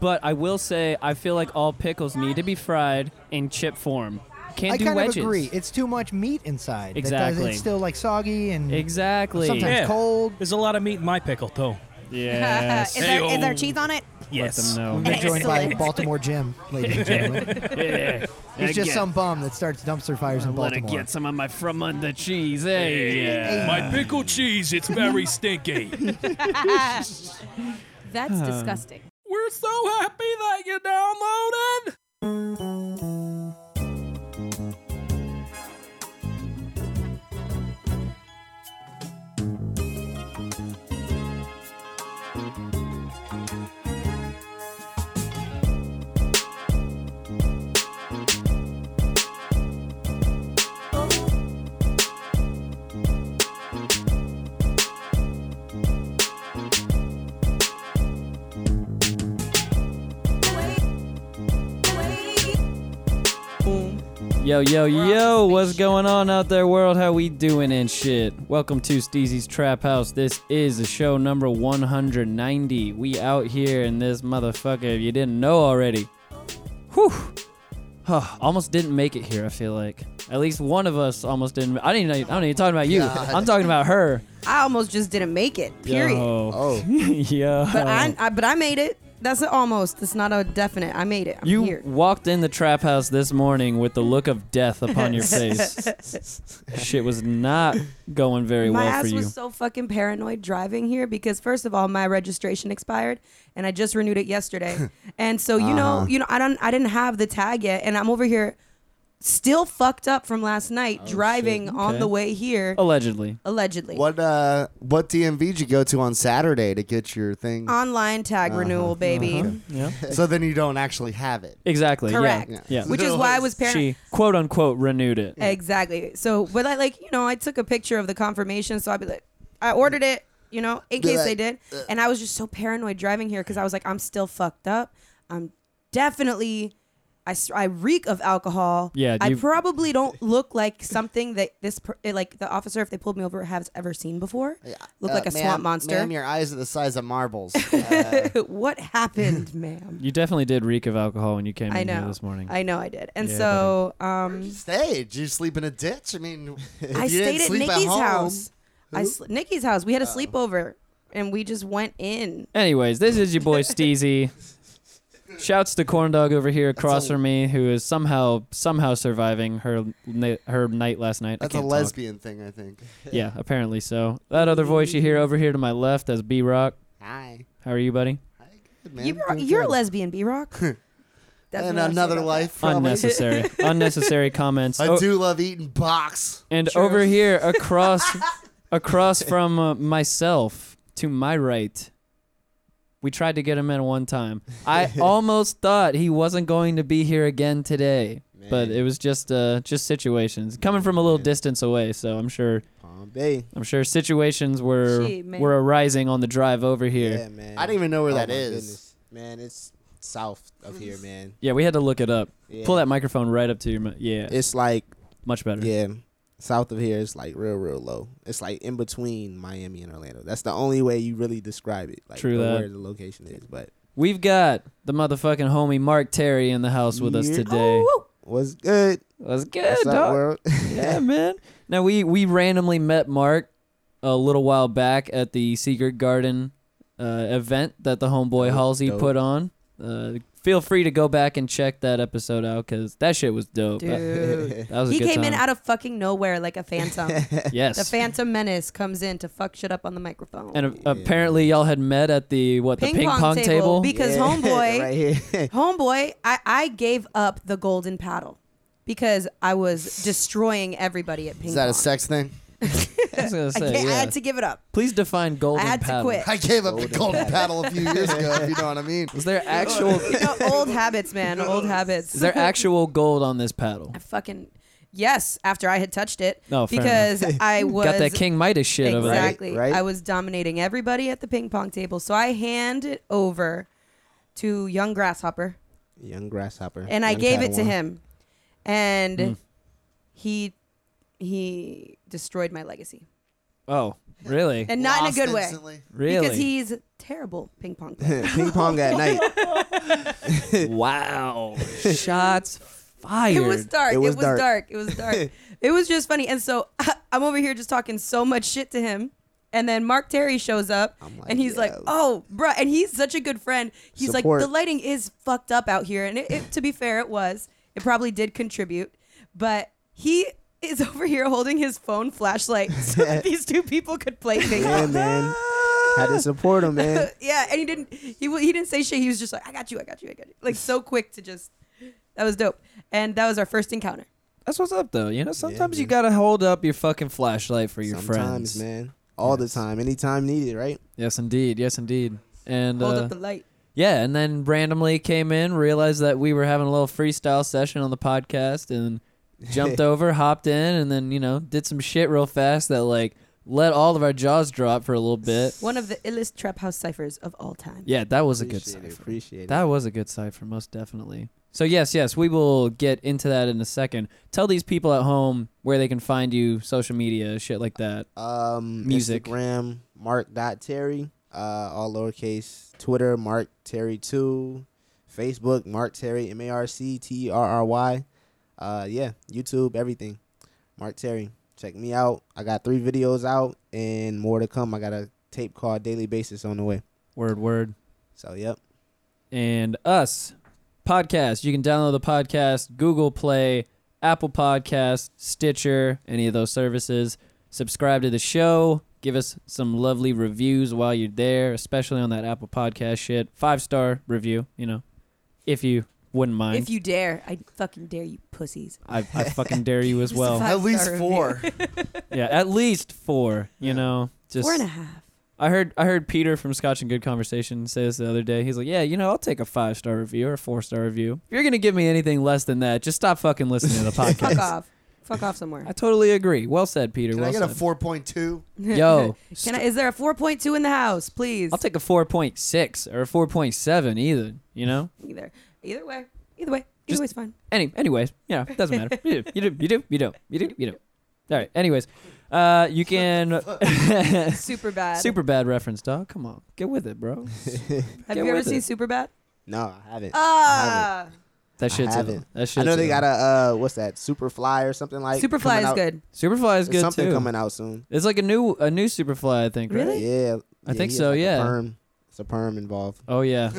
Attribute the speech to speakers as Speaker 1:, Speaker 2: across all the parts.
Speaker 1: But I will say, I feel like all pickles need to be fried in chip form. Can't
Speaker 2: I
Speaker 1: do
Speaker 2: kind
Speaker 1: wedges.
Speaker 2: of agree. It's too much meat inside. That does-
Speaker 1: Exactly.
Speaker 2: It's still like soggy and
Speaker 1: Exactly.
Speaker 2: sometimes
Speaker 3: Yeah.
Speaker 2: cold.
Speaker 3: There's a lot of meat in my pickle, though.
Speaker 1: Yes.
Speaker 4: is, there, is there
Speaker 3: Heyo.
Speaker 4: cheese on it?
Speaker 1: Let
Speaker 3: Yes.
Speaker 1: them know.
Speaker 2: We've been joined by
Speaker 4: Excellent.
Speaker 2: Baltimore Jim, ladies and gentlemen.
Speaker 1: Yeah.
Speaker 2: He's just
Speaker 1: Again,
Speaker 2: some bum that starts dumpster fires in
Speaker 1: I'm gonna
Speaker 2: Baltimore.
Speaker 1: get some of my from under cheese. Hey. Yeah.
Speaker 3: My pickle cheese, it's very stinky.
Speaker 5: That's disgusting.
Speaker 3: We're so happy that you downloaded.
Speaker 1: Yo, yo, yo, what's going on out there, world? How we doing and shit? Welcome to Steezy's Trap House. This is the show number 190. We out here in this motherfucker, if you didn't know already. Whew. Huh, almost didn't make it here, I feel like. At least one of us almost didn't. I didn't even, I'm not even talking about you. I'm talking about her.
Speaker 4: I almost just didn't make it. Period.
Speaker 1: Yo.
Speaker 2: Oh,
Speaker 1: Yo.
Speaker 4: But I, I but I made it. That's an almost. It's not a definite. I made it. I'm
Speaker 1: you
Speaker 4: here.
Speaker 1: walked in the trap house this morning with the look of death upon your face. Shit was not going very
Speaker 4: my
Speaker 1: well
Speaker 4: ass
Speaker 1: for you.
Speaker 4: was so fucking paranoid driving here because first of all my registration expired and i just renewed it yesterday and so you
Speaker 1: Uh-huh.
Speaker 4: know you know i don't i didn't have the tag yet and i'm over here still fucked up from last night driving on
Speaker 1: Oh, Okay. Oh.
Speaker 4: the way here
Speaker 1: Allegedly.
Speaker 4: allegedly
Speaker 6: What uh what DMV did you go to on Saturday to get your thing?
Speaker 4: online tag
Speaker 1: Uh-huh.
Speaker 4: renewal baby
Speaker 1: Yeah.
Speaker 6: so then you don't actually have it.
Speaker 1: Exactly. yeah.
Speaker 4: correct
Speaker 1: Yeah.
Speaker 4: which is why i was paranoid
Speaker 1: She quote unquote renewed it.
Speaker 4: Exactly. So, but I like, you know, I took a picture of the confirmation. So I'd be like, I ordered it, you know, in case they did.
Speaker 1: uh.
Speaker 4: And I was just so paranoid driving here because I was like, I'm still fucked up. I'm definitely, I, s- I reek of alcohol.
Speaker 1: Yeah,
Speaker 4: I
Speaker 1: you-
Speaker 4: probably don't look like something that this, per, eh, like the officer, if they pulled me over, has ever seen before. Look
Speaker 1: Uh,
Speaker 4: like a swamp monster.
Speaker 6: Ma'am, Uh, your eyes are the size of marbles. Uh,
Speaker 4: what happened, ma'am?
Speaker 1: You definitely did reek of alcohol when you came
Speaker 4: I
Speaker 1: in here
Speaker 4: know.
Speaker 1: this morning.
Speaker 4: I know I did. And
Speaker 1: Yeah,
Speaker 4: so, um,
Speaker 6: stay. Did you sleep in a ditch? I mean, if
Speaker 4: I
Speaker 6: you
Speaker 4: stayed
Speaker 6: didn't
Speaker 4: at
Speaker 6: sleep
Speaker 4: Nikki's
Speaker 6: home- Oh.
Speaker 4: house. I sl- Nikki's house. We had a sleepover, and we just went in.
Speaker 1: Anyways, this is your boy Steezy. Shouts to corn dog over here across
Speaker 6: a-
Speaker 1: from me, who is somehow somehow surviving her ni- her night last night. I
Speaker 6: That's a
Speaker 1: can't talk.
Speaker 6: lesbian thing, I think.
Speaker 1: Yeah, apparently so. That other voice you hear over here to my left, that's B Rock.
Speaker 6: Hi.
Speaker 1: How are you, buddy?
Speaker 6: Hi, good, man.
Speaker 4: you are,
Speaker 6: Doing
Speaker 4: you're a
Speaker 6: good.
Speaker 4: lesbian, B Rock.
Speaker 6: In another life, probably.
Speaker 1: Unnecessary, unnecessary comments.
Speaker 6: I
Speaker 1: Oh,
Speaker 6: do love eating box.
Speaker 1: And over here, across, across from uh, myself to my right, we tried to get him in one time. I almost thought he wasn't going to be here again today, but it was just, uh, just situations coming from a little distance away. So I'm sure,
Speaker 6: Palm Bay.
Speaker 1: I'm sure situations were
Speaker 4: Gee, man.
Speaker 1: were arising on the drive over here.
Speaker 7: Yeah, man. Oh
Speaker 6: I don't even know where that
Speaker 7: my
Speaker 6: is.
Speaker 7: goodness. Man, it's south of here, man.
Speaker 1: Yeah, we had to look it up.
Speaker 7: Yeah.
Speaker 1: Pull that microphone right up to your. mi- Yeah,
Speaker 7: It's like
Speaker 1: much better.
Speaker 7: yeah, south of here it's like real, real low. It's like in between Miami and Orlando. That's the only way you really describe it. Like
Speaker 1: True
Speaker 7: for
Speaker 1: that.
Speaker 7: where the location is. But
Speaker 1: We've got the motherfucking homie Mark Terry in the house with us
Speaker 7: Yeah.
Speaker 1: today.
Speaker 7: was good.
Speaker 1: That's
Speaker 4: Eh,
Speaker 1: good,
Speaker 7: What's up,
Speaker 1: dog.
Speaker 7: world?
Speaker 1: yeah, man. Now we we randomly met Mark a little while back at the Secret Garden uh, event that the homeboy
Speaker 7: Dope,
Speaker 1: Halsey
Speaker 7: dope.
Speaker 1: put on. Uh, feel free to go back and check that episode out because that shit was dope.
Speaker 4: Dude.
Speaker 1: That was a
Speaker 4: he
Speaker 1: good
Speaker 4: came in
Speaker 1: time.
Speaker 4: out of fucking nowhere like a phantom.
Speaker 1: yes.
Speaker 4: the Phantom Menace comes in to fuck shit up on the microphone.
Speaker 1: and a- apparently y'all had met at the what the ping pong, table.
Speaker 4: because
Speaker 7: Yeah,
Speaker 4: homeboy
Speaker 7: right here.
Speaker 4: homeboy I, I gave up the golden paddle because i was destroying everybody at ping
Speaker 6: Is that
Speaker 4: pong
Speaker 6: a sex thing?
Speaker 1: I, was gonna
Speaker 4: I,
Speaker 1: say,
Speaker 4: can't- I
Speaker 1: yeah.
Speaker 4: had to give it up
Speaker 1: Please define golden
Speaker 4: i had to
Speaker 1: paddle.
Speaker 4: quit
Speaker 6: I gave up the golden paddle a few years ago, if you know what I mean.
Speaker 1: Is there actual
Speaker 4: You know, old habits, man. Old habits.
Speaker 1: is there actual gold on this paddle?
Speaker 4: I fucking yes. After I had touched it,
Speaker 1: Oh, fair
Speaker 4: because I was
Speaker 1: Got that King Midas shit over there.
Speaker 4: exactly.
Speaker 7: Right, right.
Speaker 4: I was dominating everybody at the ping pong table, so I hand it over to young grasshopper,
Speaker 7: Young grasshopper.
Speaker 4: and I
Speaker 7: young
Speaker 4: gave it to
Speaker 7: Padawan.
Speaker 4: him,
Speaker 1: Mm.
Speaker 4: and he he destroyed my legacy.
Speaker 1: Oh, really?
Speaker 4: and not in a good way.
Speaker 6: Instantly.
Speaker 1: Really?
Speaker 4: Because he's a terrible ping pong player.
Speaker 7: Ping pong at night.
Speaker 1: wow. Shots fired.
Speaker 4: It was dark.
Speaker 7: It
Speaker 4: It
Speaker 7: was
Speaker 4: was,
Speaker 7: dark.
Speaker 4: dark. It was dark. it was just funny. And so I'm over here just talking so much shit to him. And then Mark Terry shows up
Speaker 7: like,
Speaker 4: and he's like,
Speaker 7: yo.
Speaker 4: oh, bruh. And he's such a good friend. He's
Speaker 7: Support.
Speaker 4: like, the lighting is fucked up out here. And it, it, to be fair, it was. It probably did contribute. But he is over here holding his phone flashlight so that these two people could play ping
Speaker 7: yeah,
Speaker 4: pong.
Speaker 7: man. Had to support him, man.
Speaker 4: yeah, and he didn't he wa- he didn't say shit. He was just like, I got you, I got you, I got you. Like so quick to just that was dope. And that was our first encounter.
Speaker 1: That's what's up, though. You know, sometimes you gotta hold up your fucking flashlight for your
Speaker 7: Sometimes,
Speaker 1: friends.
Speaker 7: man. All the time, anytime needed, right?
Speaker 1: Yes, indeed. Yes, indeed. And
Speaker 4: Hold
Speaker 1: uh,
Speaker 4: up the light.
Speaker 1: yeah, and then randomly came in, realized that we were having a little freestyle session on the podcast, and jumped over, hopped in, and then you know did some shit real fast that like let all of our jaws drop for a little bit.
Speaker 4: One of the illest trap house ciphers of all time.
Speaker 1: Yeah, that was a good
Speaker 7: Appreciate it,
Speaker 1: cipher.
Speaker 7: Appreciate it.
Speaker 1: That was a good cipher, most definitely. So yes, yes, we will get into that in a second. Tell these people at home where they can find you, social media, shit like that.
Speaker 7: Um,
Speaker 1: Music.
Speaker 7: Instagram, Mark dot Terry, uh, all lowercase. Twitter, Mark Terry two. Facebook, Mark Terry, M A R C T E R R Y. Uh, yeah, YouTube, everything. Mark Terry, check me out. I got three videos out and more to come. I got a tape called Daily Basis on the way.
Speaker 1: Word, word.
Speaker 7: So yep,
Speaker 1: and us podcast you can download the podcast google play apple podcast stitcher any of those services subscribe to the show give us some lovely reviews while you're there especially on that apple podcast shit five star review you know if you wouldn't mind
Speaker 4: If you dare, I fucking dare you pussies.
Speaker 1: I, I fucking dare you as
Speaker 4: Just a
Speaker 1: well
Speaker 4: five-
Speaker 6: At least
Speaker 4: Five-star
Speaker 6: four.
Speaker 1: yeah at least four you know just
Speaker 4: Four and a half.
Speaker 1: I heard I heard Peter from Scotch and Good Conversation say this the other day. He's like, "Yeah, you know, I'll take a five star review or a four star review. If you're gonna give me anything less than that, just stop fucking listening to the
Speaker 4: Fuck
Speaker 1: podcast."
Speaker 4: off. Fuck off somewhere.
Speaker 1: I totally agree. Well said, Peter.
Speaker 6: Can
Speaker 1: well
Speaker 6: I get a
Speaker 1: said.
Speaker 6: 4.2?
Speaker 1: Yo,
Speaker 4: Can I is there a four point two in the house, please?
Speaker 1: I'll take a four point six or a four point seven either. You know.
Speaker 4: either. Either way. Either way. Either
Speaker 1: Just-
Speaker 4: way's fine.
Speaker 1: Any, anyways, you know, doesn't matter. You do, you do, you do, you do, you do, you do. All right. Anyways, uh, you can
Speaker 4: Super bad.
Speaker 1: super bad reference, dog. Come on, get with it, bro.
Speaker 4: Have
Speaker 1: get
Speaker 4: you ever
Speaker 1: with
Speaker 4: seen
Speaker 1: it.
Speaker 4: Super Bad?
Speaker 7: no, I haven't.
Speaker 4: Ah
Speaker 1: That
Speaker 7: I
Speaker 1: shit's ill.
Speaker 7: haven't.
Speaker 1: That shit's
Speaker 7: I know they
Speaker 1: ill.
Speaker 7: got a uh, what's that? Superfly or something like. coming
Speaker 4: Ah! Superfly is
Speaker 7: out-
Speaker 4: good.
Speaker 1: Superfly is
Speaker 7: There's
Speaker 1: good
Speaker 7: something
Speaker 1: too.
Speaker 7: coming out soon.
Speaker 1: It's like a new a new Superfly, I think. Right?
Speaker 4: Really?
Speaker 7: Yeah,
Speaker 1: I
Speaker 7: yeah,
Speaker 1: think
Speaker 7: he has
Speaker 1: so,
Speaker 7: like a
Speaker 1: yeah.
Speaker 7: perm. It's a perm involved.
Speaker 1: Oh yeah.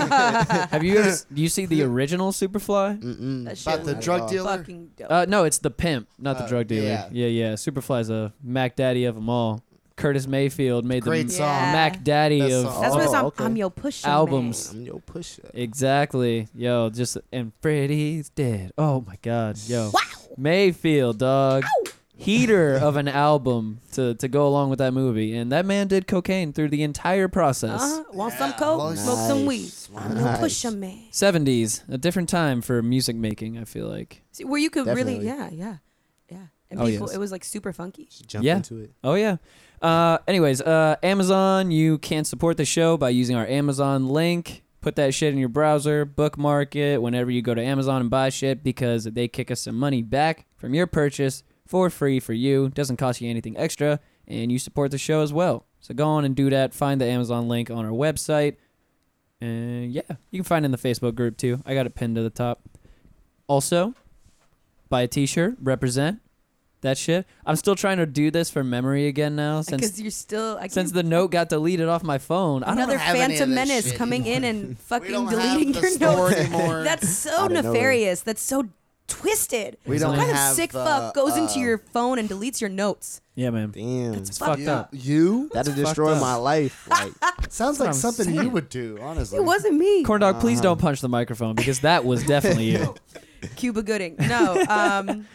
Speaker 1: Have you ever s- do you see the original Superfly?
Speaker 7: Mm-mm.
Speaker 4: That shit
Speaker 6: About the
Speaker 4: was
Speaker 6: drug
Speaker 7: all.
Speaker 6: dealer?
Speaker 4: fucking dope.
Speaker 1: Uh, no, it's the pimp, not the
Speaker 6: Uh,
Speaker 1: drug dealer. Yeah,
Speaker 6: yeah.
Speaker 1: yeah. Superfly's a Mac Daddy of them all. Curtis Mayfield made
Speaker 6: Great
Speaker 1: the
Speaker 6: song.
Speaker 4: Yeah.
Speaker 1: Mac Daddy
Speaker 6: That
Speaker 1: of
Speaker 6: song.
Speaker 4: That's what
Speaker 7: Oh,
Speaker 4: it's on.
Speaker 7: okay.
Speaker 4: I'm your push
Speaker 1: Albums.
Speaker 7: I'm your pusher.
Speaker 1: Exactly. Yo, just and Freddie's dead. Oh my god. Yo. Mayfield, dog. Heater of an album to to go along with that movie. And that man did cocaine through the entire process.
Speaker 4: Uh-huh. Want some coke?
Speaker 6: Nice.
Speaker 4: Smoke some weed.
Speaker 7: Nice.
Speaker 4: I'm your pusher man.
Speaker 1: 70s, a different time for music making, I feel like.
Speaker 4: See, where you could really,
Speaker 7: Definitely.
Speaker 4: yeah, yeah, yeah. And
Speaker 1: Oh,
Speaker 4: people,
Speaker 1: yes.
Speaker 4: it was like super funky.
Speaker 7: Just jump
Speaker 1: Yeah.
Speaker 7: into it.
Speaker 1: Oh yeah. Uh, anyways, uh, Amazon, you can support the show by using our Amazon link. Put that shit in your browser, bookmark it whenever you go to Amazon and buy shit because they kick us some money back from your purchase for free for you. Doesn't cost you anything extra, and you support the show as well. So go on and do that. Find the Amazon link on our website. And yeah, you can find it in the Facebook group too. I got it pinned to the top. Also, buy a t shirt, represent that shit. I'm still trying to do this from memory again now since
Speaker 4: Because you're still, I
Speaker 1: since
Speaker 4: can't-
Speaker 1: the note got deleted off my phone. I don't
Speaker 4: another
Speaker 6: have any of
Speaker 4: phantom
Speaker 6: this
Speaker 4: menace
Speaker 6: shit
Speaker 4: coming in and
Speaker 6: We
Speaker 4: fucking
Speaker 6: don't
Speaker 4: deleting
Speaker 6: have the
Speaker 4: your
Speaker 6: store
Speaker 4: notes.
Speaker 6: anymore.
Speaker 4: That's so
Speaker 7: Out of nowhere.
Speaker 4: nefarious. That's so twisted.
Speaker 6: We
Speaker 4: Some
Speaker 6: don't
Speaker 4: kind
Speaker 6: have
Speaker 4: of sick
Speaker 6: the,
Speaker 4: fuck goes into
Speaker 6: uh,
Speaker 4: your phone and deletes your notes.
Speaker 1: Yeah, man.
Speaker 7: Damn.
Speaker 1: It's fucked
Speaker 6: you,
Speaker 1: up.
Speaker 6: You?
Speaker 7: That'll
Speaker 1: fucked
Speaker 7: destroy
Speaker 1: up.
Speaker 7: my life. Like,
Speaker 1: That's
Speaker 6: Sounds like
Speaker 1: what I'm
Speaker 6: something you
Speaker 1: saying.
Speaker 6: would do, honestly.
Speaker 4: It wasn't me.
Speaker 1: Corn dog, please don't punch the microphone because that was definitely you.
Speaker 4: Cuba Gooding. No, um,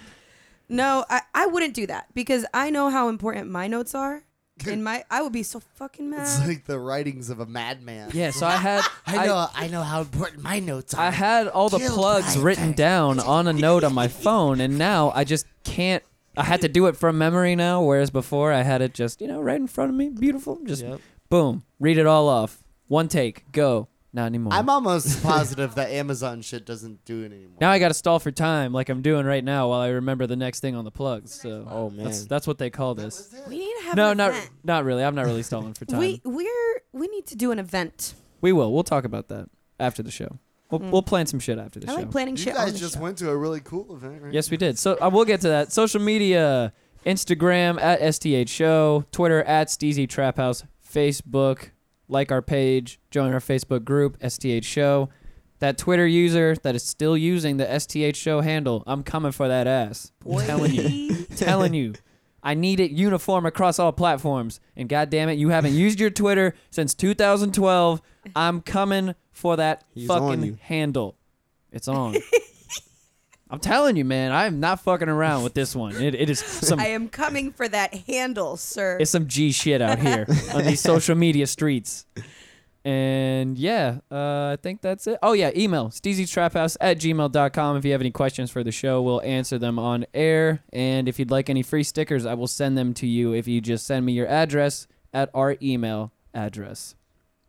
Speaker 4: no, I, I wouldn't do that because I know how important my notes are. In my, I would be so fucking mad.
Speaker 6: It's like the writings of a madman.
Speaker 1: Yeah, so I had
Speaker 6: I know, I, know how important my notes are.
Speaker 1: I had all the
Speaker 6: Killed
Speaker 1: plugs
Speaker 6: by
Speaker 1: written
Speaker 6: that.
Speaker 1: down on a note on my phone, and now I just can't. I had to do it from memory now, whereas before I had it just you know right in front of me, beautiful, just boom, read it all off, one take, go, Not anymore.
Speaker 6: I'm almost positive that Amazon shit doesn't do it anymore.
Speaker 1: now I got to stall for time, like I'm doing right now, while I remember the next thing on the plugs. So
Speaker 7: Oh,
Speaker 1: that's
Speaker 7: man.
Speaker 1: that's what they call this.
Speaker 4: We need to have
Speaker 1: No,
Speaker 4: an
Speaker 1: not
Speaker 4: event.
Speaker 1: not really. I'm not really stalling for time.
Speaker 4: We
Speaker 1: We,
Speaker 4: we're we need to do an event.
Speaker 1: will. We'll talk about that after the show. We'll we'll plan some shit after the
Speaker 4: I
Speaker 1: show.
Speaker 4: like planning
Speaker 6: you
Speaker 4: shit. on
Speaker 6: guys
Speaker 4: the
Speaker 6: just
Speaker 4: show.
Speaker 6: went to a really cool event, right?
Speaker 1: Yes, we did. So I will get to that. Social media: Instagram at STH Show, Twitter at Steezy Trap House, Facebook. Like our page, join our Facebook group, STH Show. That Twitter user that is still using the STH Show handle, I'm coming for that ass. I'm telling you, telling you, I need it uniform across all platforms. And God damn it, you haven't used your Twitter since 2012. I'm coming for that
Speaker 7: He's on
Speaker 1: fucking
Speaker 7: you.
Speaker 1: handle. It's on. I'm telling you, man, I am not fucking around with this one. It, it is some
Speaker 4: I am coming for that handle, sir.
Speaker 1: it's some G shit out here on these social media streets. And yeah, uh, I think that's it. Oh, yeah, email steezytraphouse at gmail.com. If you have any questions for the show, we'll answer them on air. And if you'd like any free stickers, I will send them to you if you just send me your address at our email address.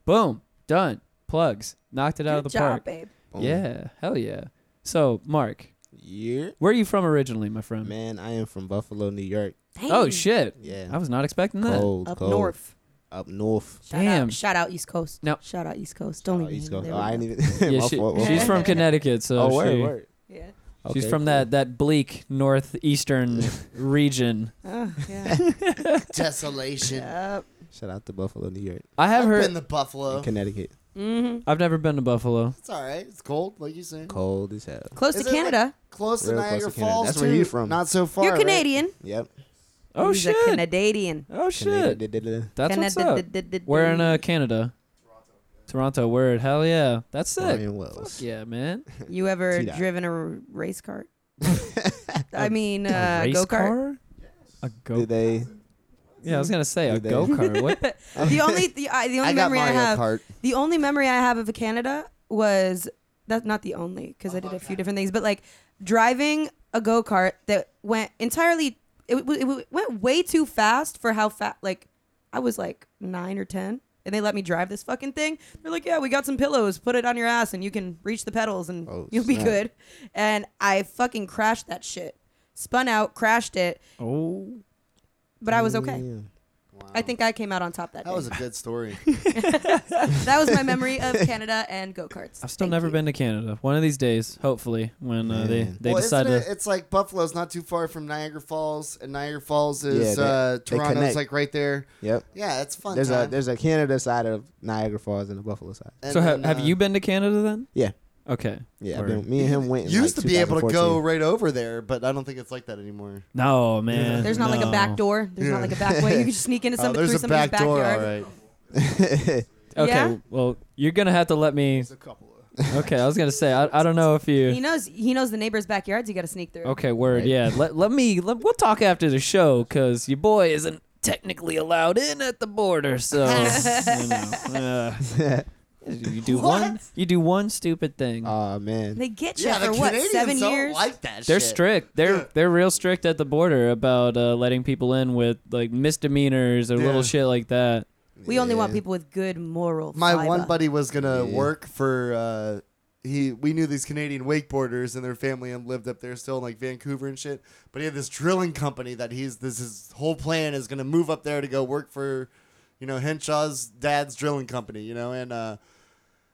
Speaker 1: Boom, done. Plugs. Knocked it out of
Speaker 4: Good
Speaker 1: the
Speaker 4: job,
Speaker 1: park.
Speaker 4: babe.
Speaker 7: Boom.
Speaker 1: Yeah, hell yeah. So, Mark,
Speaker 7: Yeah.
Speaker 1: where are you from originally, my friend?
Speaker 7: Man, I am from Buffalo, New York.
Speaker 1: Oh,
Speaker 4: Dang.
Speaker 1: shit.
Speaker 7: Yeah.
Speaker 1: I was not expecting that.
Speaker 7: cold,
Speaker 4: Up
Speaker 7: cold.
Speaker 4: north.
Speaker 7: Up north.
Speaker 4: Shout
Speaker 1: Damn.
Speaker 4: Out, shout out East Coast.
Speaker 1: No.
Speaker 4: Shout out East Coast. Don't
Speaker 7: Oh,
Speaker 4: even.
Speaker 7: East Coast.
Speaker 4: there
Speaker 7: Oh,
Speaker 4: we
Speaker 7: I
Speaker 4: go.
Speaker 7: didn't even.
Speaker 1: Yeah,
Speaker 7: my
Speaker 1: she-
Speaker 7: fault, my
Speaker 1: she's
Speaker 7: fault.
Speaker 1: from Connecticut, so
Speaker 7: Oh, word,
Speaker 1: she-
Speaker 7: word.
Speaker 4: Yeah.
Speaker 1: she's
Speaker 7: Okay,
Speaker 1: from
Speaker 7: cool.
Speaker 1: that, that bleak northeastern region.
Speaker 4: Oh, yeah.
Speaker 6: Desolation.
Speaker 4: Yep.
Speaker 7: Shout out to Buffalo, New York,
Speaker 1: I have
Speaker 6: I've
Speaker 1: heard.
Speaker 6: been to Buffalo.
Speaker 4: Oh.
Speaker 7: and Connecticut.
Speaker 4: Mhm.
Speaker 1: I've never been to Buffalo.
Speaker 6: It's all right. It's cold, like you said.
Speaker 7: Cold as hell.
Speaker 4: Close
Speaker 6: Is
Speaker 4: to
Speaker 6: it like-
Speaker 4: Canada.
Speaker 6: Close to
Speaker 7: Real close to
Speaker 6: Niagara
Speaker 7: Canada.
Speaker 6: Falls.
Speaker 7: That's where you
Speaker 6: too.
Speaker 7: from.
Speaker 6: Not so far.
Speaker 4: You're
Speaker 6: right?
Speaker 4: Canadian.
Speaker 7: Yep.
Speaker 1: Oh
Speaker 4: He's
Speaker 1: shit!
Speaker 4: a Canadian.
Speaker 1: oh shit!
Speaker 7: Connecticut.
Speaker 1: That's what's up.
Speaker 4: Canada-
Speaker 1: We're in uh, Canada. Toronto. Word. Hell yeah. That's sick.
Speaker 7: Ryan Wells.
Speaker 1: Yeah, man.
Speaker 4: You ever
Speaker 7: T-Dot.
Speaker 4: driven a r- race cart? I mean,
Speaker 1: A
Speaker 4: uh,
Speaker 1: race
Speaker 4: go kart.
Speaker 1: car? A go.
Speaker 7: Did they?
Speaker 1: Yeah, I was gonna say a
Speaker 7: Do they-
Speaker 1: go kart. What?
Speaker 4: The only the, I the only
Speaker 6: I got
Speaker 4: memory
Speaker 6: Mario
Speaker 4: I have
Speaker 6: Kart.
Speaker 4: the only memory I have of Canada was that's not the only because I did a few different things, but like driving a go kart that went entirely it, w- it w- went way too fast for how fast like I was like nine or ten. And they let me drive this fucking thing. They're like, "Yeah, we got some pillows. Put it on your ass, and you can reach the pedals, and
Speaker 7: Oh,
Speaker 4: you'll be
Speaker 7: snap.
Speaker 4: good." And I fucking crashed that shit, spun out, crashed it,
Speaker 1: Oh.
Speaker 4: but I was okay.
Speaker 7: Yeah.
Speaker 4: I think I came out on top that,
Speaker 6: That
Speaker 4: day.
Speaker 6: was a good story.
Speaker 4: that was my memory of Canada and go karts.
Speaker 1: I've still never been to Canada. One of these days, hopefully, when uh, they
Speaker 7: Man.
Speaker 1: they
Speaker 6: well,
Speaker 1: decide
Speaker 6: isn't
Speaker 1: to.
Speaker 6: it, it's like Buffalo's not too far from Niagara Falls, and Niagara Falls
Speaker 7: Yeah,
Speaker 6: is
Speaker 7: they-
Speaker 6: uh,
Speaker 7: they
Speaker 6: Toronto's
Speaker 7: connect.
Speaker 6: like right there.
Speaker 7: Yep.
Speaker 6: Yeah, it's fun.
Speaker 7: There's a
Speaker 6: time.
Speaker 7: there's a Canada side of Niagara Falls and a Buffalo side.
Speaker 6: And
Speaker 1: so ha-
Speaker 6: then,
Speaker 1: have
Speaker 6: uh,
Speaker 1: you been to Canada then?
Speaker 7: Yeah.
Speaker 1: Okay.
Speaker 7: Yeah.
Speaker 1: Word.
Speaker 7: I've been, me and him went. in,
Speaker 6: used
Speaker 7: like,
Speaker 6: to be able to go
Speaker 7: 2014.
Speaker 6: right over there, but I don't think it's like that anymore.
Speaker 1: No, man.
Speaker 4: There's not like a
Speaker 1: no.
Speaker 4: back door. There's not like a back way. You can just sneak into
Speaker 6: Oh,
Speaker 4: somebody
Speaker 6: there's
Speaker 4: through
Speaker 6: a
Speaker 4: somebody's
Speaker 6: back door, all
Speaker 4: backyard.
Speaker 6: right.
Speaker 1: Okay,
Speaker 4: Yeah?
Speaker 1: well, you're gonna have to let me.
Speaker 5: There's a couple of.
Speaker 1: Okay, I was gonna say I, I don't know if you.
Speaker 4: He knows he knows the neighbor's backyards. You got to sneak through.
Speaker 1: Okay, word.
Speaker 7: Right.
Speaker 1: Yeah, let let me. Let, we'll talk after the show because your boy isn't technically allowed in at the border. So you, know, uh, you do one. You do one stupid thing.
Speaker 7: Aw, man.
Speaker 4: They get you
Speaker 6: Yeah, the
Speaker 4: for what
Speaker 6: Canadians
Speaker 4: 7
Speaker 6: don't
Speaker 4: years.
Speaker 6: like that.
Speaker 1: they're
Speaker 6: shit.
Speaker 1: strict. They're they're real strict at the border about uh, letting people in with like misdemeanors or
Speaker 6: Yeah.
Speaker 1: little shit like that.
Speaker 4: we only want
Speaker 7: Yeah.
Speaker 4: people with good moral.
Speaker 6: My
Speaker 4: fiber.
Speaker 6: one buddy was gonna
Speaker 7: Yeah.
Speaker 6: work for. Uh, he we knew these Canadian wakeboarders and their family and lived up there still in like Vancouver and shit. But he had this drilling company that he's this his whole plan is gonna move up there to go work for, you know Henshaw's dad's drilling company. You know and. uh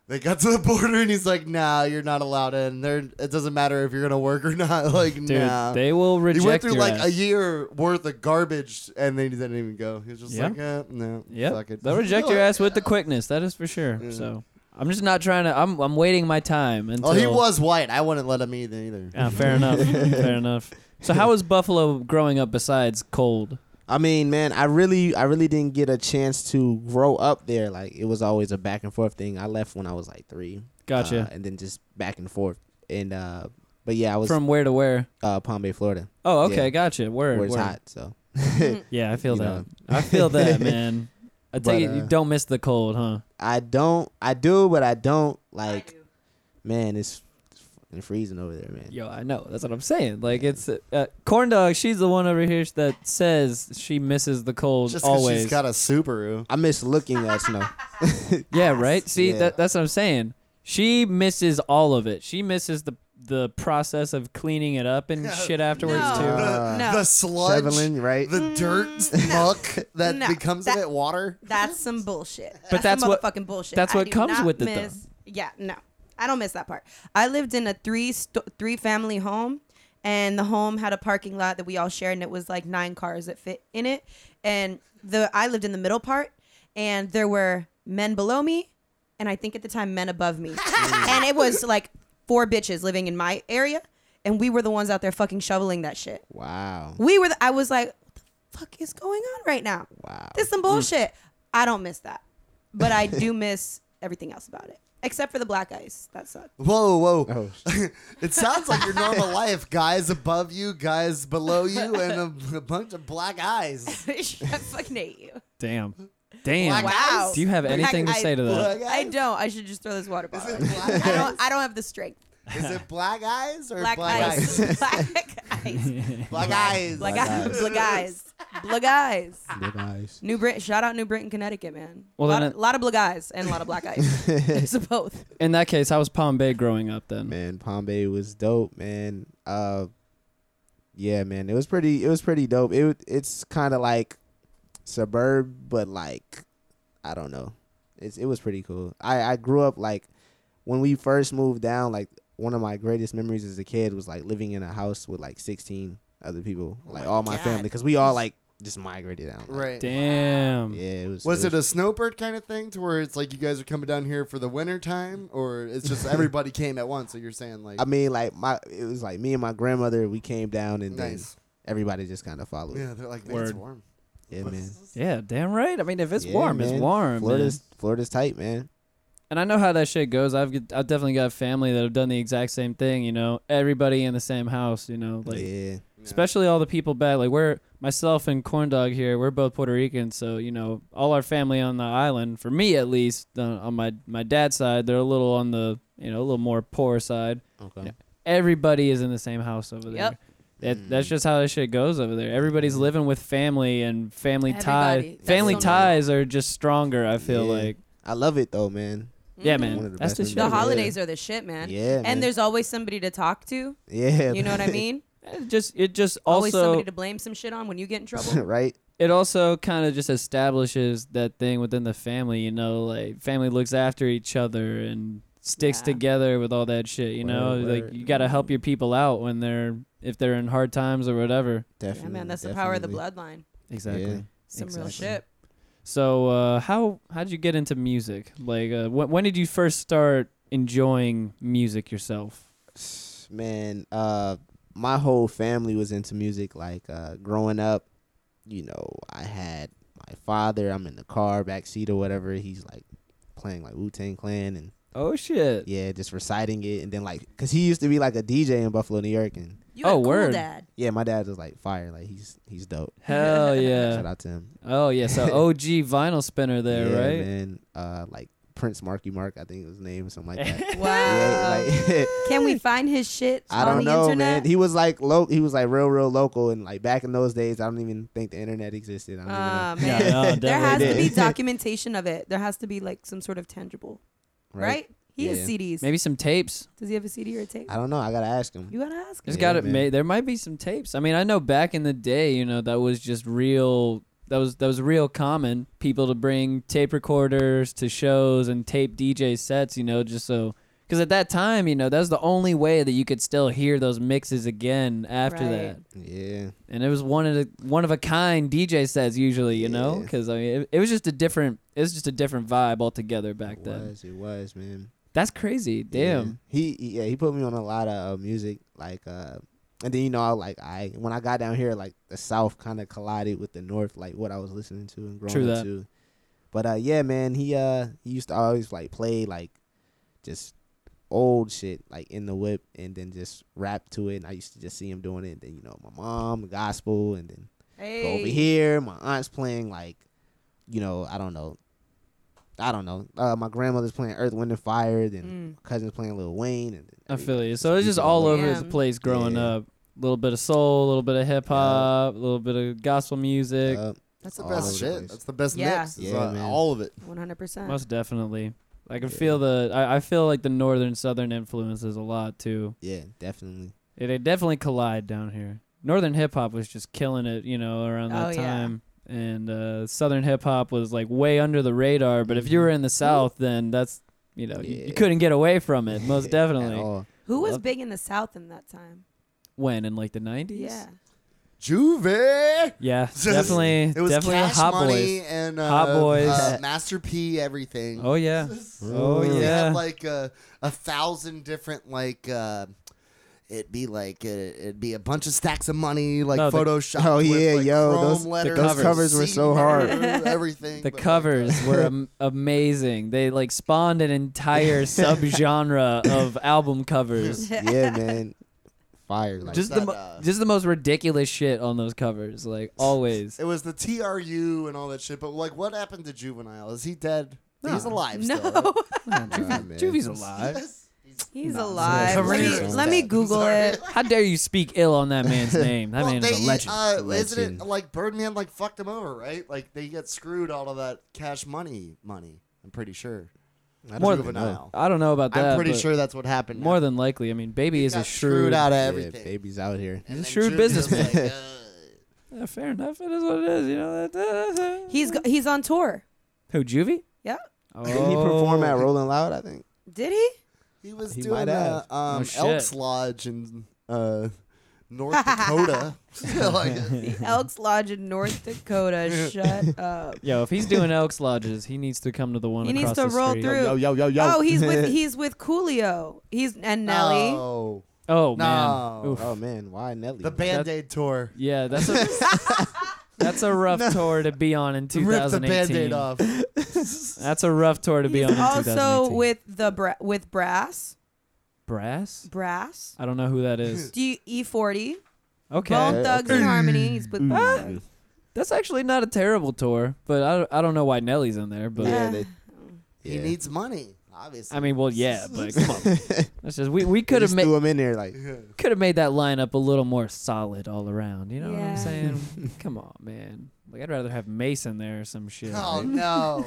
Speaker 6: they got to the border and he's like, "Nah, you're not allowed in. There, it doesn't matter if you're gonna work or not. Like,
Speaker 1: Dude,
Speaker 6: nah."
Speaker 1: they will
Speaker 6: he
Speaker 1: reject
Speaker 6: went through
Speaker 1: your
Speaker 6: like
Speaker 1: ass.
Speaker 6: a year worth of garbage and they didn't even go. He was just
Speaker 1: Yeah.
Speaker 6: like, eh, "No,
Speaker 1: Yeah,
Speaker 6: fuck it."
Speaker 1: they'll reject your ass with the quickness. That is for sure. So I'm just not trying to. I'm I'm waiting my time until.
Speaker 6: Oh, he was white. I wouldn't let him eat either.
Speaker 1: Ah, fair enough. fair enough. So how was Buffalo growing up besides cold?
Speaker 7: I mean, man, I really I really didn't get a chance to grow up there. Like it was always a back and forth thing. I left when I was like three.
Speaker 1: Gotcha.
Speaker 7: uh, and then just back and forth. And uh, but yeah, I was from
Speaker 1: From where to where?
Speaker 7: uh, Palm Bay, Florida,
Speaker 1: Oh, okay,
Speaker 7: Yeah.
Speaker 1: gotcha. Word,
Speaker 7: where it's
Speaker 1: word.
Speaker 7: hot. So
Speaker 1: Yeah, I feel
Speaker 7: You
Speaker 1: that.
Speaker 7: know.
Speaker 1: I feel that, man. I
Speaker 7: But,
Speaker 1: take it you
Speaker 7: uh,
Speaker 1: don't miss the cold, huh?
Speaker 7: I don't. I do, but I don't like. Man, it's and freezing over there, man.
Speaker 1: Yo, I know. That's what I'm saying. Like it's uh, corn dog. She's the one over here that says she misses the cold
Speaker 6: Just 'cause
Speaker 1: always.
Speaker 6: she's got a Subaru.
Speaker 7: I miss looking at snow.
Speaker 1: yeah, right. See,
Speaker 7: Yeah.
Speaker 1: that, that's what I'm saying. She misses all of it. She misses the the process of cleaning it up and shit afterwards
Speaker 4: No.
Speaker 1: too.
Speaker 6: the,
Speaker 4: Oh, no. Mm,
Speaker 6: the sludge,
Speaker 7: Shoveling, right?
Speaker 6: the dirt, muck that
Speaker 4: No.
Speaker 6: becomes
Speaker 4: That-
Speaker 6: of it water.
Speaker 4: That's some bullshit.
Speaker 1: But
Speaker 4: that's,
Speaker 1: that's
Speaker 4: some
Speaker 1: what-
Speaker 4: motherfucking bullshit.
Speaker 1: that's
Speaker 4: I
Speaker 1: what
Speaker 4: do
Speaker 1: comes
Speaker 4: not
Speaker 1: with it, though.
Speaker 4: miss, Yeah, no, I don't miss that part. I lived in a three sto- three family home, and the home had a parking lot that we all shared, and it was like nine cars that fit in it. And the I lived in the middle part, and there were men below me, and I think at the time men above me, and it was like four bitches living in my area, and we were the ones out there fucking shoveling that shit.
Speaker 7: wow.
Speaker 4: We were. The, I was like, what the fuck is going on right now?
Speaker 7: Wow.
Speaker 4: This some
Speaker 6: Mm.
Speaker 4: bullshit. I don't miss that, but I do miss everything else about it, except for the black ice. That sucked.
Speaker 6: Whoa, whoa!
Speaker 7: Oh, sh-
Speaker 6: It sounds like your normal life. Guys above you, guys below you, and a, a bunch of black eyes.
Speaker 4: I fucking hate you.
Speaker 1: Damn. Damn.
Speaker 6: Black
Speaker 4: Wow.
Speaker 1: Do you have anything to
Speaker 4: I-
Speaker 1: say to that?
Speaker 6: Black
Speaker 4: I
Speaker 6: eyes?
Speaker 4: don't. I should just throw this water bottle.
Speaker 6: Is it
Speaker 4: I
Speaker 6: black eyes?
Speaker 4: don't. I don't have the strength.
Speaker 6: Is it black eyes or
Speaker 4: Black, ice. black ice.
Speaker 6: Black eyes.
Speaker 4: Black eyes. Black eyes. Black eyes.
Speaker 7: big eyes.
Speaker 4: New Brit. Shout out New Britain, Connecticut, man.
Speaker 1: Well,
Speaker 4: a lot,
Speaker 1: then uh,
Speaker 4: of, lot of black eyes and a lot of black eyes. it's a both.
Speaker 1: In that case, I was Palm Bay growing up then.
Speaker 7: Man, Palm Bay was dope, man. Uh, yeah, man, it was pretty. It was pretty dope. It w- it's kind of like suburb, but like I don't know. It's it was pretty cool. I I grew up like when we first moved down. Like one of my greatest memories as a kid was like living in a house with like sixteen other people, like all my family, because we all like just migrated down. Like,
Speaker 6: Oh Right.
Speaker 1: Damn.
Speaker 7: Yeah, it was.
Speaker 6: Was it a snowbird kind of thing to where it's like you guys are coming down here for the winter time, or it's just everybody came at once? So you're saying like,
Speaker 7: I mean, like my it was like me and my grandmother. We came down and then
Speaker 6: Nice.
Speaker 7: everybody just kind of followed.
Speaker 6: yeah, they're like, "Man, it's
Speaker 1: Word.
Speaker 6: warm.
Speaker 7: yeah man.
Speaker 1: Yeah, damn right. I mean, if it's
Speaker 7: Yeah,
Speaker 1: warm, it's
Speaker 7: man.
Speaker 1: warm. man.
Speaker 7: Florida's Florida's tight, man.
Speaker 1: And I know how that shit goes. I've I've definitely got family that have done the exact same thing. You know, everybody in the same house. You know, like
Speaker 7: yeah,
Speaker 1: especially all the people back. Like we're myself and Corn Dog here. We're both Puerto Rican, so you know, all our family on the island. For me, at least, uh, on my my dad's side, they're a little on the you know a little more poor side.
Speaker 7: okay.
Speaker 1: Yeah. Everybody is in the same house over there.
Speaker 4: Yep.
Speaker 7: Hmm.
Speaker 1: That, that's just how that shit goes over there. Everybody's living with family and family
Speaker 4: Everybody.
Speaker 1: ties.
Speaker 4: That's
Speaker 1: Family
Speaker 4: so nice.
Speaker 1: ties are just stronger. I feel
Speaker 7: Yeah.
Speaker 1: like.
Speaker 7: I love it though, man.
Speaker 1: Yeah,
Speaker 7: One of
Speaker 1: man.
Speaker 7: the
Speaker 1: That's
Speaker 7: best
Speaker 1: the
Speaker 7: things
Speaker 1: shit.
Speaker 4: Mm-hmm. The
Speaker 7: Yeah.
Speaker 4: holidays are the shit, man.
Speaker 7: Yeah,
Speaker 4: And
Speaker 7: man.
Speaker 4: there's always somebody to talk to.
Speaker 7: Yeah,
Speaker 4: You know what I mean?
Speaker 1: It just it just
Speaker 4: always
Speaker 1: also
Speaker 4: somebody to blame some shit on when you get in
Speaker 7: man.
Speaker 4: trouble.
Speaker 7: right?
Speaker 1: it also kind of just establishes that thing within the family you know like family looks after each other and sticks
Speaker 4: Yeah.
Speaker 1: together with all that shit you know
Speaker 7: Word,
Speaker 1: like
Speaker 7: word.
Speaker 1: you got to help your people out when they're if they're in hard times or whatever
Speaker 7: Definitely.
Speaker 4: yeah, man, that's the power of the
Speaker 7: definitely.
Speaker 4: bloodline.
Speaker 1: exactly
Speaker 7: Yeah.
Speaker 4: Some real
Speaker 1: Exactly.
Speaker 4: shit.
Speaker 1: so uh how how did you get into music like uh, wh- when did you first start enjoying music yourself
Speaker 7: man uh my whole family was into music like uh growing up you know i had my father i'm in the car backseat or whatever he's like playing like wu-tang clan and
Speaker 1: oh shit
Speaker 7: yeah just reciting it and then like because he used to be like a dj in buffalo new york and
Speaker 4: You had
Speaker 1: Oh,
Speaker 4: a cool
Speaker 1: word.
Speaker 4: dad.
Speaker 7: yeah my dad was like fire like he's he's dope
Speaker 1: hell
Speaker 7: shout
Speaker 1: yeah
Speaker 7: out to him
Speaker 1: oh yeah so og vinyl spinner there
Speaker 7: yeah,
Speaker 1: right
Speaker 7: man uh like prince marky mark i think was his name or something like that
Speaker 4: Wow.
Speaker 7: yeah like
Speaker 4: Can we find his shit
Speaker 7: I
Speaker 4: on
Speaker 7: don't
Speaker 4: the
Speaker 7: know,
Speaker 4: internet?
Speaker 7: man. He was like lo- he was like real, real local, and like back in those days, I don't even think the internet existed. I don't
Speaker 4: Ah,
Speaker 7: even know.
Speaker 1: Yeah,
Speaker 4: man.
Speaker 1: no,
Speaker 4: there has
Speaker 1: definitely
Speaker 4: to be
Speaker 7: did.
Speaker 4: documentation of it. There has to be like some sort of tangible, right? He
Speaker 7: Yeah.
Speaker 4: has CDs.
Speaker 1: maybe some tapes
Speaker 4: Does he have a CD or a tape?
Speaker 7: I don't know. I gotta ask him.
Speaker 4: You gotta ask.
Speaker 1: It's
Speaker 4: Him.
Speaker 7: Yeah,
Speaker 1: got it
Speaker 7: man.
Speaker 1: made. There might be some tapes. I mean, I know back in the day, you know, that was just real. That was that was real common. People to bring tape recorders to shows and tape DJ sets. You know, just so because at that time, you know, that was the only way that you could still hear those mixes again after
Speaker 4: Right.
Speaker 1: that.
Speaker 7: Yeah,
Speaker 1: And it was one of the one of a kind DJ sets usually. You know,
Speaker 7: Yeah.
Speaker 1: because I mean, it, it was just a different. It was just a different vibe altogether back
Speaker 7: it
Speaker 1: then.
Speaker 7: was. It was, man.
Speaker 1: That's crazy. Damn.
Speaker 7: Yeah. He, he- yeah, he put me on a lot of uh, music, like, uh, and then you know, I, like I when I got down here, like the South kind of collided with the North, like what I was listening to and growing
Speaker 1: True
Speaker 7: up
Speaker 1: that.
Speaker 7: to. But uh, yeah, man, he uh, he used to always like play like just old shit like in the whip, and then just rap to it. And I used to just see him doing it. And then you know, my mom gospel, and then
Speaker 4: Hey.
Speaker 7: go over here. My aunt's playing like, you know, I don't know, I don't know. Uh, my grandmother's playing Earth, Wind, and Fire.
Speaker 4: Mm.
Speaker 7: Then my cousin's playing Lil Wayne. And
Speaker 1: I feel you. So it's just all over the
Speaker 4: Yeah.
Speaker 1: place growing
Speaker 7: Yeah.
Speaker 1: up. A little bit of soul, a little bit of hip hop, a little bit of gospel music.
Speaker 7: Uh,
Speaker 6: That's the
Speaker 7: All over
Speaker 6: best
Speaker 7: the
Speaker 6: shit.
Speaker 7: place.
Speaker 6: That's the best
Speaker 4: Yeah.
Speaker 6: mix. It's
Speaker 7: Yeah,
Speaker 6: all-
Speaker 7: man.
Speaker 6: all of it.
Speaker 4: One hundred percent.
Speaker 1: Most definitely. I can feel the. I, I feel like the northern southern influences a lot too.
Speaker 7: yeah, definitely.
Speaker 1: It, they definitely collide down here. Northern hip hop was just killing it, you know, around that
Speaker 4: Oh, yeah.
Speaker 1: time. And uh, southern hip hop was like way under the radar. But if you were in the South, then that's you know you, you
Speaker 7: Yeah.
Speaker 1: couldn't get away from it. Most
Speaker 7: At
Speaker 1: definitely.
Speaker 7: all.
Speaker 4: Who was
Speaker 1: Love-
Speaker 4: big in the South in that time?
Speaker 1: When in like the nineties.
Speaker 4: Yeah.
Speaker 6: Juve.
Speaker 1: Yeah.
Speaker 6: Just-
Speaker 1: Definitely.
Speaker 6: It was
Speaker 1: definitely
Speaker 6: Cash
Speaker 1: the Hot
Speaker 6: Money
Speaker 1: Boys.
Speaker 6: and uh,
Speaker 1: Hot Boys.
Speaker 6: uh, Master P, everything.
Speaker 1: Oh yeah. Oh
Speaker 6: They
Speaker 1: yeah.
Speaker 6: had like a, a thousand different like. Uh, It'd be like uh it'd be a bunch of stacks of money, like
Speaker 1: No, the-
Speaker 6: Photoshop.
Speaker 7: Oh, yeah,
Speaker 6: with, like,
Speaker 7: yo,
Speaker 6: chrome
Speaker 7: those- the
Speaker 6: letters,
Speaker 1: covers.
Speaker 7: covers were
Speaker 6: seed
Speaker 7: so hard.
Speaker 6: number, everything.
Speaker 1: The
Speaker 6: but, like,
Speaker 1: covers
Speaker 6: uh,
Speaker 1: were am- amazing. They like spawned an entire subgenre of album covers.
Speaker 7: yeah, man. Fire. Like,
Speaker 1: just the
Speaker 6: that,
Speaker 1: mo-
Speaker 6: uh,
Speaker 1: just the most ridiculous shit on those covers, like always.
Speaker 6: it was the TRU and all that shit. But like, what happened to Juvenile? Is he dead? He's alive. Still, right?
Speaker 4: No,
Speaker 7: nah, man.
Speaker 1: Juvie's alive.
Speaker 4: he's alive.
Speaker 6: Cover
Speaker 4: Let me,
Speaker 6: it.
Speaker 4: let me
Speaker 6: I'm
Speaker 4: Google
Speaker 6: sorry.
Speaker 4: it.
Speaker 1: How dare you speak ill on that man's name? That
Speaker 6: well,
Speaker 1: man
Speaker 6: they,
Speaker 1: is a legend.
Speaker 6: Uh,
Speaker 7: A
Speaker 6: Isn't it
Speaker 7: legend.
Speaker 6: like Birdman like fucked him over, right? Like they get screwed all of that cash money money. I'm pretty sure.
Speaker 7: I
Speaker 1: More
Speaker 7: don't even
Speaker 6: than
Speaker 7: know.
Speaker 6: now.
Speaker 1: I don't know about that. Uh,
Speaker 6: I'm pretty
Speaker 1: but
Speaker 6: sure that's what happened.
Speaker 1: More than likely, I mean, Baby is a
Speaker 6: got
Speaker 1: shrewd.
Speaker 6: screwed out of
Speaker 7: Yeah,
Speaker 6: everything.
Speaker 7: baby's out here.
Speaker 1: he's a
Speaker 6: And then
Speaker 1: shrewd
Speaker 6: Jude was
Speaker 1: businessman.
Speaker 6: like, uh,
Speaker 1: Yeah, fair enough. It is what it is. You know that. uh,
Speaker 4: He's go- he's on tour.
Speaker 1: who Juvie?
Speaker 4: Yeah.
Speaker 1: Oh.
Speaker 7: Didn't he perform at Rolling Loud? I think.
Speaker 4: Did he?
Speaker 6: he was
Speaker 7: He
Speaker 6: doing
Speaker 7: might
Speaker 6: uh,
Speaker 7: have.
Speaker 6: um,
Speaker 1: shit.
Speaker 6: Elks Lodge in uh, North Dakota. like,
Speaker 4: The Elks Lodge in North Dakota. Shut up.
Speaker 1: Yo, if he's doing Elks Lodges, he needs to come to the one.
Speaker 4: He needs
Speaker 1: across
Speaker 4: to
Speaker 1: the
Speaker 4: roll
Speaker 1: street.
Speaker 4: through. Yo,
Speaker 7: yo, yo,
Speaker 4: Oh, he's with he's with Coolio. He's and Nelly.
Speaker 6: No.
Speaker 1: Oh man.
Speaker 6: No.
Speaker 1: Oof.
Speaker 7: Oh man, why Nelly?
Speaker 6: The Band Aid tour.
Speaker 1: Yeah, that's a that's a rough tour to be on in
Speaker 6: Rip the
Speaker 1: 2018.
Speaker 6: Band Aid off.
Speaker 1: That's a rough tour to be on
Speaker 4: He's
Speaker 1: in 2018.
Speaker 4: also with the bra- with Brass.
Speaker 1: Brass.
Speaker 4: Brass.
Speaker 1: I don't know who that is.
Speaker 4: Do you E40?
Speaker 1: Okay,
Speaker 4: Bone Thugs and Harmony. He's
Speaker 7: Mm.
Speaker 4: with Bone Thugs.
Speaker 1: that's actually not a terrible tour, but I, don't- I don't know why Nelly's in there. But
Speaker 7: yeah, they,
Speaker 6: He
Speaker 7: Yeah.
Speaker 6: needs money, obviously.
Speaker 1: I mean, well, yeah, but come on. That's just we, we
Speaker 7: they
Speaker 1: could have
Speaker 7: just threw
Speaker 1: made
Speaker 7: him in there like.
Speaker 1: could have made that lineup a little more solid all around. You know what
Speaker 4: Yeah.
Speaker 1: I'm saying? come on, man. Like I'd rather have Mason there or some shit.
Speaker 6: oh
Speaker 1: right?
Speaker 6: no,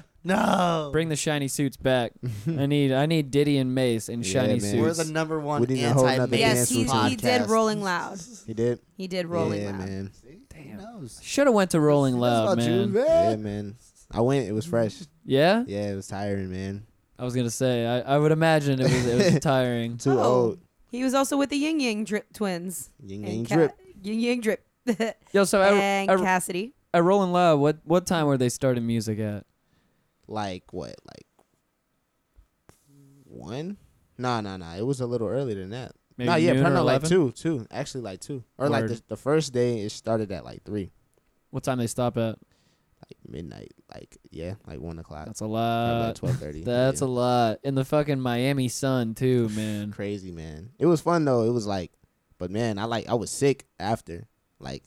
Speaker 6: no.
Speaker 1: Bring the shiny suits back. I need I need Diddy and Mace in
Speaker 7: Yeah,
Speaker 1: shiny
Speaker 7: man.
Speaker 1: suits.
Speaker 6: We're the number one
Speaker 7: We need a whole nother
Speaker 6: anti-man
Speaker 4: Yes,
Speaker 7: dance
Speaker 4: he,
Speaker 7: routine.
Speaker 4: he did
Speaker 6: podcast.
Speaker 4: Rolling Loud.
Speaker 7: He did.
Speaker 4: He did Rolling
Speaker 7: yeah,
Speaker 4: Loud.
Speaker 7: man.
Speaker 6: Who knows?
Speaker 1: Should have went to Rolling
Speaker 6: That's
Speaker 1: Loud,
Speaker 6: about
Speaker 1: man.
Speaker 6: You,
Speaker 7: Yeah,
Speaker 6: man.
Speaker 7: man. I went. It was fresh.
Speaker 1: Yeah,
Speaker 7: Yeah, it was tiring, man.
Speaker 1: I was gonna say. I, I would imagine it was, it was tiring.
Speaker 7: Too
Speaker 4: Oh.
Speaker 7: old.
Speaker 4: He was also with the Ying Yang Drip Twins.
Speaker 7: Ying
Speaker 4: And
Speaker 7: Yang
Speaker 4: Ca-
Speaker 7: drip.
Speaker 4: Ying Yang Drip.
Speaker 1: Yo, so at,
Speaker 4: and
Speaker 1: at,
Speaker 4: Cassidy.
Speaker 1: at Rolling Loud, what what time were they starting music at?
Speaker 7: Like what? Like one? Nah, nah, nah. It was a little earlier than that.
Speaker 1: Maybe
Speaker 7: nah, yeah,
Speaker 1: noon
Speaker 7: probably
Speaker 1: or
Speaker 7: not, like
Speaker 1: 11?
Speaker 7: two, two. Actually, like two. Or like
Speaker 1: Word.
Speaker 7: the, the first day, it started at like three,
Speaker 1: What time they stop at?
Speaker 7: like midnight. Like yeah, like one o'clock.
Speaker 1: That's a
Speaker 7: probably
Speaker 1: lot.
Speaker 7: twelve thirty.
Speaker 1: That's a lot. In the fucking Miami sun too, man.
Speaker 7: crazy man. It was fun though. It was like, but man, I like I was sick after. Like,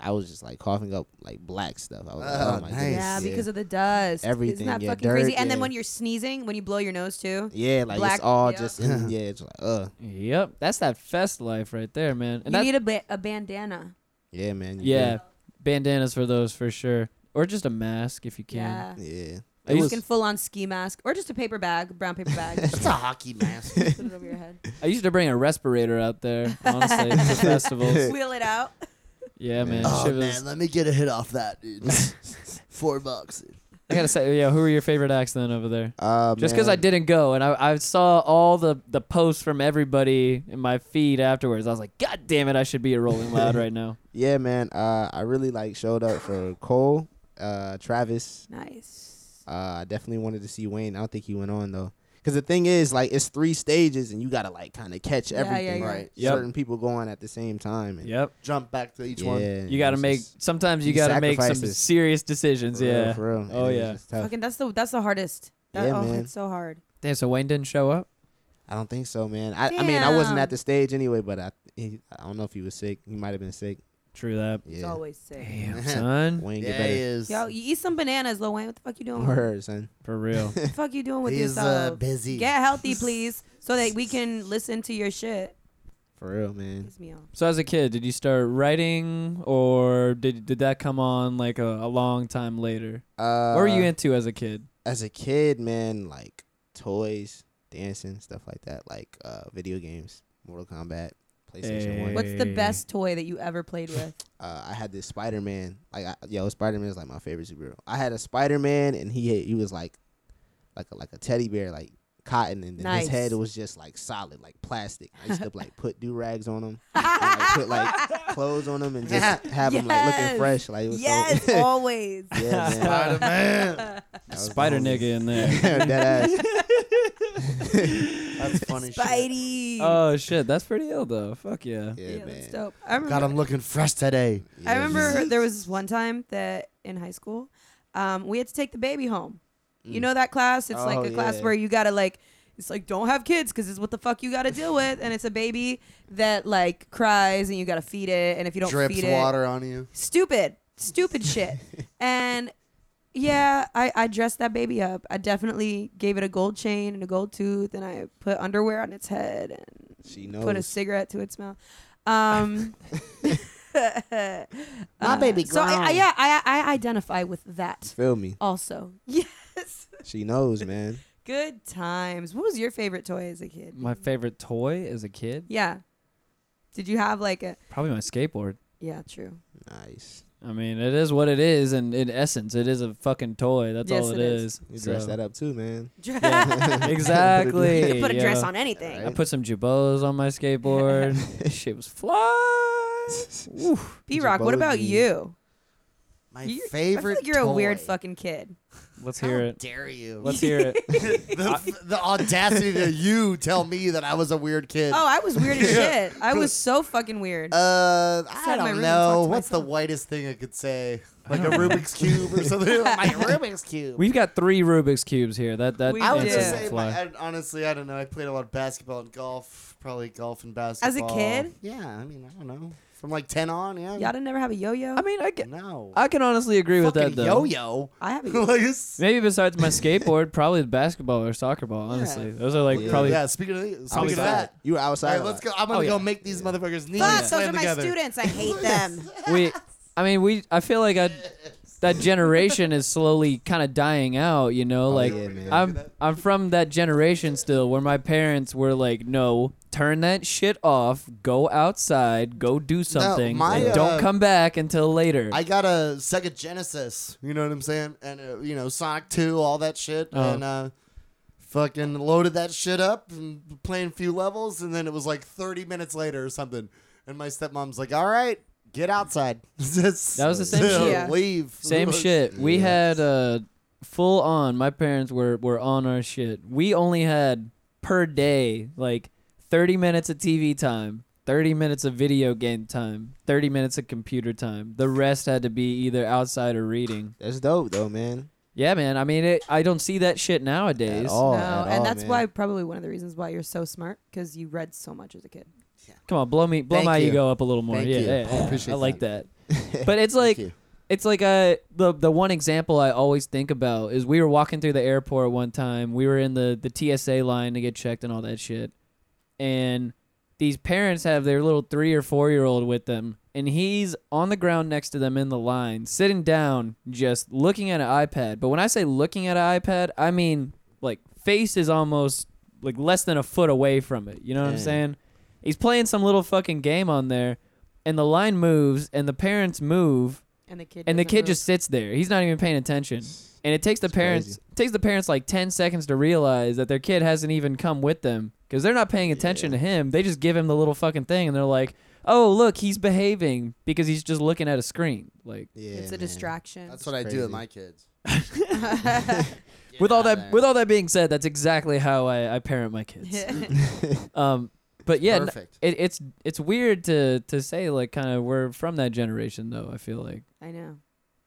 Speaker 7: I was just like coughing up like black stuff. I was like, oh,
Speaker 6: Oh,
Speaker 7: my
Speaker 6: nice.
Speaker 7: goodness.
Speaker 4: Yeah, because of the dust. Isn't
Speaker 7: Everything,
Speaker 4: that
Speaker 7: yeah,
Speaker 4: fucking crazy?
Speaker 7: dirt,
Speaker 4: And then
Speaker 7: yeah.
Speaker 4: when you're sneezing, when you blow your nose too.
Speaker 7: yeah, like
Speaker 4: black-
Speaker 7: it's all
Speaker 4: yeah.
Speaker 7: just in, yeah. It's like uh,
Speaker 1: Yep, that's that fest life right there, man. And
Speaker 4: you
Speaker 1: that
Speaker 4: need a, ba- a bandana.
Speaker 7: yeah, man. you
Speaker 1: yeah, bandanas for those for sure, or just a mask if you can.
Speaker 4: Yeah.
Speaker 7: good. yeah.
Speaker 1: It
Speaker 4: You
Speaker 1: was-
Speaker 4: can full on ski mask or just a paper bag, brown paper bag.
Speaker 6: That's a hockey mask.
Speaker 4: Put it over your head.
Speaker 1: I used to bring a respirator out there, honestly, to festivals.
Speaker 4: Wheel it out.
Speaker 1: Yeah, man.
Speaker 6: oh
Speaker 1: shit was-
Speaker 6: man, let me get a hit off that, dude. Four bucks.
Speaker 1: I gotta say, yeah, who are your favorite acts then over there?
Speaker 7: Uh,
Speaker 1: Just because I
Speaker 7: man,
Speaker 1: didn't go and I, I saw all the, the posts from everybody in my feed afterwards, I was like, God damn it, I should be at Rolling Loud right now.
Speaker 7: Yeah, man. Uh, I really like showed up for Cole, uh, Travis.
Speaker 4: Nice.
Speaker 7: Uh, I definitely wanted to see Wayne. I don't think he went on though. Cause the thing is, like, it's three stages, and you gotta like kind of catch
Speaker 4: Yeah, yeah,
Speaker 7: everything.
Speaker 4: yeah.
Speaker 6: Right.
Speaker 1: Yep.
Speaker 7: Certain people going at the same time. And
Speaker 1: Yep.
Speaker 6: Jump back to each
Speaker 7: yeah,
Speaker 6: one.
Speaker 1: You gotta
Speaker 7: it's
Speaker 1: make,
Speaker 7: just-
Speaker 1: sometimes you
Speaker 7: you
Speaker 1: gotta make some
Speaker 7: sacrifices.
Speaker 1: serious decisions.
Speaker 7: For real,
Speaker 1: yeah.
Speaker 7: for real.
Speaker 1: Oh,
Speaker 7: And it was
Speaker 1: yeah.
Speaker 7: just tough.
Speaker 4: Fucking that's the that's the hardest. That,
Speaker 7: Yeah,
Speaker 4: oh,
Speaker 7: man.
Speaker 4: it's so hard.
Speaker 1: Damn, so Wayne didn't show up?
Speaker 7: I don't think so, man. I, I mean, I wasn't
Speaker 4: Damn.
Speaker 7: at the stage anyway, but I he, I don't know if he was sick. He might have been sick.
Speaker 1: True that.
Speaker 7: Yeah.
Speaker 4: It's always sick.
Speaker 1: Damn, son.
Speaker 7: Wayne get
Speaker 6: Yeah, he
Speaker 7: better.
Speaker 6: is.
Speaker 4: Yo, you eat some bananas, Lil Wayne. What the fuck you doing? What
Speaker 7: Word, son.
Speaker 1: For real.
Speaker 4: the fuck you doing with
Speaker 6: He's uh,
Speaker 4: yourself?
Speaker 6: busy.
Speaker 4: Get healthy, please, so that we can listen to your shit.
Speaker 7: For real, man.
Speaker 4: Piss me off.
Speaker 1: So as a kid, did you start writing, or did did that come on like a, a long time later?
Speaker 7: Uh,
Speaker 1: what were you into as a kid?
Speaker 7: as a kid, man? Like toys, dancing, stuff like that. Like uh, video games, Mortal Kombat, PlayStation One.
Speaker 1: Hey.
Speaker 4: What's the best toy that you ever played with?
Speaker 7: uh, I had this Spider Man. Like, I, yo, Spider Man is like my favorite superhero. I had a Spider Man, and he he was like, like a, like a teddy bear, like cotton, and then
Speaker 4: Nice.
Speaker 7: his head was just like solid, like plastic. I used to like put do rags on him, and, like, put like clothes on him, and just have him like
Speaker 4: Yes.
Speaker 7: looking fresh. Like, it was so-
Speaker 4: yes, always.
Speaker 7: yeah, man.
Speaker 6: Spider-Man.
Speaker 7: That was the
Speaker 1: Spider
Speaker 7: homie.
Speaker 1: nigga in there.
Speaker 7: Dead ass.
Speaker 6: That's funny shit.
Speaker 4: Spidey.
Speaker 1: oh shit, that's pretty ill though. Fuck yeah.
Speaker 7: Yeah,
Speaker 4: Uh, yeah, that's
Speaker 7: man.
Speaker 4: dope. I remember.
Speaker 6: God, I'm looking fresh today.
Speaker 7: Yeah,
Speaker 4: I
Speaker 7: man.
Speaker 4: remember there was this one time that in high school, um, we had to take the baby home. You know that class? It's like
Speaker 7: Mm. Oh,
Speaker 4: a class
Speaker 7: yeah.
Speaker 4: where you gotta like, it's like don't have kids because it's what the fuck you gotta deal with, and it's a baby that like cries and you gotta feed it, and if you don't
Speaker 6: Drips
Speaker 4: feed it,
Speaker 6: water on you.
Speaker 4: stupid, stupid shit. And yeah, I, I dressed that baby up. I definitely gave it a gold chain and a gold tooth, and I put underwear on its head and
Speaker 7: She knows.
Speaker 4: put a cigarette to its mouth. Um, my
Speaker 7: baby
Speaker 4: Um, uh, So I, I,
Speaker 7: grown.
Speaker 4: yeah, I, I identify with that
Speaker 7: Feel me?
Speaker 4: also. Yes.
Speaker 7: She knows, man.
Speaker 4: Good times. What was your favorite toy as a kid?
Speaker 1: My favorite toy as a kid,
Speaker 4: Yeah. Did you have like a?
Speaker 1: probably my skateboard.
Speaker 4: Yeah, true.
Speaker 7: Nice.
Speaker 1: I mean, it is what it is, and in essence, it is a fucking toy. That's
Speaker 4: Yes,
Speaker 1: all
Speaker 4: it
Speaker 1: it is.
Speaker 4: is.
Speaker 7: You
Speaker 1: So-
Speaker 7: dressed that up too, man.
Speaker 1: Yeah, exactly.
Speaker 4: you could put a dress
Speaker 1: yeah.
Speaker 4: on anything.
Speaker 1: I put some jabos on my skateboard. Shit was fly. Oof.
Speaker 4: B Rock, what about
Speaker 7: Jabology.
Speaker 4: you?
Speaker 6: My
Speaker 4: You-
Speaker 6: favorite.
Speaker 4: I feel like you're a weird
Speaker 6: toy.
Speaker 4: fucking kid.
Speaker 1: Let's hear
Speaker 4: Oh,
Speaker 6: How
Speaker 1: it.
Speaker 6: Dare you?
Speaker 1: Let's hear it.
Speaker 6: the, the audacity to you tell me that I was a weird kid.
Speaker 4: Oh, I was weird as shit. I was so fucking weird.
Speaker 6: Uh,
Speaker 4: Sat
Speaker 6: I
Speaker 4: in my room
Speaker 6: don't
Speaker 4: and
Speaker 6: know.
Speaker 4: talked to
Speaker 6: What's the
Speaker 4: myself.
Speaker 6: whitest thing I could say? Like a Rubik's cube or something. my Rubik's cube.
Speaker 1: We've got three Rubik's cubes here. That that
Speaker 4: We
Speaker 6: I would
Speaker 1: answers
Speaker 4: did.
Speaker 6: just
Speaker 1: that
Speaker 6: say,
Speaker 1: fly.
Speaker 6: my, I, honestly, I don't know. I played a lot of basketball and golf. Probably golf and
Speaker 4: As a
Speaker 6: basketball.
Speaker 4: kid?
Speaker 6: Yeah, I mean, I don't know. From like ten on, yeah.
Speaker 4: Y'all didn't never have a yo-yo.
Speaker 1: I mean, I can,
Speaker 6: no.
Speaker 1: I can honestly agree with that
Speaker 6: Fucking
Speaker 1: though.
Speaker 6: yo-yo.
Speaker 4: I have a yo-yo.
Speaker 6: Like, it's-
Speaker 1: Maybe besides my skateboard, probably the basketball or soccer ball. Honestly, those are like
Speaker 7: Yeah.
Speaker 1: probably.
Speaker 6: yeah. Speaking of speaking
Speaker 7: Outside.
Speaker 6: of that,
Speaker 7: You were
Speaker 6: all
Speaker 7: outside.
Speaker 6: right,
Speaker 7: a
Speaker 6: let's
Speaker 7: lot.
Speaker 6: go. I'm gonna
Speaker 1: Oh,
Speaker 6: go
Speaker 1: yeah.
Speaker 6: make these motherfuckers knees
Speaker 4: Fuck,
Speaker 6: and
Speaker 4: those
Speaker 6: slam
Speaker 4: are my
Speaker 6: together.
Speaker 4: students. I hate them.
Speaker 1: We, I mean, we. I feel like I, that generation is slowly kind of dying out. You know, like
Speaker 7: yeah, man.
Speaker 1: I'm I'm from that generation still where my parents were like, no, turn that shit off, go outside, go do something,
Speaker 6: my,
Speaker 1: and don't
Speaker 6: uh,
Speaker 1: come back until later.
Speaker 6: I got a Sega Genesis. You know what I'm saying? And uh, you know Sonic Two, all that shit,
Speaker 1: Oh.
Speaker 6: and uh, fucking loaded that shit up and playing a few levels, and then it was like 30 minutes later or something, and my stepmom's like, "All right, get outside." Just
Speaker 1: That was the same
Speaker 4: shit. Yeah.
Speaker 6: Leave.
Speaker 1: Same shit. We had uh, full on. My parents were were on our shit. We only had per day like 30 minutes of TV time, 30 minutes of video game time, 30 minutes of computer time. The rest had to be either outside or reading.
Speaker 7: That's dope though, man.
Speaker 1: Yeah, man. I mean, it, I don't see that shit nowadays.
Speaker 7: At all.
Speaker 4: no,
Speaker 7: Oh, at
Speaker 4: and
Speaker 7: all,
Speaker 4: that's
Speaker 7: man.
Speaker 4: why probably one of the reasons why you're so smart because you read so much as a kid.
Speaker 1: Come on, blow me, blow
Speaker 6: Thank
Speaker 1: my
Speaker 6: you.
Speaker 1: ego up a little more.
Speaker 6: Thank
Speaker 1: yeah,
Speaker 6: you.
Speaker 1: yeah,
Speaker 6: I
Speaker 1: yeah.
Speaker 6: appreciate
Speaker 1: I like that. But it's
Speaker 6: Thank
Speaker 1: like,
Speaker 6: you.
Speaker 1: it's like uh the the one example I always think about is we were walking through the airport one time. We were in the the TSA line to get checked and all that shit, and these parents have their little three or four year old with them, and he's on the ground next to them in the line, sitting down, just looking at an iPad. But when I say looking at an iPad, I mean like face is almost like less than a foot away from it. You know what I'm
Speaker 7: Yeah.
Speaker 1: saying? He's playing some little fucking game on there, and the line moves, and the parents move,
Speaker 4: And the kid.
Speaker 1: and the kid just sits there. He's not even paying attention. And it takes the parents
Speaker 7: crazy.
Speaker 1: takes the parents like 10 seconds to realize that their kid hasn't even come with them cuz they're not paying attention to him. They just give him the little fucking thing and they're like, "Oh, look, he's behaving because he's just looking at a screen." Like
Speaker 7: Yeah,
Speaker 4: It's a
Speaker 7: man.
Speaker 4: distraction.
Speaker 6: That's what I do
Speaker 7: Crazy.
Speaker 6: with my kids.
Speaker 1: with all that
Speaker 6: there.
Speaker 1: with all that being said, that's exactly how I, I parent my kids. um but yeah, n-
Speaker 6: Perfect.
Speaker 1: it, it's it's weird to to say like kind of we're from that generation though, I feel like.
Speaker 4: I know.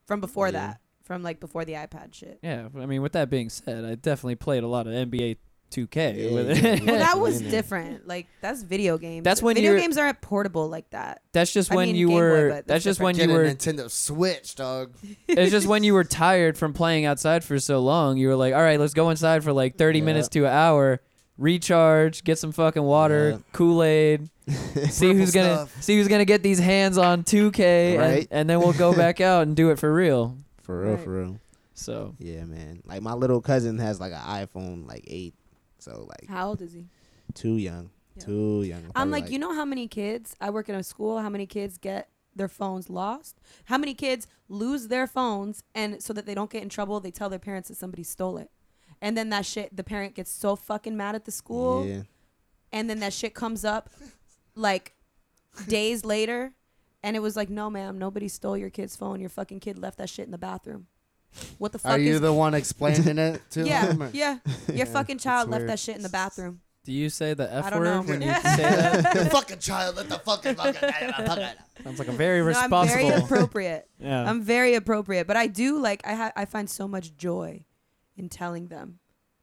Speaker 4: From before
Speaker 7: Yeah.
Speaker 4: that, from like before the iPad shit.
Speaker 1: Yeah, I mean, with that being said, I definitely played a lot of NBA 2K.
Speaker 7: Yeah,
Speaker 1: with
Speaker 7: yeah,
Speaker 1: it.
Speaker 7: yeah.
Speaker 4: Well, that was
Speaker 7: Yeah.
Speaker 4: different. Like that's video games.
Speaker 1: That's when
Speaker 4: video
Speaker 1: you're-
Speaker 4: games aren't portable like that.
Speaker 1: that's just
Speaker 4: I
Speaker 1: when
Speaker 4: mean,
Speaker 1: you
Speaker 4: Game Boy,
Speaker 1: were.
Speaker 4: but that's
Speaker 1: that's just when
Speaker 6: Get
Speaker 1: you
Speaker 6: a
Speaker 1: were.
Speaker 6: Nintendo Switch, dog.
Speaker 1: it's just when you were tired from playing outside for so long. You were like, all right, let's go inside for like 30
Speaker 7: Yeah.
Speaker 1: minutes to an hour, recharge, get some fucking water,
Speaker 7: Yeah.
Speaker 1: Kool Aid. see who's gonna
Speaker 6: stuff.
Speaker 1: see who's gonna get these hands on 2K, and,
Speaker 7: Right.
Speaker 1: and then we'll go back out and do it for real.
Speaker 7: For real,
Speaker 4: Right.
Speaker 7: for real.
Speaker 1: So
Speaker 7: Yeah, man. Like my little cousin has like an iPhone like eight, so like
Speaker 4: How old is he?
Speaker 7: too young,
Speaker 4: Yeah.
Speaker 7: too young.
Speaker 4: I'm like, you know how many kids I work in a school, how many kids get their phones lost? How many kids lose their phones and so that they don't get in trouble, they tell their parents that somebody stole it. And then that shit the parent gets so fucking mad at the school
Speaker 7: Yeah,
Speaker 4: and then that shit comes up like days later and it was like, "No, ma'am, nobody stole your kid's phone. Your fucking kid left that shit in the bathroom." What the fuck
Speaker 6: Are you
Speaker 4: is
Speaker 6: the one explaining it to him?
Speaker 4: Yeah, yeah.
Speaker 6: or-
Speaker 4: Your fucking child left
Speaker 6: weird.
Speaker 4: that shit in the bathroom.
Speaker 1: do you say the
Speaker 4: I
Speaker 1: F
Speaker 4: don't know.
Speaker 1: word when you say that?
Speaker 6: Your fucking child, let the fucking fucking.
Speaker 1: Sounds like a very
Speaker 4: No, I'm
Speaker 1: responsible.
Speaker 4: very appropriate.
Speaker 3: Um,
Speaker 1: yeah.
Speaker 4: I'm very appropriate, but I do like I ha- I find so much joy in telling them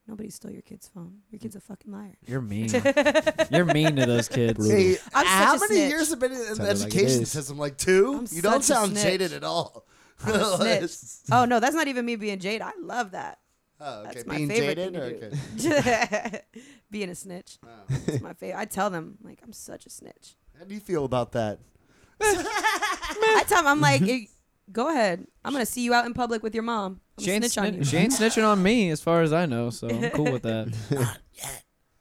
Speaker 4: nobody stole your kid's phone. Your kid's a fucking liar.
Speaker 1: You're mean. You're mean to those kids.
Speaker 7: Brutal.
Speaker 6: Hey,
Speaker 4: I'm
Speaker 6: how
Speaker 4: such a
Speaker 6: many
Speaker 4: snitch.
Speaker 6: years have been in the
Speaker 7: Sounded like it
Speaker 6: education
Speaker 7: is.
Speaker 6: system? Like 2
Speaker 4: I'm
Speaker 6: you
Speaker 4: such a
Speaker 6: don't sound
Speaker 4: snitch.
Speaker 6: jaded at all.
Speaker 4: Snitch. oh no, that's not even me being jaded. I love that.
Speaker 6: Oh, okay.
Speaker 4: That's my
Speaker 6: Being
Speaker 4: favorite
Speaker 6: jaded?
Speaker 4: thing to
Speaker 6: Okay.
Speaker 4: being a snitch.
Speaker 6: Wow.
Speaker 4: It's my favorite. I tell them like I'm such a snitch.
Speaker 6: How do you feel about that?
Speaker 4: I tell them I'm
Speaker 1: Mm-hmm.
Speaker 4: like, "Eh, go ahead. I'm gonna see you out in public with your mom. I'm
Speaker 1: She ain't,
Speaker 4: gonna snitch on
Speaker 1: snitch-
Speaker 4: you.
Speaker 1: she ain't snitching on me, as far as I know. So I'm cool with that.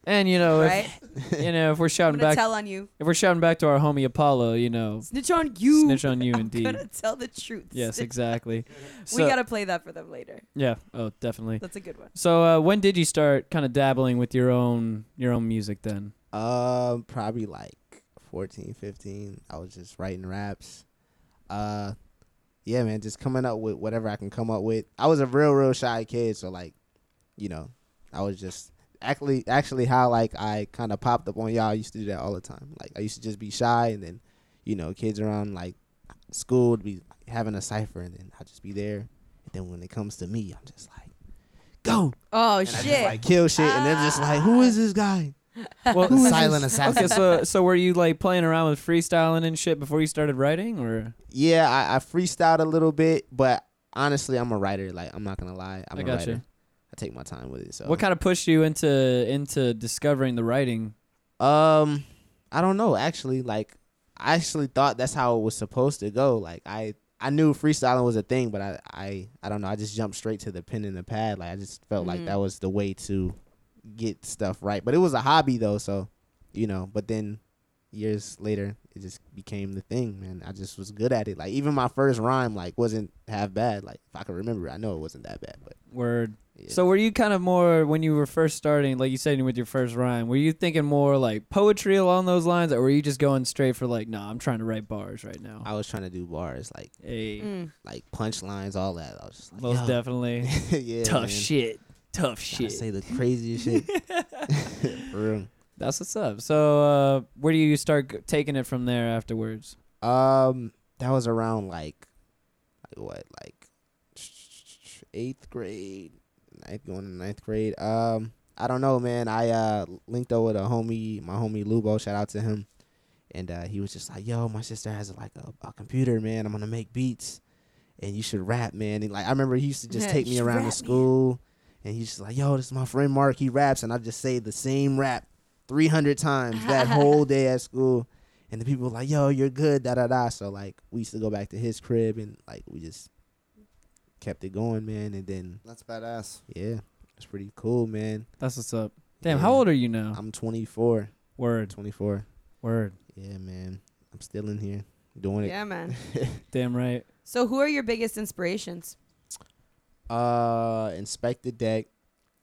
Speaker 1: and you know,
Speaker 4: Right?
Speaker 1: if, you know, if we're
Speaker 4: I'm
Speaker 1: shouting
Speaker 4: gonna
Speaker 1: back,
Speaker 4: tell on you.
Speaker 1: if we're shouting back to our homie Apollo, you know,
Speaker 4: Snitch on you.
Speaker 1: snitch on you,
Speaker 4: I'm
Speaker 1: indeed.
Speaker 4: gonna tell the truth.
Speaker 1: Yes, exactly.
Speaker 4: we
Speaker 1: So-
Speaker 4: gotta play that for them later.
Speaker 1: Yeah. Oh, definitely.
Speaker 4: That's a good one.
Speaker 1: So uh, when did you start kind of dabbling with your own your own music then?
Speaker 7: um, probably like 14, 15. I was just writing raps. Uh, yeah, man, just coming up with whatever I can come up with. I was a real, real shy kid, so like, you know, I was just actually, actually how like I kind of popped up on y'all. I used to do that all the time. Like I used to just be shy, and then, you know, kids around like school would be having a cipher, and then I'd just be there. And then when it comes to me, I'm just like, go,
Speaker 4: Oh
Speaker 7: and I
Speaker 4: shit.
Speaker 7: just like kill shit, and they're just like, "Who is this guy?"
Speaker 1: Well,
Speaker 7: Who is
Speaker 6: Silent
Speaker 7: this-
Speaker 6: assassin.
Speaker 1: okay. So so were you like playing around with freestyling and shit before you started writing, or
Speaker 7: Yeah, I, I freestyled a little bit, but honestly, I'm a writer. Like, I'm not gonna lie, I'm
Speaker 1: I
Speaker 7: a
Speaker 1: gotcha.
Speaker 7: writer. I take my time with it. So
Speaker 1: what kind of pushed you into into discovering the writing?
Speaker 7: Um, I don't know. Actually, like, I actually thought that's how it was supposed to go. Like, I I knew freestyling was a thing, but I I I don't know. I just jumped straight to the pen and the pad. Like, I just felt like
Speaker 4: Mhm.
Speaker 7: that was the way to get stuff right. But it was a hobby though, so you know. But then years later, it just became the thing, man. I just was good at it. Like, even my first rhyme like wasn't half bad. Like, if I can remember, I know it wasn't that bad, but.
Speaker 1: Word.
Speaker 7: yeah.
Speaker 1: So were you kind of more when you were first starting, like you said with your first rhyme, were you thinking more like poetry along those lines, or were you just going straight for like, nah, I'm trying to write bars right now?
Speaker 7: I was trying to do bars, like
Speaker 1: Hey,
Speaker 4: Mm.
Speaker 7: like punchlines, all that. I was just like,
Speaker 1: most
Speaker 7: "Yo."
Speaker 1: definitely
Speaker 7: yeah,
Speaker 1: tough
Speaker 7: man.
Speaker 1: shit, tough
Speaker 7: Gotta
Speaker 1: shit.
Speaker 7: say the craziest shit. For real.
Speaker 1: That's what's up. So uh, where do you start g- taking it from there afterwards?
Speaker 7: Um, that was around like, like what, like eighth grade, ninth going to ninth grade. Um, I don't know, man. I uh linked up with a homie, my homie Lubo. Shout out to him. And uh, he was just like, "Yo, my sister has like a, a computer, man. I'm gonna make beats, and you should rap, man." And like, I remember he used to just
Speaker 4: Yeah,
Speaker 7: take
Speaker 4: you
Speaker 7: me
Speaker 4: should
Speaker 7: around
Speaker 4: rap, man.
Speaker 7: to school, and he's just like, "Yo, this is my friend Mark. He raps," and I just say the same rap 300 times that whole day at school. And the people were like, yo, you're good, da da da. So like we used to go back to his crib and like we just kept it going, man. And then
Speaker 6: That's badass.
Speaker 7: yeah, it's pretty cool, man.
Speaker 1: That's what's up. Damn, how old are you now?
Speaker 7: Mm. I'm 24,
Speaker 1: Word,
Speaker 7: 24.
Speaker 1: word.
Speaker 7: Yeah, man. I'm still in here doing
Speaker 4: Yeah, man.
Speaker 7: it.
Speaker 1: Damn right.
Speaker 4: So, who are your biggest inspirations?
Speaker 7: uh, inspect the deck.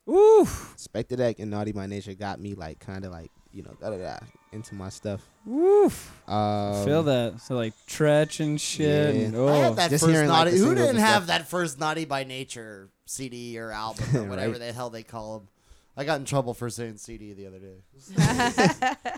Speaker 1: Ooh,
Speaker 7: Inspect the deck and Naughty by Nature got me like kind of like you know da da da into my stuff.
Speaker 1: woof.
Speaker 7: Um,
Speaker 1: Feel that. So like tretch and shit.
Speaker 7: yeah.
Speaker 1: And,
Speaker 6: I
Speaker 1: oh,
Speaker 6: had that
Speaker 7: Just
Speaker 6: first
Speaker 7: hearing, like,
Speaker 6: naughty.
Speaker 7: the
Speaker 6: who
Speaker 7: singles
Speaker 6: didn't
Speaker 7: and
Speaker 6: have
Speaker 7: stuff.
Speaker 6: that first naughty by nature CD or album or whatever
Speaker 7: Right.
Speaker 6: the hell they call them? I got in trouble for saying CD the other day.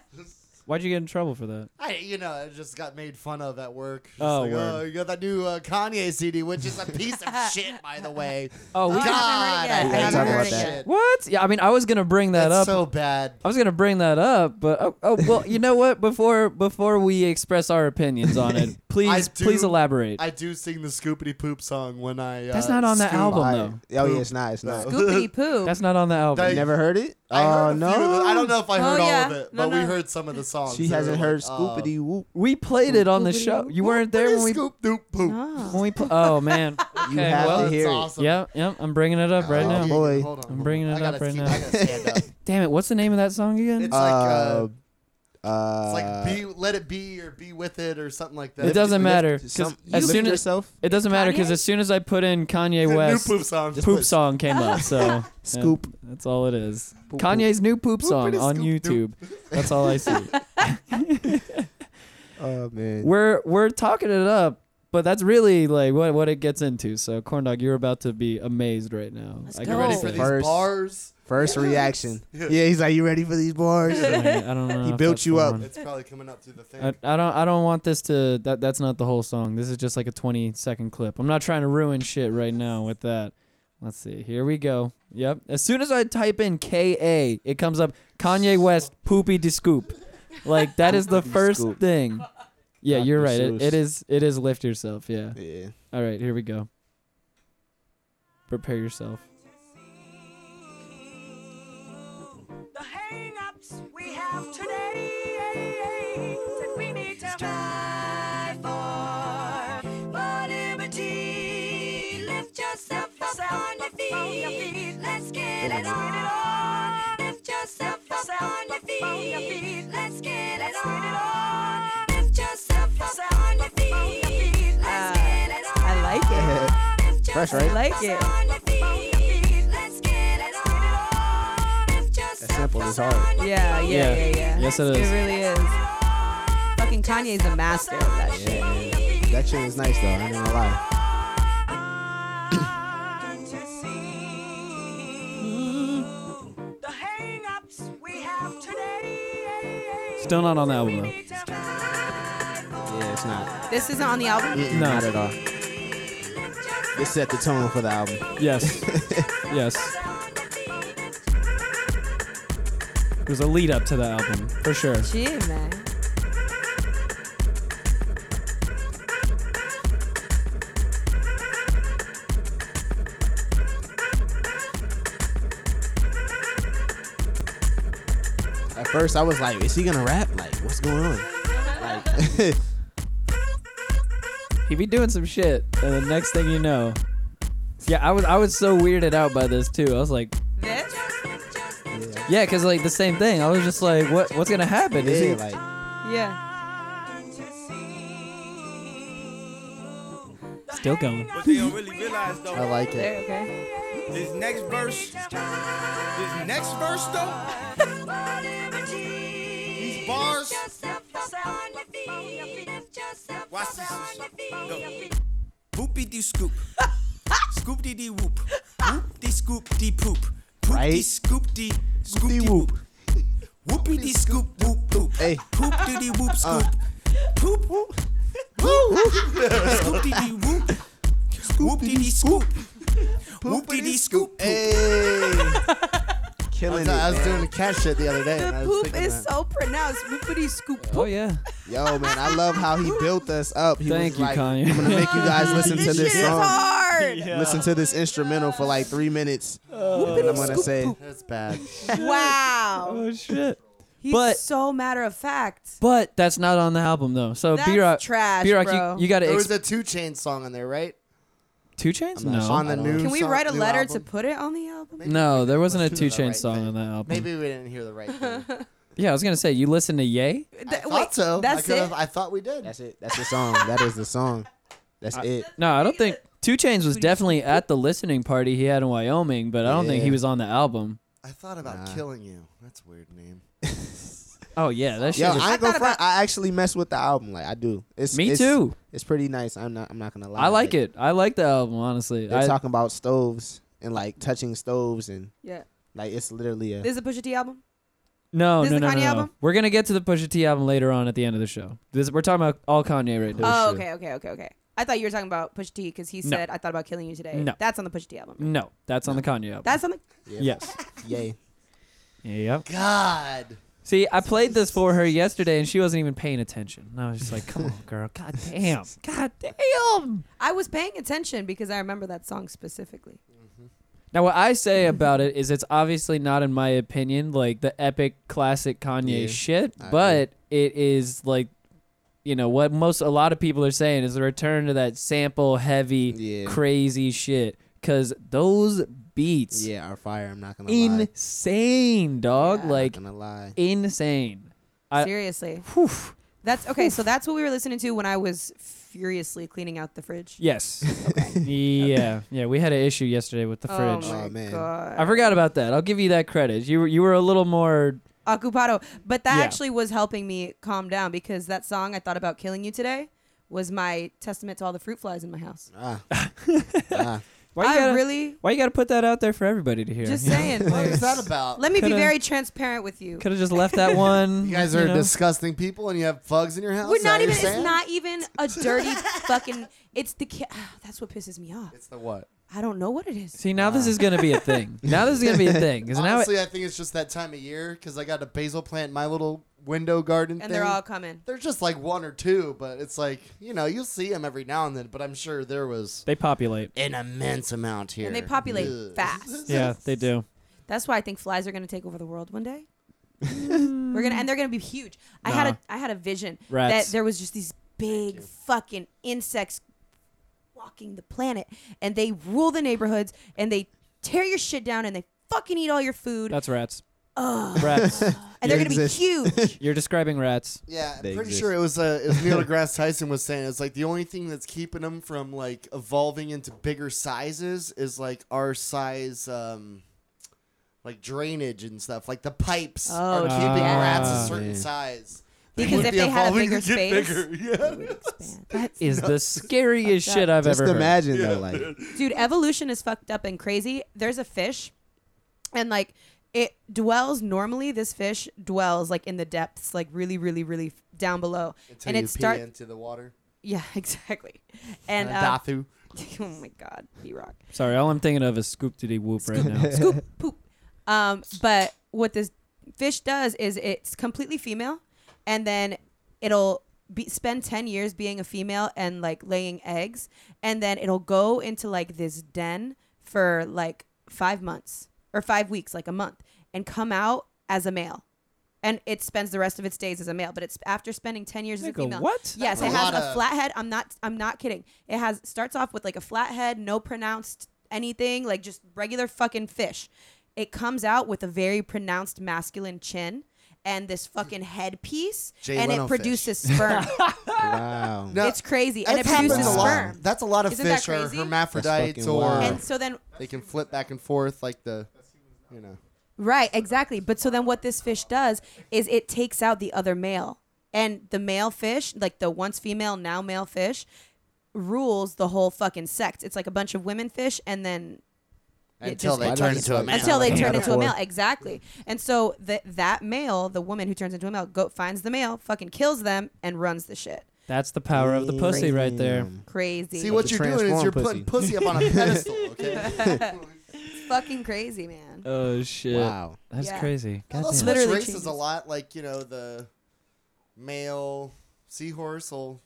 Speaker 1: why'd you get in trouble for that?
Speaker 6: I, you know, I just got made fun of at work. Just
Speaker 1: Oh,
Speaker 6: like,
Speaker 1: word.
Speaker 6: oh, you got that new uh, Kanye CD, which is a piece of shit, by the way.
Speaker 1: Oh, we
Speaker 4: I
Speaker 1: can-
Speaker 4: haven't heard it yet.
Speaker 6: I
Speaker 4: I
Speaker 6: hate
Speaker 7: haven't heard it
Speaker 6: that
Speaker 7: yet.
Speaker 6: shit.
Speaker 1: what? Yeah, I mean, I was gonna bring that
Speaker 6: That's
Speaker 1: up.
Speaker 6: so bad.
Speaker 1: I was gonna bring that up, but oh, oh well, you know what? Before before we express our opinions on it, please
Speaker 6: do-
Speaker 1: please elaborate.
Speaker 6: I do sing the Scoopity Poop song when I. Uh,
Speaker 1: That's not on the
Speaker 6: scoop.
Speaker 1: album.
Speaker 7: Fire.
Speaker 1: though.
Speaker 7: Oh yeah, it's not. It's not.
Speaker 6: No.
Speaker 4: Goopity poo.
Speaker 1: That's not on the album.
Speaker 6: That-
Speaker 7: Never heard it?
Speaker 6: I heard
Speaker 7: Oh
Speaker 1: Uh,
Speaker 6: a few
Speaker 7: no.
Speaker 6: of the- I don't know Uh, if I
Speaker 4: Oh,
Speaker 6: heard all
Speaker 4: yeah.
Speaker 6: of it,
Speaker 4: No,
Speaker 6: but we
Speaker 4: no.
Speaker 6: heard some of the songs.
Speaker 7: She
Speaker 6: that
Speaker 7: hasn't
Speaker 6: were
Speaker 7: heard
Speaker 6: like,
Speaker 7: Scoopity Whoop.
Speaker 1: we played it on the show. You weren't there when we
Speaker 6: Scoop Doop Poop.
Speaker 4: Oh.
Speaker 1: when we pl- Oh man.
Speaker 7: You
Speaker 1: Okay,
Speaker 7: have
Speaker 1: well,
Speaker 7: to hear it.
Speaker 6: awesome.
Speaker 1: Yep, yep. I'm bringing it up right
Speaker 7: Oh,
Speaker 1: now.
Speaker 7: boy.
Speaker 6: Hold on,
Speaker 1: I'm
Speaker 6: hold on.
Speaker 1: bringing it
Speaker 6: I
Speaker 1: up
Speaker 6: gotta
Speaker 1: right
Speaker 6: see-
Speaker 1: now.
Speaker 6: I gotta stand up.
Speaker 1: Damn it! What's the name of that song again?
Speaker 6: It's like uh,
Speaker 7: uh, uh,
Speaker 6: it's like be let it be or be with it or something like that.
Speaker 1: It doesn't matter. 'cause
Speaker 7: Some,
Speaker 1: as soon as
Speaker 7: yourself.
Speaker 1: it doesn't matter because
Speaker 4: Kanye?
Speaker 1: as soon as I put in Kanye
Speaker 6: The
Speaker 1: West,
Speaker 6: New poop song.
Speaker 1: poop song came up. So yeah,
Speaker 7: Scoop.
Speaker 1: that's all it is.
Speaker 7: Poop,
Speaker 1: Kanye's new poop song
Speaker 6: Poopity
Speaker 1: on
Speaker 6: scoop,
Speaker 1: YouTube.
Speaker 6: doop.
Speaker 1: That's all I see.
Speaker 7: Oh man.
Speaker 1: we're we're talking it up, but that's really like what what it gets into. So corn dog, you're about to be amazed right now.
Speaker 4: Let's
Speaker 1: I
Speaker 4: go.
Speaker 1: can
Speaker 6: You ready for
Speaker 1: see it.
Speaker 6: these
Speaker 7: First-
Speaker 6: bars?
Speaker 7: First reaction.
Speaker 6: Yeah.
Speaker 7: Yeah. he's like, you ready for these bars?
Speaker 1: I don't know.
Speaker 7: He
Speaker 1: if
Speaker 7: built
Speaker 1: that's
Speaker 7: you
Speaker 1: the
Speaker 7: up.
Speaker 1: one.
Speaker 6: It's
Speaker 4: Uh,
Speaker 6: probably coming up through the thing.
Speaker 1: I, I don't I don't want this to that that's not the whole song. This is just like a 20 second clip. I'm not trying to ruin shit right now with that. Let's see. Here we go. Yep. As soon as I type in KA, it comes up Kanye West poopy de scoop. Like that is the
Speaker 7: Poopy de
Speaker 1: first
Speaker 7: scoop.
Speaker 1: thing. Yeah,
Speaker 7: Dr.
Speaker 1: you're right. It, it
Speaker 7: Seuss.
Speaker 1: is it is lift yourself. Yeah.
Speaker 7: yeah.
Speaker 1: All right, here we go. Prepare yourself.
Speaker 8: The hang-ups we have today that we need to strive for. For liberty, lift yourself up on your feet. Let's get it on. Lift yourself up on your feet. Let's get it on. Lift yourself up on your feet. Ah, Let's get it on.
Speaker 4: I like it.
Speaker 7: Fresh,
Speaker 4: I
Speaker 7: right?
Speaker 4: like it.
Speaker 8: That
Speaker 7: sample is hard.
Speaker 4: Yeah, yeah,
Speaker 1: Yeah.
Speaker 4: yeah, yeah.
Speaker 1: Yes, it is.
Speaker 4: It really is. Fucking Kanye's the master of that shit.
Speaker 7: That shit is nice though. I ain't gonna lie.
Speaker 8: The hang-ups we have today.
Speaker 1: Still not on the album though.
Speaker 7: Yeah, it's not.
Speaker 4: This isn't on the album.
Speaker 7: Mm-mm,
Speaker 1: No.
Speaker 7: Not at all. This set the tone for the album.
Speaker 1: Yes. yes. There's a lead up to the album, for sure.
Speaker 4: Shit, man.
Speaker 7: At first, I was like, is he gonna rap? Like, what's going on? Like,
Speaker 1: He be doing some shit, and the next thing you know. Yeah, I was I was so weirded out by this too. I was like,
Speaker 4: This?
Speaker 1: yeah, cause like the same thing. I was just like, what what's gonna happen? Is
Speaker 7: yeah,
Speaker 1: he
Speaker 7: like,
Speaker 4: Yeah.
Speaker 1: still going?
Speaker 9: What they don't really realize though,
Speaker 7: I like
Speaker 4: There,
Speaker 7: it.
Speaker 4: okay.
Speaker 9: this next verse, this next verse though, these bars. Watch this. Go. Boopy doo scoop. scoop dee dee whoop. Whoop dee scoop dee poop. Poop dee
Speaker 7: Right?
Speaker 9: scoop dee scoop dee whoop. Whoopy dee scoop whoop whoop.
Speaker 7: Hey.
Speaker 9: Poop dee dee whoop scoop. Poop whoop. Scoop dee dee whoop. Whoop dee dee scoop. Whoop dee dee scoop.
Speaker 7: Hey,
Speaker 6: I
Speaker 7: killing
Speaker 6: was,
Speaker 7: it,
Speaker 6: I was
Speaker 7: man.
Speaker 6: doing the cat shit the other day. and
Speaker 4: The
Speaker 6: I was
Speaker 4: poop
Speaker 6: thinking
Speaker 4: is
Speaker 6: that.
Speaker 4: so pronounced. Whoopity scoop poop.
Speaker 1: Oh yeah.
Speaker 7: Yo, man, I love how he built us up. He
Speaker 1: Thank
Speaker 7: was
Speaker 1: you,
Speaker 7: like,
Speaker 1: Kanye.
Speaker 7: I'm gonna make you guys listen to
Speaker 4: Shit
Speaker 7: this
Speaker 4: is
Speaker 7: song.
Speaker 4: hard.
Speaker 7: Listen to this instrumental for like three minutes. and I'm gonna say,
Speaker 6: That's bad.
Speaker 4: Wow.
Speaker 1: Oh, shit.
Speaker 4: He's
Speaker 1: But-
Speaker 4: so matter of fact.
Speaker 1: But that's not on the album though. So
Speaker 4: That's
Speaker 1: B Rock,
Speaker 4: trash,
Speaker 1: B Rock,
Speaker 4: bro.
Speaker 1: you, you gotta
Speaker 6: There
Speaker 1: ex-
Speaker 6: was a Two Chain song in there, right?
Speaker 1: two chains.
Speaker 7: I'm not
Speaker 1: No,
Speaker 7: sure.
Speaker 6: On the
Speaker 7: don't
Speaker 6: new.
Speaker 7: know.
Speaker 4: Can we
Speaker 6: song-
Speaker 4: write a
Speaker 6: new
Speaker 4: letter to
Speaker 6: album?
Speaker 4: put it on the album?
Speaker 1: no, there wasn't a
Speaker 6: Let's do
Speaker 1: two
Speaker 6: the
Speaker 1: chain
Speaker 6: right
Speaker 1: song
Speaker 6: thing.
Speaker 1: on that album.
Speaker 6: Maybe we didn't hear the right thing.
Speaker 1: Yeah, I was gonna say you listen to Yay.
Speaker 6: I
Speaker 4: Th-
Speaker 6: thought
Speaker 4: wait,
Speaker 6: so. I
Speaker 4: that's
Speaker 6: could've-
Speaker 4: it?
Speaker 6: I thought we did.
Speaker 7: that's it. That's the song. That is the song. That's it.
Speaker 1: No, I don't think Two Chains was definitely at the listening party he had in Wyoming, but I don't think he
Speaker 7: Yeah.
Speaker 1: was on the album.
Speaker 6: I thought about
Speaker 7: Nah.
Speaker 6: killing you. That's a weird name.
Speaker 1: Oh yeah, that shit.
Speaker 7: Yo,
Speaker 1: was,
Speaker 7: I ain't gonna
Speaker 4: thought
Speaker 7: front. I actually mess with the album. Like I do. It's
Speaker 1: me
Speaker 7: it's-
Speaker 1: too.
Speaker 7: It's pretty nice. I'm not. I'm not gonna lie.
Speaker 1: I like it. I like the album honestly.
Speaker 7: They're
Speaker 1: I,
Speaker 7: talking about stoves and like touching stoves and
Speaker 4: Yeah.
Speaker 7: like it's literally a.
Speaker 4: This is a Pusha T album?
Speaker 1: No,
Speaker 4: This
Speaker 1: no,
Speaker 4: is
Speaker 1: no,
Speaker 4: the
Speaker 1: no,
Speaker 4: Kanye
Speaker 1: no.
Speaker 4: album?
Speaker 1: We're gonna get to the Pusha T album later on at the end of the show. This we're talking about all Kanye right now.
Speaker 4: Oh, okay, okay, okay, okay. I thought you were talking about Push T because he
Speaker 1: No.
Speaker 4: said I thought about killing you today.
Speaker 1: No.
Speaker 4: That's on the Push T album. right?
Speaker 1: No, that's on the Kanye album.
Speaker 4: That's on the
Speaker 1: yes.
Speaker 7: Yay.
Speaker 1: Yep.
Speaker 6: God.
Speaker 1: See, I played this for her yesterday, and she wasn't even paying attention. And I was just like, "Come on, girl! God damn! God damn!"
Speaker 4: I was paying attention because I remember that song specifically.
Speaker 1: Now, what I say about it is, it's obviously not, in my opinion, like the epic classic Kanye
Speaker 7: Yeah,
Speaker 1: shit,
Speaker 7: I
Speaker 1: but it is like, you know, what most a lot of people are saying is a return to that sample heavy,
Speaker 7: Yeah.
Speaker 1: crazy shit. Cause those beats,
Speaker 7: Yeah, our fire. I'm not gonna lie.
Speaker 1: insane, dog,
Speaker 4: Yeah.
Speaker 1: like
Speaker 7: Not gonna lie.
Speaker 1: insane. I-
Speaker 4: Seriously.
Speaker 1: Whew.
Speaker 4: That's okay. So that's what we were listening to when I was furiously cleaning out the fridge.
Speaker 1: Yes. yeah. Yeah. We had an issue yesterday with the
Speaker 4: Oh
Speaker 1: fridge.
Speaker 4: my
Speaker 7: Oh, man.
Speaker 4: god.
Speaker 1: I forgot about that. I'll give you that credit. You were you were a little more.
Speaker 4: Occupado. But that
Speaker 1: Yeah.
Speaker 4: actually was helping me calm down because that song I thought about killing you today was my testament to all the fruit flies in my house.
Speaker 7: Ah. ah.
Speaker 1: Why you
Speaker 4: I
Speaker 1: gotta,
Speaker 4: really
Speaker 1: Why you gotta put that out there for everybody to hear?
Speaker 4: just saying.
Speaker 6: What is
Speaker 4: like,
Speaker 6: that about?
Speaker 4: let me be
Speaker 1: Coulda-
Speaker 4: very transparent with you.
Speaker 1: Could have just left that one.
Speaker 6: you guys are
Speaker 1: know?
Speaker 6: disgusting people and you have bugs in your house?
Speaker 4: We're
Speaker 6: Is
Speaker 4: not
Speaker 6: that
Speaker 4: even.
Speaker 6: what
Speaker 4: It's
Speaker 6: you're saying?
Speaker 4: not even a dirty fucking. It's the. Ki- that's what pisses me off.
Speaker 6: It's the what?
Speaker 4: I don't know what it is.
Speaker 1: See, now this is gonna be a thing. Now this is gonna be a thing. 'cause now it-
Speaker 6: Honestly, I think it's just that time of year because I got a basil plant in my little window garden
Speaker 4: And
Speaker 6: thing.
Speaker 4: they're all coming.
Speaker 6: There's just like one or two, but it's like, you know, you'll see them every now and then, but I'm sure there was
Speaker 1: they populate.
Speaker 6: an immense amount here.
Speaker 4: And they populate
Speaker 6: Ugh.
Speaker 4: fast.
Speaker 1: Yeah, they do.
Speaker 4: That's why I think flies are gonna take over the world one day. We're gonna and they're gonna be huge. I had
Speaker 1: Nah.
Speaker 4: a I had a vision
Speaker 1: Rats.
Speaker 4: that there was just these big fucking insects walking the planet, and they rule the neighborhoods, and they tear your shit down, and they fucking eat all your food,
Speaker 1: That's rats.
Speaker 4: Ugh.
Speaker 1: Rats.
Speaker 4: and they're
Speaker 7: You
Speaker 4: gonna
Speaker 7: exist.
Speaker 4: be huge.
Speaker 1: You're describing rats.
Speaker 6: Yeah, I'm
Speaker 7: They
Speaker 6: pretty
Speaker 7: exist.
Speaker 6: sure it was, uh, it was Neil deGrasse Tyson was saying it's like the only thing that's keeping them from like evolving into bigger sizes is like our size, um, like drainage and stuff. Like the pipes are
Speaker 4: Oh,
Speaker 6: keeping
Speaker 1: yeah.
Speaker 6: rats a
Speaker 1: Ah,
Speaker 6: certain
Speaker 7: man.
Speaker 6: size.
Speaker 4: Because
Speaker 6: would
Speaker 4: if
Speaker 6: be
Speaker 4: they had a
Speaker 6: evolving
Speaker 4: bigger
Speaker 6: to get
Speaker 4: space-
Speaker 6: bigger. Yeah.
Speaker 4: Man, that's-
Speaker 1: Is the scariest
Speaker 4: Fucked
Speaker 1: shit I've
Speaker 7: Just
Speaker 1: ever heard.
Speaker 7: imagine though, like
Speaker 4: Dude, evolution is fucked up and crazy. There's a fish, and like it dwells normally. This fish dwells like in the depths, like really, really, really f- down below,
Speaker 6: Until
Speaker 4: and
Speaker 6: you
Speaker 4: it starts.
Speaker 6: pee into the water.
Speaker 4: Yeah, exactly. And uh,
Speaker 6: Dafu.
Speaker 4: oh my god, B Rock.
Speaker 1: Sorry, all I'm thinking of is scoop diddy whoop right now.
Speaker 4: Scoop poop. Um, but what this fish does is it's completely female, and then it'll be, spend ten years being a female and like laying eggs, and then it'll go into like this den for like five months or five weeks, like a month, and come out as a male. And it spends the rest of its days as a male, but it's after spending ten years as a
Speaker 1: Nigga,
Speaker 4: female.
Speaker 1: what?
Speaker 4: Yes,
Speaker 6: That's
Speaker 4: it
Speaker 6: a
Speaker 4: has
Speaker 6: lot
Speaker 4: a
Speaker 6: of-
Speaker 4: flat head. I'm not. I'm not kidding. It has starts off with like a flat head, no pronounced anything, like just regular fucking fish. It comes out with a very pronounced masculine chin and this fucking headpiece,
Speaker 6: Jay
Speaker 4: and
Speaker 6: Leno
Speaker 4: it
Speaker 6: fish.
Speaker 4: produces sperm.
Speaker 7: wow.
Speaker 6: No,
Speaker 4: it's crazy, and
Speaker 6: That's
Speaker 4: it produces
Speaker 6: happened a lot.
Speaker 4: sperm.
Speaker 6: That's a lot of
Speaker 4: Isn't that
Speaker 6: fish are
Speaker 4: crazy?
Speaker 6: hermaphrodites
Speaker 7: That's fucking
Speaker 6: or
Speaker 7: wild.
Speaker 4: And so then
Speaker 6: they can flip back and forth like the, you know.
Speaker 4: Right, exactly. But so then what this fish does is it takes out the other male. And the male fish, like the once female, now male fish, rules the whole fucking sect. It's like a bunch of women fish and then it
Speaker 6: Until
Speaker 4: just-
Speaker 6: they
Speaker 7: Why
Speaker 6: turn
Speaker 7: doesn't
Speaker 6: into a
Speaker 7: it-
Speaker 6: man.
Speaker 4: until they
Speaker 7: like
Speaker 4: turn into a male.
Speaker 7: metaphor.
Speaker 4: Exactly. And so that that male, the woman who turns into a male, go finds the male, fucking kills them and runs the shit.
Speaker 1: That's the power of the pussy right there.
Speaker 7: Damn.
Speaker 4: Crazy.
Speaker 6: See what
Speaker 7: the
Speaker 6: you're doing is
Speaker 7: transformed
Speaker 6: you're putting pussy up on a pedestal. Okay.
Speaker 4: fucking crazy, man.
Speaker 1: Oh shit!
Speaker 7: Wow.
Speaker 1: That's
Speaker 4: Yeah.
Speaker 1: crazy.
Speaker 6: Well,
Speaker 1: God damn.
Speaker 4: Literally
Speaker 6: literally races
Speaker 4: changes.
Speaker 6: a lot. Like you know, the male seahorse will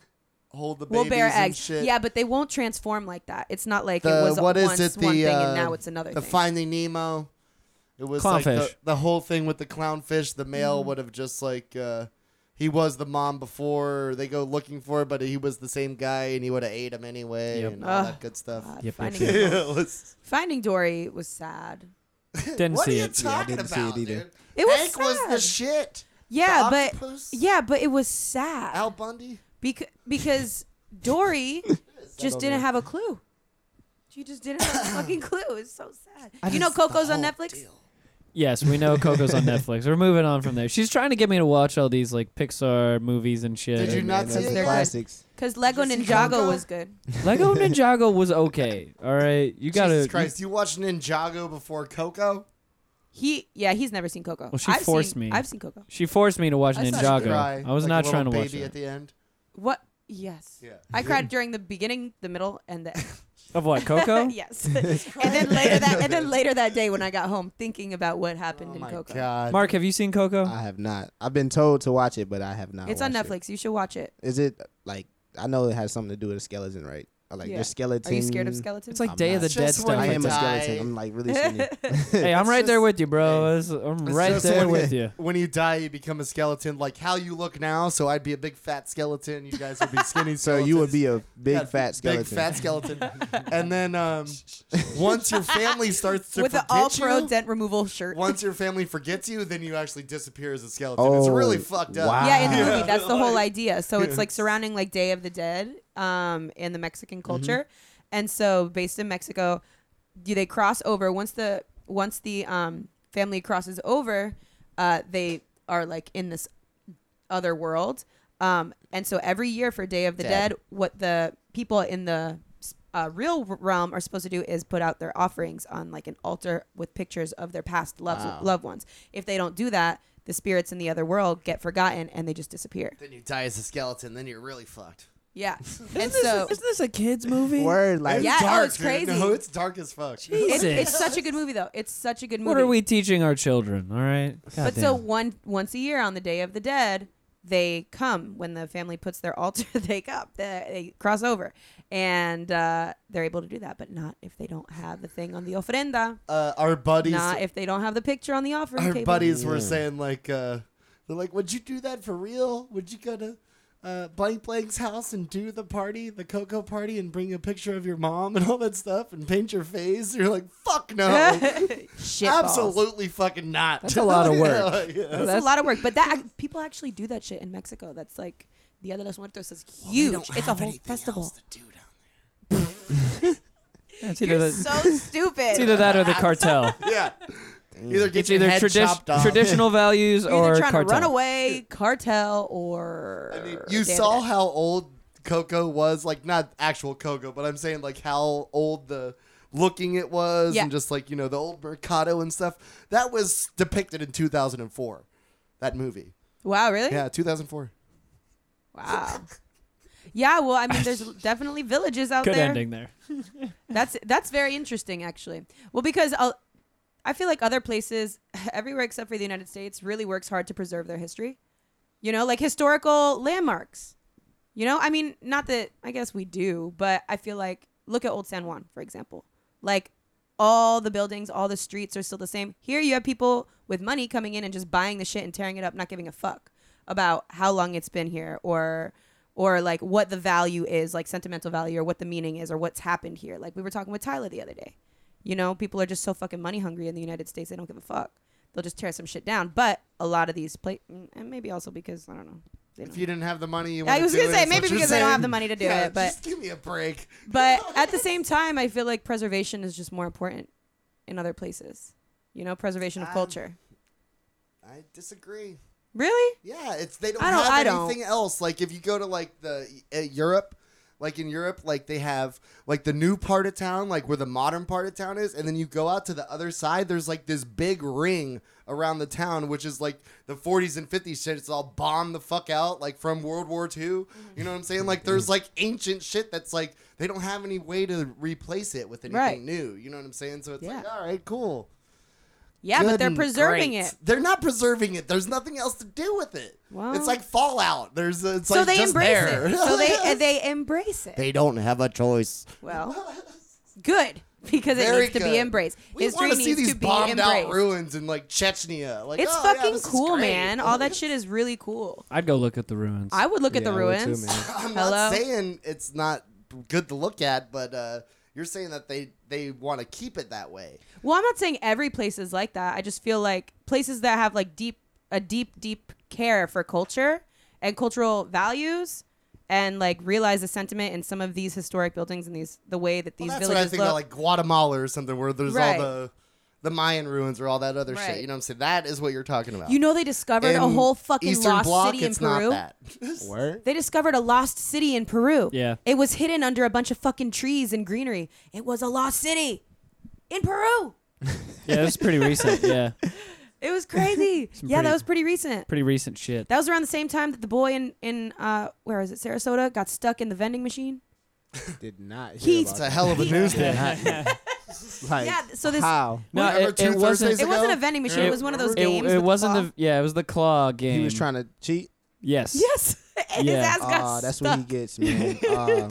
Speaker 6: hold the babies
Speaker 4: We'll bear
Speaker 6: and
Speaker 4: eggs.
Speaker 6: shit.
Speaker 4: Yeah, but they won't transform like that. It's not like
Speaker 6: The-
Speaker 4: it was
Speaker 6: what is
Speaker 4: once
Speaker 6: it?
Speaker 4: one
Speaker 6: The,
Speaker 4: thing
Speaker 6: uh,
Speaker 4: and now it's another
Speaker 6: the
Speaker 4: thing.
Speaker 6: Finding Nemo. It was like
Speaker 1: Clownfish.
Speaker 6: the, the whole thing with the clownfish. The
Speaker 4: Mm.
Speaker 6: male would have just like uh, he was the mom before they go looking for it, but he was the same guy, and he would have ate him anyway,
Speaker 1: Yep.
Speaker 6: and all
Speaker 4: Ugh.
Speaker 6: that good stuff.
Speaker 4: God,
Speaker 1: yep,
Speaker 4: finding
Speaker 1: yep.
Speaker 4: Nemo.
Speaker 6: Yeah, let's-
Speaker 4: Finding Dory was sad.
Speaker 1: Didn't
Speaker 6: what are
Speaker 1: see
Speaker 6: you
Speaker 1: it.
Speaker 7: Yeah, I
Speaker 6: talking
Speaker 7: didn't see it
Speaker 6: about,
Speaker 7: either.
Speaker 6: dude?
Speaker 4: It was
Speaker 6: Hank was the
Speaker 4: sad.
Speaker 6: shit.
Speaker 4: Yeah,
Speaker 6: The
Speaker 4: but
Speaker 6: octopus?
Speaker 4: yeah, but it was sad
Speaker 6: Al Bundy.
Speaker 4: Beca- because Dory just didn't
Speaker 7: on there?
Speaker 4: have a clue. She just didn't have a fucking clue. It's so sad.
Speaker 6: I
Speaker 4: you know
Speaker 6: just- the
Speaker 4: Coco's on
Speaker 6: whole
Speaker 4: Netflix.
Speaker 6: deal.
Speaker 1: Yes, we know Coco's on Netflix. We're moving on from there. She's trying to get me to watch all these like Pixar movies and shit.
Speaker 6: Did you
Speaker 7: Man,
Speaker 6: not
Speaker 7: that's
Speaker 6: see
Speaker 7: the
Speaker 6: it?
Speaker 7: classics?
Speaker 4: Because Lego
Speaker 6: Did you see
Speaker 4: Ninjago
Speaker 6: Coco?
Speaker 4: was good.
Speaker 1: Lego Ninjago was okay. All right, you gotta.
Speaker 6: Jesus Christ, you watched Ninjago before Coco?
Speaker 4: He, yeah, he's never seen Coco.
Speaker 1: Well, she
Speaker 4: I've
Speaker 1: forced
Speaker 4: seen-
Speaker 1: me.
Speaker 4: I've seen Coco.
Speaker 1: She forced me to watch
Speaker 4: I saw you
Speaker 1: Ninjago.
Speaker 6: Cry,
Speaker 1: I was
Speaker 6: like
Speaker 1: not
Speaker 6: a
Speaker 1: trying to
Speaker 6: little
Speaker 1: watch
Speaker 6: baby at
Speaker 1: it.
Speaker 6: the end.
Speaker 4: What? Yes.
Speaker 6: Yeah.
Speaker 4: I cried during the beginning, the middle, and the end.
Speaker 1: Of what, Coco?
Speaker 4: yes. and then later that, and then later that day when I got home, thinking about what happened in Coco.
Speaker 6: Oh God.
Speaker 1: Mark, have you seen Coco?
Speaker 6: Uh,
Speaker 7: I have not. I've been told to watch it, but I have not.
Speaker 4: It's on
Speaker 7: watched it.
Speaker 4: Netflix. You should watch it.
Speaker 7: Is it like I know it has something to do with a skeleton, right? Or, like
Speaker 4: Yeah.
Speaker 7: their skeleton.
Speaker 4: Are you scared of skeletons?
Speaker 1: it's like
Speaker 7: I'm
Speaker 1: Day of the
Speaker 7: not.
Speaker 1: Dead
Speaker 6: Just
Speaker 1: stuff.
Speaker 6: when
Speaker 7: I
Speaker 6: you
Speaker 1: like
Speaker 7: am a
Speaker 1: that.
Speaker 6: die.
Speaker 7: skeleton. I'm like really skinny.
Speaker 1: hey, I'm right there
Speaker 6: just-
Speaker 1: with you, bro. It's- I'm
Speaker 6: It's
Speaker 1: right
Speaker 6: just
Speaker 1: there
Speaker 6: when
Speaker 1: with you.
Speaker 6: When you die, you become a skeleton, like how you look now. So I'd be a big fat skeleton. You guys would be skinny.
Speaker 7: so you would
Speaker 6: skeletons.
Speaker 7: be a big
Speaker 6: Yeah,
Speaker 7: fat skeleton.
Speaker 6: Big fat skeleton. and then um, once your family starts to
Speaker 4: With an
Speaker 6: forget
Speaker 4: all pro
Speaker 6: you,
Speaker 4: dent removal shirt.
Speaker 6: once your family forgets you, then you actually disappear as a skeleton. it's really
Speaker 7: Oh,
Speaker 6: fucked up.
Speaker 7: wow.
Speaker 4: yeah, in the
Speaker 7: Yeah.
Speaker 4: movie, that's the whole idea. So it's like surrounding like Day of the Dead, um, in the Mexican
Speaker 7: Mm-hmm.
Speaker 4: culture, and so based in Mexico, do they cross over once the once the um family crosses over, uh, they are like in this other world, um, and so every year for Day of the
Speaker 7: Dead.
Speaker 4: Dead, what the people in the uh, real realm are supposed to do is put out their offerings on like an altar with pictures of their past loved
Speaker 7: Wow.
Speaker 4: loved ones. If they don't do that, the spirits in the other world get forgotten and they just disappear.
Speaker 6: Then you die as a skeleton. Then you're really fucked.
Speaker 4: Yeah, and so
Speaker 1: Isn't this a kids movie?
Speaker 7: Word like
Speaker 4: Yeah, oh,
Speaker 6: dark,
Speaker 4: it's
Speaker 6: dude.
Speaker 4: crazy.
Speaker 6: No, it's dark as fuck.
Speaker 4: it's, it's
Speaker 1: Jesus.
Speaker 4: such a good movie though. It's such a good movie.
Speaker 1: What are we teaching our children? All right.
Speaker 4: But
Speaker 1: Goddamn.
Speaker 4: so one once a year on the Day of the Dead, they come when the family puts their altar. They come, they, they cross over, and uh, they're able to do that, but not if they don't have the thing on the ofrenda.
Speaker 6: Uh, our buddies,
Speaker 4: Not if they don't have the picture on the offering
Speaker 6: our
Speaker 4: table.
Speaker 6: buddies were saying like, uh, they're like, would you do that for real? Would you go to uh, blank blank's house and do the party, the cocoa party, and bring a picture of your mom and all that stuff and paint your face? You're like, fuck no.
Speaker 4: Shit balls.
Speaker 6: Absolutely fucking not. That's
Speaker 1: a lot of work.
Speaker 6: yeah, yeah.
Speaker 4: That's, a lot of work, but that people actually do that shit in Mexico. That's like Dia de los Muertos is huge. it's a whole festival.
Speaker 1: it's either, the,
Speaker 4: So
Speaker 1: it's
Speaker 4: stupid.
Speaker 1: either that or the cartel.
Speaker 6: Yeah. Either get
Speaker 1: It's
Speaker 6: your
Speaker 1: either
Speaker 6: head
Speaker 1: tradi-
Speaker 6: chopped off.
Speaker 1: traditional values
Speaker 4: You're either
Speaker 1: or
Speaker 4: trying
Speaker 1: cartel.
Speaker 4: to run away, cartel, or
Speaker 6: I mean, you
Speaker 4: Day of the
Speaker 6: saw
Speaker 4: Dead.
Speaker 6: how old Coco was, like not actual Coco, but I'm saying like how old the looking it was,
Speaker 4: Yeah.
Speaker 6: and just like you know the old Mercado and stuff. That was depicted in 2004. That movie,
Speaker 4: Wow, really?
Speaker 6: yeah, 2004.
Speaker 4: Wow. Yeah, well, I mean, there's definitely villages out
Speaker 1: Good
Speaker 4: there.
Speaker 1: ending there.
Speaker 4: That's that's very interesting, actually. Well, because i I feel like other places, everywhere except for the United States, really works hard to preserve their history. You know, like historical landmarks. You know, I mean, not that I guess we do, but I feel like look at Old San Juan, for example. Like all the buildings, all the streets are still the same. Here you have people with money coming in and just buying the shit and tearing it up, not giving a fuck about how long it's been here or or like what the value is, like sentimental value or what the meaning is or what's happened here. Like we were talking with Tyler the other day. You know, people are just so fucking money hungry in the United States, they don't give a fuck. They'll just tear some shit down. But a lot of these pla and maybe also because I don't know. They don't
Speaker 6: If you didn't have the money, you
Speaker 4: I
Speaker 6: wanna
Speaker 4: was
Speaker 6: do
Speaker 4: gonna
Speaker 6: it,
Speaker 4: say
Speaker 6: is
Speaker 4: maybe
Speaker 6: what you're
Speaker 4: because they don't have
Speaker 6: saying.
Speaker 4: the money to do
Speaker 6: Yeah,
Speaker 4: it, but
Speaker 6: just give me a break.
Speaker 4: but at the same time, I feel like preservation is just more important in other places. You know, preservation of
Speaker 6: Um,
Speaker 4: culture.
Speaker 6: I disagree.
Speaker 4: Really?
Speaker 6: Yeah, it's they don't,
Speaker 4: I don't- I
Speaker 6: have
Speaker 4: don't.
Speaker 6: anything else. Like if you go to like the uh, Europe, like in Europe, like they have like the new part of town, like where the modern part of town is, and then you go out to the other side. There's like this big ring around the town, which is like the 40s and 50s shit. It's all bombed the fuck out, like from World War II. You
Speaker 4: Mm-hmm.
Speaker 6: know what I'm saying? Like there's like ancient shit that's like they don't have any way to replace it with anything
Speaker 4: Right.
Speaker 6: new. You know what I'm saying? So it's like
Speaker 4: Yeah.
Speaker 6: all right, cool.
Speaker 4: Yeah, but
Speaker 6: Good
Speaker 4: they're
Speaker 6: and
Speaker 4: preserving
Speaker 6: great.
Speaker 4: it.
Speaker 6: They're not preserving it. There's nothing else to do with it.
Speaker 4: Well-
Speaker 6: it's like Fallout. There's uh, it's
Speaker 4: so
Speaker 6: like
Speaker 4: they
Speaker 6: just
Speaker 4: embrace
Speaker 6: there.
Speaker 4: it. So they uh, they embrace it.
Speaker 6: They don't have a choice.
Speaker 4: well, good because it
Speaker 6: Very
Speaker 4: needs to be
Speaker 6: good.
Speaker 4: embraced.
Speaker 6: We
Speaker 4: History
Speaker 6: want to
Speaker 4: needs
Speaker 6: see these
Speaker 4: to be
Speaker 6: bombed out
Speaker 4: embraced.
Speaker 6: ruins in like Chechnya. Like
Speaker 4: it's
Speaker 6: oh, yeah,
Speaker 4: fucking
Speaker 6: this is
Speaker 4: cool,
Speaker 6: great.
Speaker 4: man. All that shit is really cool.
Speaker 1: I'd go look at the ruins.
Speaker 4: I would look at
Speaker 7: Yeah,
Speaker 4: the
Speaker 7: I would too,
Speaker 4: ruins.
Speaker 7: man.
Speaker 6: I'm
Speaker 4: Hello?
Speaker 6: not saying it's not good to look at, but uh, you're saying that they they want to keep it that way.
Speaker 4: Well, I'm not saying every place is like that. I just feel like places that have like deep a deep deep care for culture and cultural values and like realize the sentiment in some of these historic buildings and these the way that these
Speaker 6: Well, that's what I
Speaker 4: villages
Speaker 6: think about
Speaker 4: look.
Speaker 6: like Guatemala or something where there's
Speaker 4: Right.
Speaker 6: all the the Mayan ruins or all that other shit.
Speaker 4: Right.
Speaker 6: You know what I'm saying? That is what you're talking about.
Speaker 4: you know they discovered a
Speaker 6: In
Speaker 4: whole fucking
Speaker 6: Eastern
Speaker 4: lost
Speaker 6: Bloc,
Speaker 4: city in
Speaker 6: it's
Speaker 4: Peru.
Speaker 6: Not that.
Speaker 7: Word.
Speaker 4: They discovered a lost city in Peru.
Speaker 1: Yeah.
Speaker 4: It was hidden under a bunch of fucking trees and greenery. It was a lost city in Peru.
Speaker 1: Yeah, that's pretty recent. Yeah,
Speaker 4: It was crazy.
Speaker 1: Some
Speaker 4: yeah,
Speaker 1: pretty-
Speaker 4: that was pretty recent.
Speaker 1: pretty recent shit.
Speaker 4: That was around the same time that the boy in in uh where is it Sarasota got stuck in the vending machine.
Speaker 7: Did not. hear
Speaker 4: Keith-
Speaker 7: about
Speaker 6: It's a hell of a news day.
Speaker 7: that. Like,
Speaker 4: yeah, so this
Speaker 7: how
Speaker 1: No,
Speaker 6: Remember
Speaker 1: it,
Speaker 6: two
Speaker 1: it wasn't.
Speaker 6: Thursdays
Speaker 4: it wasn't
Speaker 6: ago?
Speaker 4: a vending machine.
Speaker 1: It-
Speaker 4: It was one of those
Speaker 1: It,
Speaker 4: games. with
Speaker 1: it
Speaker 4: the
Speaker 1: wasn't
Speaker 4: claw.
Speaker 1: the yeah. It was the claw game.
Speaker 7: he was trying to cheat.
Speaker 1: Yes.
Speaker 4: Yes, and
Speaker 1: Yeah.
Speaker 4: his ass got
Speaker 7: Ah, that's
Speaker 4: stuck.
Speaker 7: what he gets, man. Uh,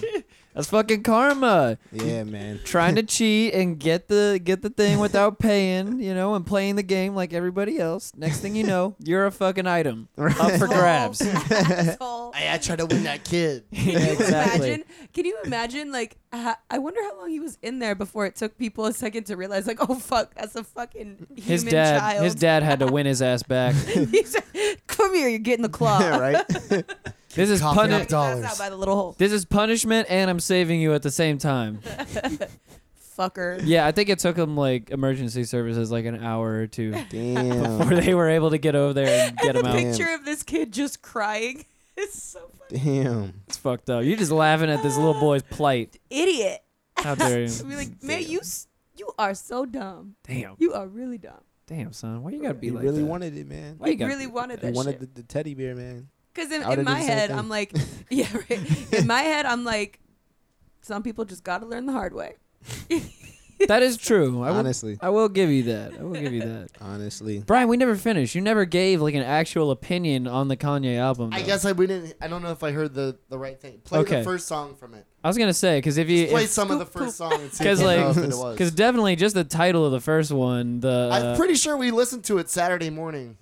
Speaker 1: That's fucking karma.
Speaker 7: yeah, man.
Speaker 1: Trying to cheat and get the get the thing without paying, you know, and playing the game like everybody else. Next thing you know, you're a fucking item up for grabs.
Speaker 4: Asshole.
Speaker 6: Hey, I tried to win that kid.
Speaker 1: exactly.
Speaker 4: Imagine, can you imagine? Like, uh, I wonder how long he was in there before it took people a second to realize, like, oh fuck, that's a fucking human
Speaker 1: His dad,
Speaker 4: child.
Speaker 1: his dad had to win his ass back.
Speaker 4: He's like, Come here, you're getting the claw.
Speaker 7: Yeah, right.
Speaker 1: This is
Speaker 6: Coughing
Speaker 1: puni-
Speaker 6: up dollars.
Speaker 4: That's out by the little hole,
Speaker 1: This is punishment, and I'm saving you at the same time.
Speaker 4: fucker.
Speaker 1: Yeah, I think it took him like emergency services like an hour or two
Speaker 7: Damn.
Speaker 1: before they were able to get over there and get him
Speaker 4: the
Speaker 1: out.
Speaker 4: picture of this kid just crying is so funny.
Speaker 7: Damn.
Speaker 1: It's fucked up. You're just laughing at this little boy's plight.
Speaker 4: idiot.
Speaker 1: How dare you?
Speaker 4: Be like, man, you s- you are so dumn.
Speaker 1: Damn,
Speaker 4: You are really dumb.
Speaker 1: damn, son. Why you gotta be
Speaker 7: He
Speaker 1: like
Speaker 7: really
Speaker 1: that?
Speaker 7: wanted it, man.
Speaker 1: Why you
Speaker 4: He
Speaker 1: gotta
Speaker 4: really
Speaker 1: be-
Speaker 4: wanted
Speaker 7: He
Speaker 4: that
Speaker 7: wanted
Speaker 4: shit.
Speaker 7: the, the teddy bear, man.
Speaker 4: Because in,
Speaker 7: I would've
Speaker 4: in
Speaker 7: done
Speaker 4: my
Speaker 7: the same
Speaker 4: head,
Speaker 7: thing.
Speaker 4: I'm like, yeah, right. In my head, I'm like, some people just got to learn the hard way.
Speaker 1: That is true. I will,
Speaker 7: Honestly,
Speaker 1: I will give you that. I will give you that.
Speaker 7: honestly.
Speaker 1: Brian, we never finished. You never gave like an actual opinion on the Kanye album.
Speaker 6: I
Speaker 1: though.
Speaker 6: guess I we didn't. I don't know if I heard the, the right thing. Play
Speaker 1: Okay.
Speaker 6: the first song from it.
Speaker 1: I was gonna say because if you
Speaker 6: Play
Speaker 1: if-
Speaker 6: some of the first song and see if
Speaker 1: Because
Speaker 6: you
Speaker 1: like,
Speaker 6: know if it was.
Speaker 1: because definitely just the title of the first one, the
Speaker 6: I'm pretty sure we listened to it Saturday morning.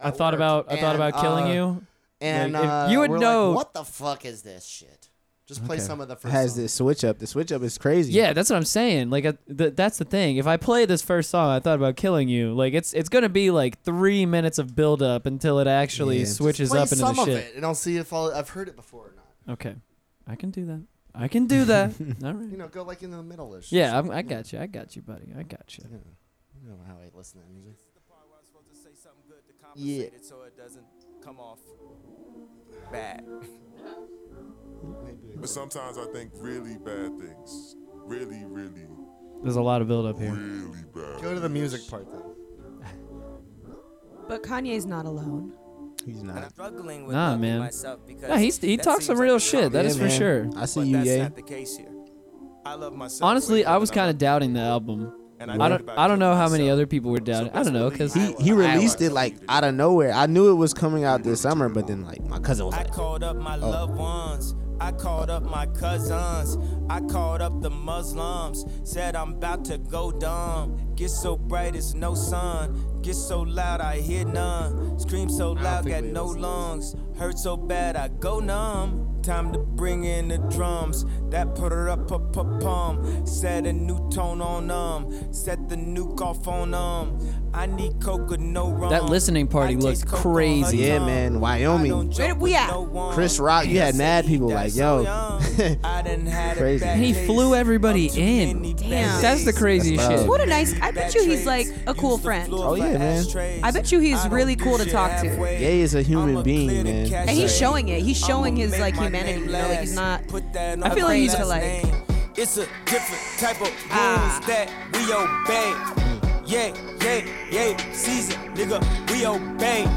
Speaker 1: uh, I
Speaker 6: at
Speaker 1: thought
Speaker 6: work,
Speaker 1: about I thought
Speaker 6: and,
Speaker 1: about killing
Speaker 6: uh,
Speaker 1: you.
Speaker 6: And
Speaker 1: Like, if
Speaker 6: uh,
Speaker 1: you would
Speaker 6: we're
Speaker 1: know-
Speaker 6: like, what the fuck is this shit? Just play
Speaker 7: Okay.
Speaker 6: some of the first.
Speaker 7: Has
Speaker 6: song.
Speaker 7: this switch up? The switch up is crazy.
Speaker 1: Yeah, that's what I'm saying. Like, uh, th- that's the thing. If I play this first song, I thought about killing you. Like, it's it's gonna be like three minutes of build up until it actually
Speaker 7: Yeah. Just
Speaker 1: switches
Speaker 6: play
Speaker 1: up into
Speaker 6: some
Speaker 1: the
Speaker 6: of
Speaker 1: shit.
Speaker 6: it, and I'll see if I'll, I've heard it before or not.
Speaker 1: Okay, I can do that. I can do that. All
Speaker 6: You
Speaker 1: right.
Speaker 6: know, go like in the middle ish.
Speaker 1: Yeah, I'm, I got you. I got you, buddy. I got you.
Speaker 6: You know how I listen to music.
Speaker 8: Yeah. So it doesn't come off bad.
Speaker 10: But sometimes I think really bad things. Really, really,
Speaker 1: There's a lot of build up here.
Speaker 10: really bad.
Speaker 6: Go to the music part then.
Speaker 4: But Kanye's not alone.
Speaker 7: he's
Speaker 8: And I'm
Speaker 7: not.
Speaker 8: struggling with
Speaker 1: Nah,
Speaker 8: loving
Speaker 1: man.
Speaker 8: myself because
Speaker 1: Nah, he's- he
Speaker 8: that
Speaker 1: talks
Speaker 8: seems
Speaker 1: some
Speaker 8: like
Speaker 1: real
Speaker 8: a
Speaker 1: shit. That
Speaker 8: common
Speaker 7: Yeah,
Speaker 1: is for
Speaker 7: man.
Speaker 1: sure.
Speaker 7: I see
Speaker 8: but
Speaker 7: you,
Speaker 8: that's
Speaker 7: yeah.
Speaker 8: not the case here. I love myself.
Speaker 1: Honestly,
Speaker 8: greatly,
Speaker 1: I was
Speaker 8: but I'm
Speaker 1: kind of
Speaker 8: not-
Speaker 1: doubting the album.
Speaker 8: and
Speaker 1: I don't I don't know how many other people were doubting. I don't know because
Speaker 10: He-
Speaker 7: He released it like out of nowhere. I knew it was coming out this summer, but then like my cousin was
Speaker 8: I
Speaker 7: like,
Speaker 8: called up my loved ones. I called up my cousins. I called up the Muslims. Said I'm about to go dumb. Get so bright it's no sun. Get so loud I hear none. Scream so loud got no lungs. Hurt so bad I go numb. Time to bring in the drums. That put her up up up pum. Set a new tone on them. Set the nuke off on them. I need coca no rum.
Speaker 1: That listening party
Speaker 8: I
Speaker 1: looked
Speaker 8: taste coke on her
Speaker 1: crazy.
Speaker 7: Yeah,
Speaker 8: tongue.
Speaker 7: man, Wyoming.
Speaker 8: I don't
Speaker 4: Where
Speaker 8: joke
Speaker 4: we
Speaker 8: with
Speaker 4: at?
Speaker 8: no one.
Speaker 7: Chris Rock, you had mad people
Speaker 8: That's
Speaker 7: like,
Speaker 8: so
Speaker 7: yo.
Speaker 8: young. I done had it
Speaker 7: Crazy.
Speaker 8: back
Speaker 1: He
Speaker 8: days.
Speaker 1: flew everybody
Speaker 8: Too
Speaker 1: in.
Speaker 8: many bad
Speaker 4: Damn.
Speaker 1: that's the
Speaker 8: days.
Speaker 1: crazy
Speaker 7: That's
Speaker 1: shit.
Speaker 7: loud.
Speaker 4: What a nice. I bet you he's like a cool
Speaker 8: Used the
Speaker 4: friend.
Speaker 8: floor
Speaker 7: Oh,
Speaker 8: for
Speaker 7: yeah, man.
Speaker 8: ashtrays.
Speaker 4: I bet you he's
Speaker 8: I don't
Speaker 4: really
Speaker 8: do
Speaker 4: cool to
Speaker 8: shit
Speaker 4: talk to.
Speaker 8: halfway.
Speaker 7: Gay is a human
Speaker 8: I'ma
Speaker 7: being,
Speaker 8: clear the
Speaker 7: man.
Speaker 8: cache.
Speaker 4: And he's showing it. He's showing
Speaker 8: I'ma
Speaker 4: his
Speaker 8: make
Speaker 4: like
Speaker 8: my
Speaker 4: humanity.
Speaker 8: name
Speaker 4: You know, like he's not.
Speaker 8: last. Put that
Speaker 4: I
Speaker 8: on
Speaker 4: feel
Speaker 8: my
Speaker 4: like he's
Speaker 8: last
Speaker 4: to, like-
Speaker 8: name. It's a different type of
Speaker 4: Ah.
Speaker 8: rules that we obey. Yeah, yeah, yeah. Season, nigga, we obey.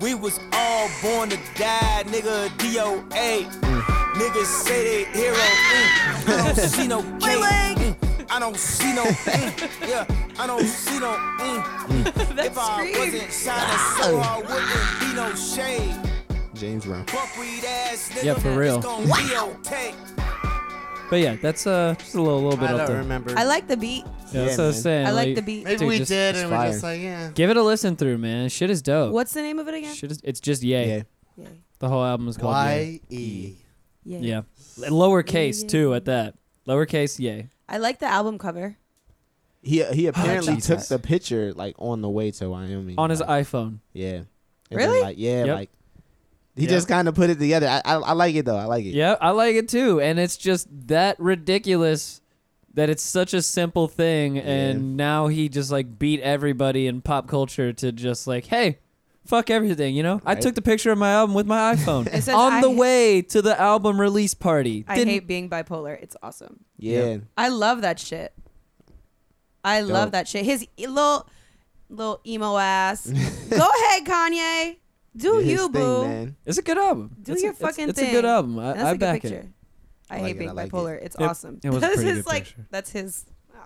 Speaker 8: We was all born to die, nigga. DOA. Niggas say they hero. mm. I don't see no king. Mm. I don't see no. mm. Yeah, I don't see no. mm. If I
Speaker 4: scream.
Speaker 8: wasn't shining so hard, wouldn't be no shade.
Speaker 7: James Brown.
Speaker 8: Buckwheat ass nigga.
Speaker 1: Yeah, for real.
Speaker 8: It's gonna be okay.
Speaker 1: But yeah, that's uh just a little little bit
Speaker 7: I
Speaker 1: up
Speaker 7: don't
Speaker 1: there.
Speaker 7: remember.
Speaker 4: I like the beat.
Speaker 1: Yeah, that's what I
Speaker 7: Yeah,
Speaker 1: was
Speaker 7: man.
Speaker 1: saying.
Speaker 4: I like the beat.
Speaker 6: Maybe
Speaker 1: Dude,
Speaker 6: we
Speaker 1: just-
Speaker 6: did,
Speaker 7: it's
Speaker 6: and we're just
Speaker 7: fire.
Speaker 6: like, yeah.
Speaker 1: Give it a listen through, man. Shit is dope.
Speaker 4: What's the name of it again?
Speaker 1: Shit is, it's just yay.
Speaker 7: Yeah.
Speaker 4: Yeah.
Speaker 1: The whole album is called Yay.
Speaker 6: Y E.
Speaker 4: Yeah.
Speaker 1: Yeah. Lowercase
Speaker 4: Yay.
Speaker 1: too at that. Lowercase yay.
Speaker 4: I like the album cover.
Speaker 7: He
Speaker 4: Oh,
Speaker 7: he apparently took
Speaker 1: Jesus.
Speaker 7: the picture like on the way to Wyoming.
Speaker 1: On his
Speaker 7: like,
Speaker 1: iPhone.
Speaker 7: Yeah. And then,
Speaker 4: Really?
Speaker 7: Like, yeah,
Speaker 1: Yep.
Speaker 7: like he
Speaker 1: Yep.
Speaker 7: just kind of put it together. I, I I like it though. I like it.
Speaker 1: Yeah, I like it too. And it's just that ridiculous that it's such a simple thing and now he just like beat everybody in pop culture to just like, hey, fuck everything, you know? I
Speaker 7: Right.
Speaker 1: took the picture of my album with my iPhone
Speaker 4: It says,
Speaker 1: on
Speaker 4: "I
Speaker 1: the
Speaker 4: hate-
Speaker 1: way to the album release party.
Speaker 4: I
Speaker 1: Didn't-
Speaker 4: hate being bipolar. It's awesome.
Speaker 7: Yeah.
Speaker 1: Yep.
Speaker 4: I love that shit. I love
Speaker 7: Dope.
Speaker 4: that shit. His e- little little emo ass. Go ahead, Kanye. Do
Speaker 7: His
Speaker 4: you,
Speaker 7: thing,
Speaker 4: boo?
Speaker 7: man.
Speaker 1: It's a good album.
Speaker 4: Do
Speaker 1: It's a-
Speaker 4: your
Speaker 1: it's-
Speaker 4: fucking
Speaker 1: it's,
Speaker 4: thing.
Speaker 1: a good album. I,
Speaker 4: And that's
Speaker 1: I
Speaker 4: a good
Speaker 1: back
Speaker 4: picture.
Speaker 1: it.
Speaker 4: I
Speaker 7: like
Speaker 4: hate
Speaker 7: it,
Speaker 4: being
Speaker 7: I like
Speaker 4: bipolar. It's
Speaker 1: It-
Speaker 4: awesome.
Speaker 1: it was a
Speaker 4: That's
Speaker 1: pretty
Speaker 4: his,
Speaker 1: good
Speaker 4: like
Speaker 1: picture.
Speaker 4: that's his. Wow.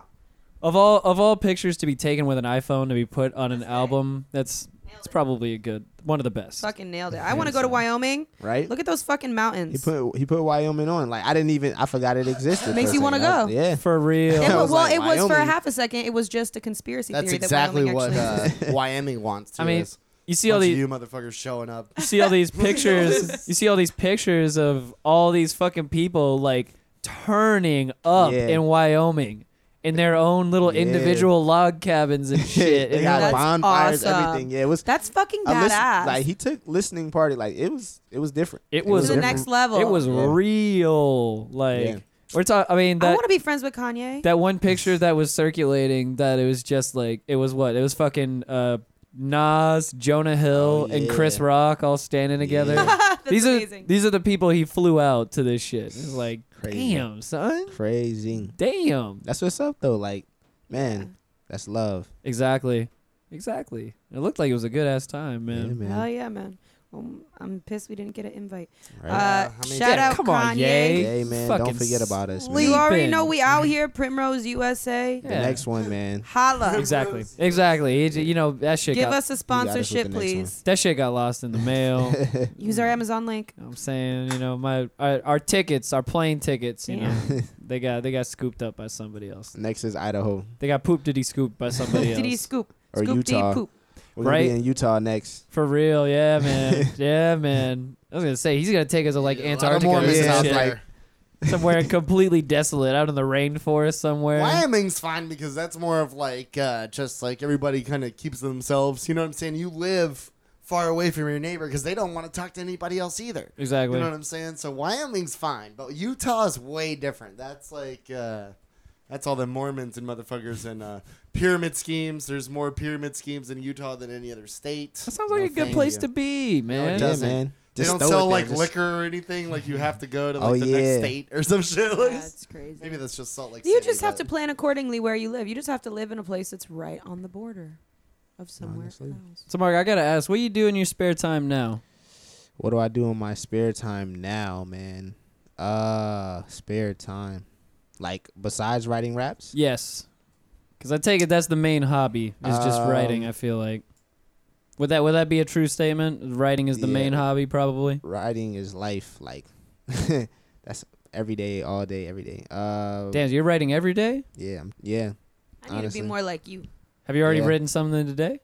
Speaker 1: Of all of all pictures to be taken with an iPhone to be put on an album, that's it's probably a good one of the best.
Speaker 4: Fucking nailed it. I want to go to Wyoming.
Speaker 7: Right?
Speaker 4: Look at those fucking
Speaker 7: He
Speaker 4: mountains.
Speaker 7: put he put Wyoming on. Like I didn't even I forgot it existed.
Speaker 4: Makes
Speaker 7: for a
Speaker 4: you wanna
Speaker 7: second. I was-
Speaker 4: go.
Speaker 7: Yeah.
Speaker 1: For real.
Speaker 4: it
Speaker 7: I
Speaker 4: wa-
Speaker 7: was
Speaker 4: well,
Speaker 7: like,
Speaker 4: it was for a
Speaker 7: Wyoming.
Speaker 4: half a second. It was just a conspiracy
Speaker 6: That's
Speaker 4: theory
Speaker 6: exactly
Speaker 4: that Wyoming
Speaker 6: what
Speaker 4: actually
Speaker 6: uh,
Speaker 4: exists.
Speaker 6: Wyoming wants. To
Speaker 1: I mean,
Speaker 6: is
Speaker 1: you see all
Speaker 6: bunch of
Speaker 1: these
Speaker 6: you motherfuckers showing up.
Speaker 1: you see all these pictures you see all these pictures of all these fucking people like turning up
Speaker 7: Yeah.
Speaker 1: in Wyoming in their own little
Speaker 7: Yeah.
Speaker 1: individual log cabins and shit.
Speaker 7: they
Speaker 1: And
Speaker 7: got
Speaker 1: you're
Speaker 4: That's
Speaker 1: like,
Speaker 7: bonfires,
Speaker 4: awesome.
Speaker 7: everything. Yeah, it was
Speaker 4: That's fucking
Speaker 7: I
Speaker 4: badass.
Speaker 7: listen- like he took listening party. Like it was it was different.
Speaker 1: it was
Speaker 4: the
Speaker 1: r-
Speaker 4: next level.
Speaker 1: It was
Speaker 7: Yeah.
Speaker 1: real. Like
Speaker 7: Yeah.
Speaker 1: we're talking I mean
Speaker 4: I
Speaker 1: that
Speaker 4: want to be friends with Kanye.
Speaker 1: that one picture that was circulating that it was just like it was what? It was fucking uh Nas, Jonah Hill,
Speaker 7: Oh,
Speaker 1: and Chris
Speaker 7: yeah.
Speaker 1: Rock all standing together.
Speaker 4: That's
Speaker 1: these
Speaker 4: amazing.
Speaker 1: are these are the people he flew out to this shit. It's like,
Speaker 7: Crazy.
Speaker 1: damn, son.
Speaker 7: crazy.
Speaker 1: Damn.
Speaker 7: That's what's up though. Like, man, that's love.
Speaker 1: Exactly. Exactly. It looked like it was a good ass time, man.
Speaker 7: Yeah, man.
Speaker 4: Hell yeah, man. Well, I'm pissed we didn't get an invite.
Speaker 7: Right.
Speaker 4: Uh,
Speaker 6: I mean,
Speaker 4: shout
Speaker 1: yeah,
Speaker 4: out
Speaker 1: come
Speaker 4: Kanye.
Speaker 1: on, yay.
Speaker 7: Hey, man,
Speaker 1: Fucking
Speaker 7: don't forget about us. Man.
Speaker 1: sleep.
Speaker 4: You already
Speaker 1: Sleeping.
Speaker 4: know we out here, Primrose USA.
Speaker 7: The
Speaker 1: Yeah.
Speaker 7: next one, man.
Speaker 4: Holla.
Speaker 1: Exactly. Exactly. He j- you know that shit.
Speaker 4: Give
Speaker 1: got,
Speaker 4: us a sponsorship,
Speaker 7: with the next one.
Speaker 4: please.
Speaker 1: that shit got lost in the mail. you
Speaker 4: Use our Amazon link.
Speaker 1: know what I'm saying, you know, my our, our tickets, our plane tickets, you know, they got they got scooped up by somebody else.
Speaker 7: Next is Idaho.
Speaker 1: They got poop diddy scooped by somebody
Speaker 4: Diddy
Speaker 1: else.
Speaker 4: scoop.
Speaker 7: Or
Speaker 4: scoop dee
Speaker 7: Utah.
Speaker 4: poop.
Speaker 7: We're gonna
Speaker 1: Right.
Speaker 7: be in Utah next.
Speaker 1: For real, yeah, man, yeah, man. I was gonna say he's gonna take us to like Antarctica or
Speaker 6: Mormons
Speaker 1: some
Speaker 7: yeah,
Speaker 6: out
Speaker 1: shit.
Speaker 6: there.
Speaker 1: somewhere completely desolate out in the rainforest somewhere.
Speaker 6: Wyoming's E fine because that's more of like uh, just like everybody kind of keeps to themselves. You know what I'm saying? You live far away from your neighbor because they don't want to talk to anybody else either. You
Speaker 1: Exactly.
Speaker 6: know what I'm saying? So Wyoming's fine, but Utah's way different. That's like uh, that's all the Mormons and motherfuckers and uh, pyramid schemes. There's more pyramid schemes in Utah than any other state.
Speaker 1: that sounds like a good place to be, man.
Speaker 6: it
Speaker 7: Yeah,
Speaker 6: does. doesn't.
Speaker 7: man.
Speaker 6: They
Speaker 7: Just
Speaker 6: don't
Speaker 7: throw it
Speaker 6: sell
Speaker 7: there.
Speaker 6: like
Speaker 7: Just-
Speaker 6: liquor or anything. Like you have to go to like
Speaker 7: Oh,
Speaker 6: the
Speaker 7: yeah.
Speaker 6: next state or some shit. Like,
Speaker 4: That's crazy.
Speaker 6: maybe that's just Salt Lake.
Speaker 4: You
Speaker 6: City,
Speaker 4: just have
Speaker 6: but-
Speaker 4: to plan accordingly where you live. You just have to live in a place that's right on the border of somewhere else.
Speaker 1: So, Mark, I gotta ask, what you do in your spare time now?
Speaker 7: What do I do in my spare time now, man? Uh, spare time, like besides writing raps.
Speaker 1: Yes, because I take it that's the main hobby is just
Speaker 7: Um,
Speaker 1: writing. I feel like would that would that be a true statement? Writing is the main
Speaker 7: Yeah.
Speaker 1: hobby, probably.
Speaker 7: Writing is life. Like, that's every day, all day, every day. Uh,
Speaker 1: Damn, you're writing every day.
Speaker 7: yeah, I'm- yeah.
Speaker 4: I need
Speaker 7: Honestly.
Speaker 4: to be more like you.
Speaker 1: Have you already
Speaker 7: Yeah.
Speaker 1: written something today?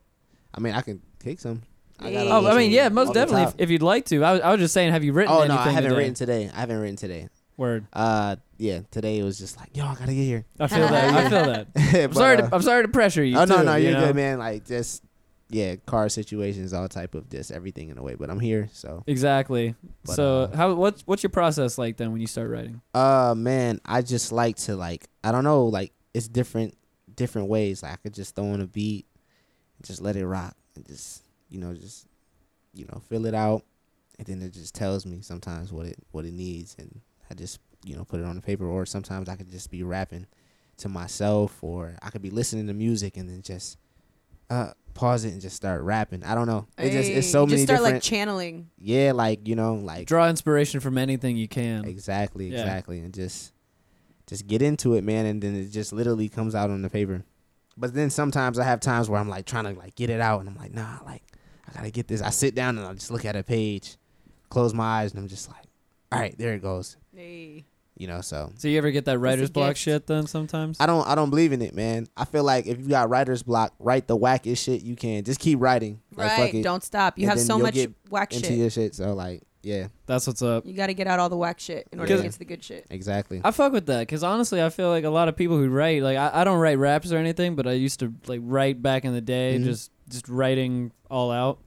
Speaker 7: I mean, I can kick some.
Speaker 4: Yeah.
Speaker 1: Oh, I
Speaker 7: little-
Speaker 1: mean, yeah,
Speaker 7: off
Speaker 1: most
Speaker 7: the
Speaker 1: definitely. If,
Speaker 7: top.
Speaker 1: if you'd like to, I was, I was just saying, have you written?
Speaker 7: oh no,
Speaker 1: anything
Speaker 7: I haven't
Speaker 1: today?
Speaker 7: written today. I haven't written today.
Speaker 1: Word.
Speaker 7: Uh, yeah, today it was just like, yo, I gotta get here.
Speaker 1: I feel that. I feel that. I'm
Speaker 7: But,
Speaker 1: sorry.
Speaker 7: uh,
Speaker 1: To, I'm sorry to pressure you.
Speaker 7: oh no,
Speaker 1: too,
Speaker 7: no,
Speaker 1: you
Speaker 7: you're
Speaker 1: know?
Speaker 7: good, man. Like just yeah, car situations, all type of just everything in a way. But I'm here, so
Speaker 1: Exactly.
Speaker 7: But,
Speaker 1: so
Speaker 7: uh,
Speaker 1: how what's what's your process like then when you start writing?
Speaker 7: uh, man, I just like to like I don't know, like it's different different ways. Like I could just throw on a beat, and just let it rock, and just you know just you know fill it out, and then it just tells me sometimes what it what it needs, and I just you know put it on the paper, or sometimes I could just be rapping to myself, or I could be listening to music and then just uh pause it and just start rapping. I don't know. It just it's so
Speaker 4: you
Speaker 7: many
Speaker 4: just start
Speaker 7: different
Speaker 4: like channeling.
Speaker 7: yeah, like you know, like
Speaker 1: Draw inspiration from anything you can.
Speaker 7: exactly,
Speaker 1: Yeah.
Speaker 7: exactly, and just just get into it, man, and then it just literally comes out on the paper. But then sometimes I have times where I'm like trying to like get it out, and I'm like, nah, like I gotta get this. I sit down and I just look at a page, close my eyes, and I'm just like, all right, there it goes, you know. So
Speaker 1: So you ever get that writer's block
Speaker 4: gift.
Speaker 1: shit then sometimes?
Speaker 7: I don't I don't believe in it, man. I feel like if you got writer's block, write the wackiest shit you can. Just keep writing, Like, fuck
Speaker 4: Right.
Speaker 7: it,
Speaker 4: Don't stop. You
Speaker 7: And
Speaker 4: have
Speaker 7: then
Speaker 4: so
Speaker 7: you'll
Speaker 4: much
Speaker 7: get
Speaker 4: whack
Speaker 7: into
Speaker 4: shit.
Speaker 7: your shit. So like, yeah,
Speaker 1: That's what's up.
Speaker 4: you got to get out all the whack shit in order
Speaker 1: Because-
Speaker 4: to get to the good shit.
Speaker 7: exactly.
Speaker 1: I fuck with that because honestly, I feel like a lot of people who write, like I, I don't write raps or anything, but I used to like write back in the day,
Speaker 7: Mhm.
Speaker 1: just just writing all out,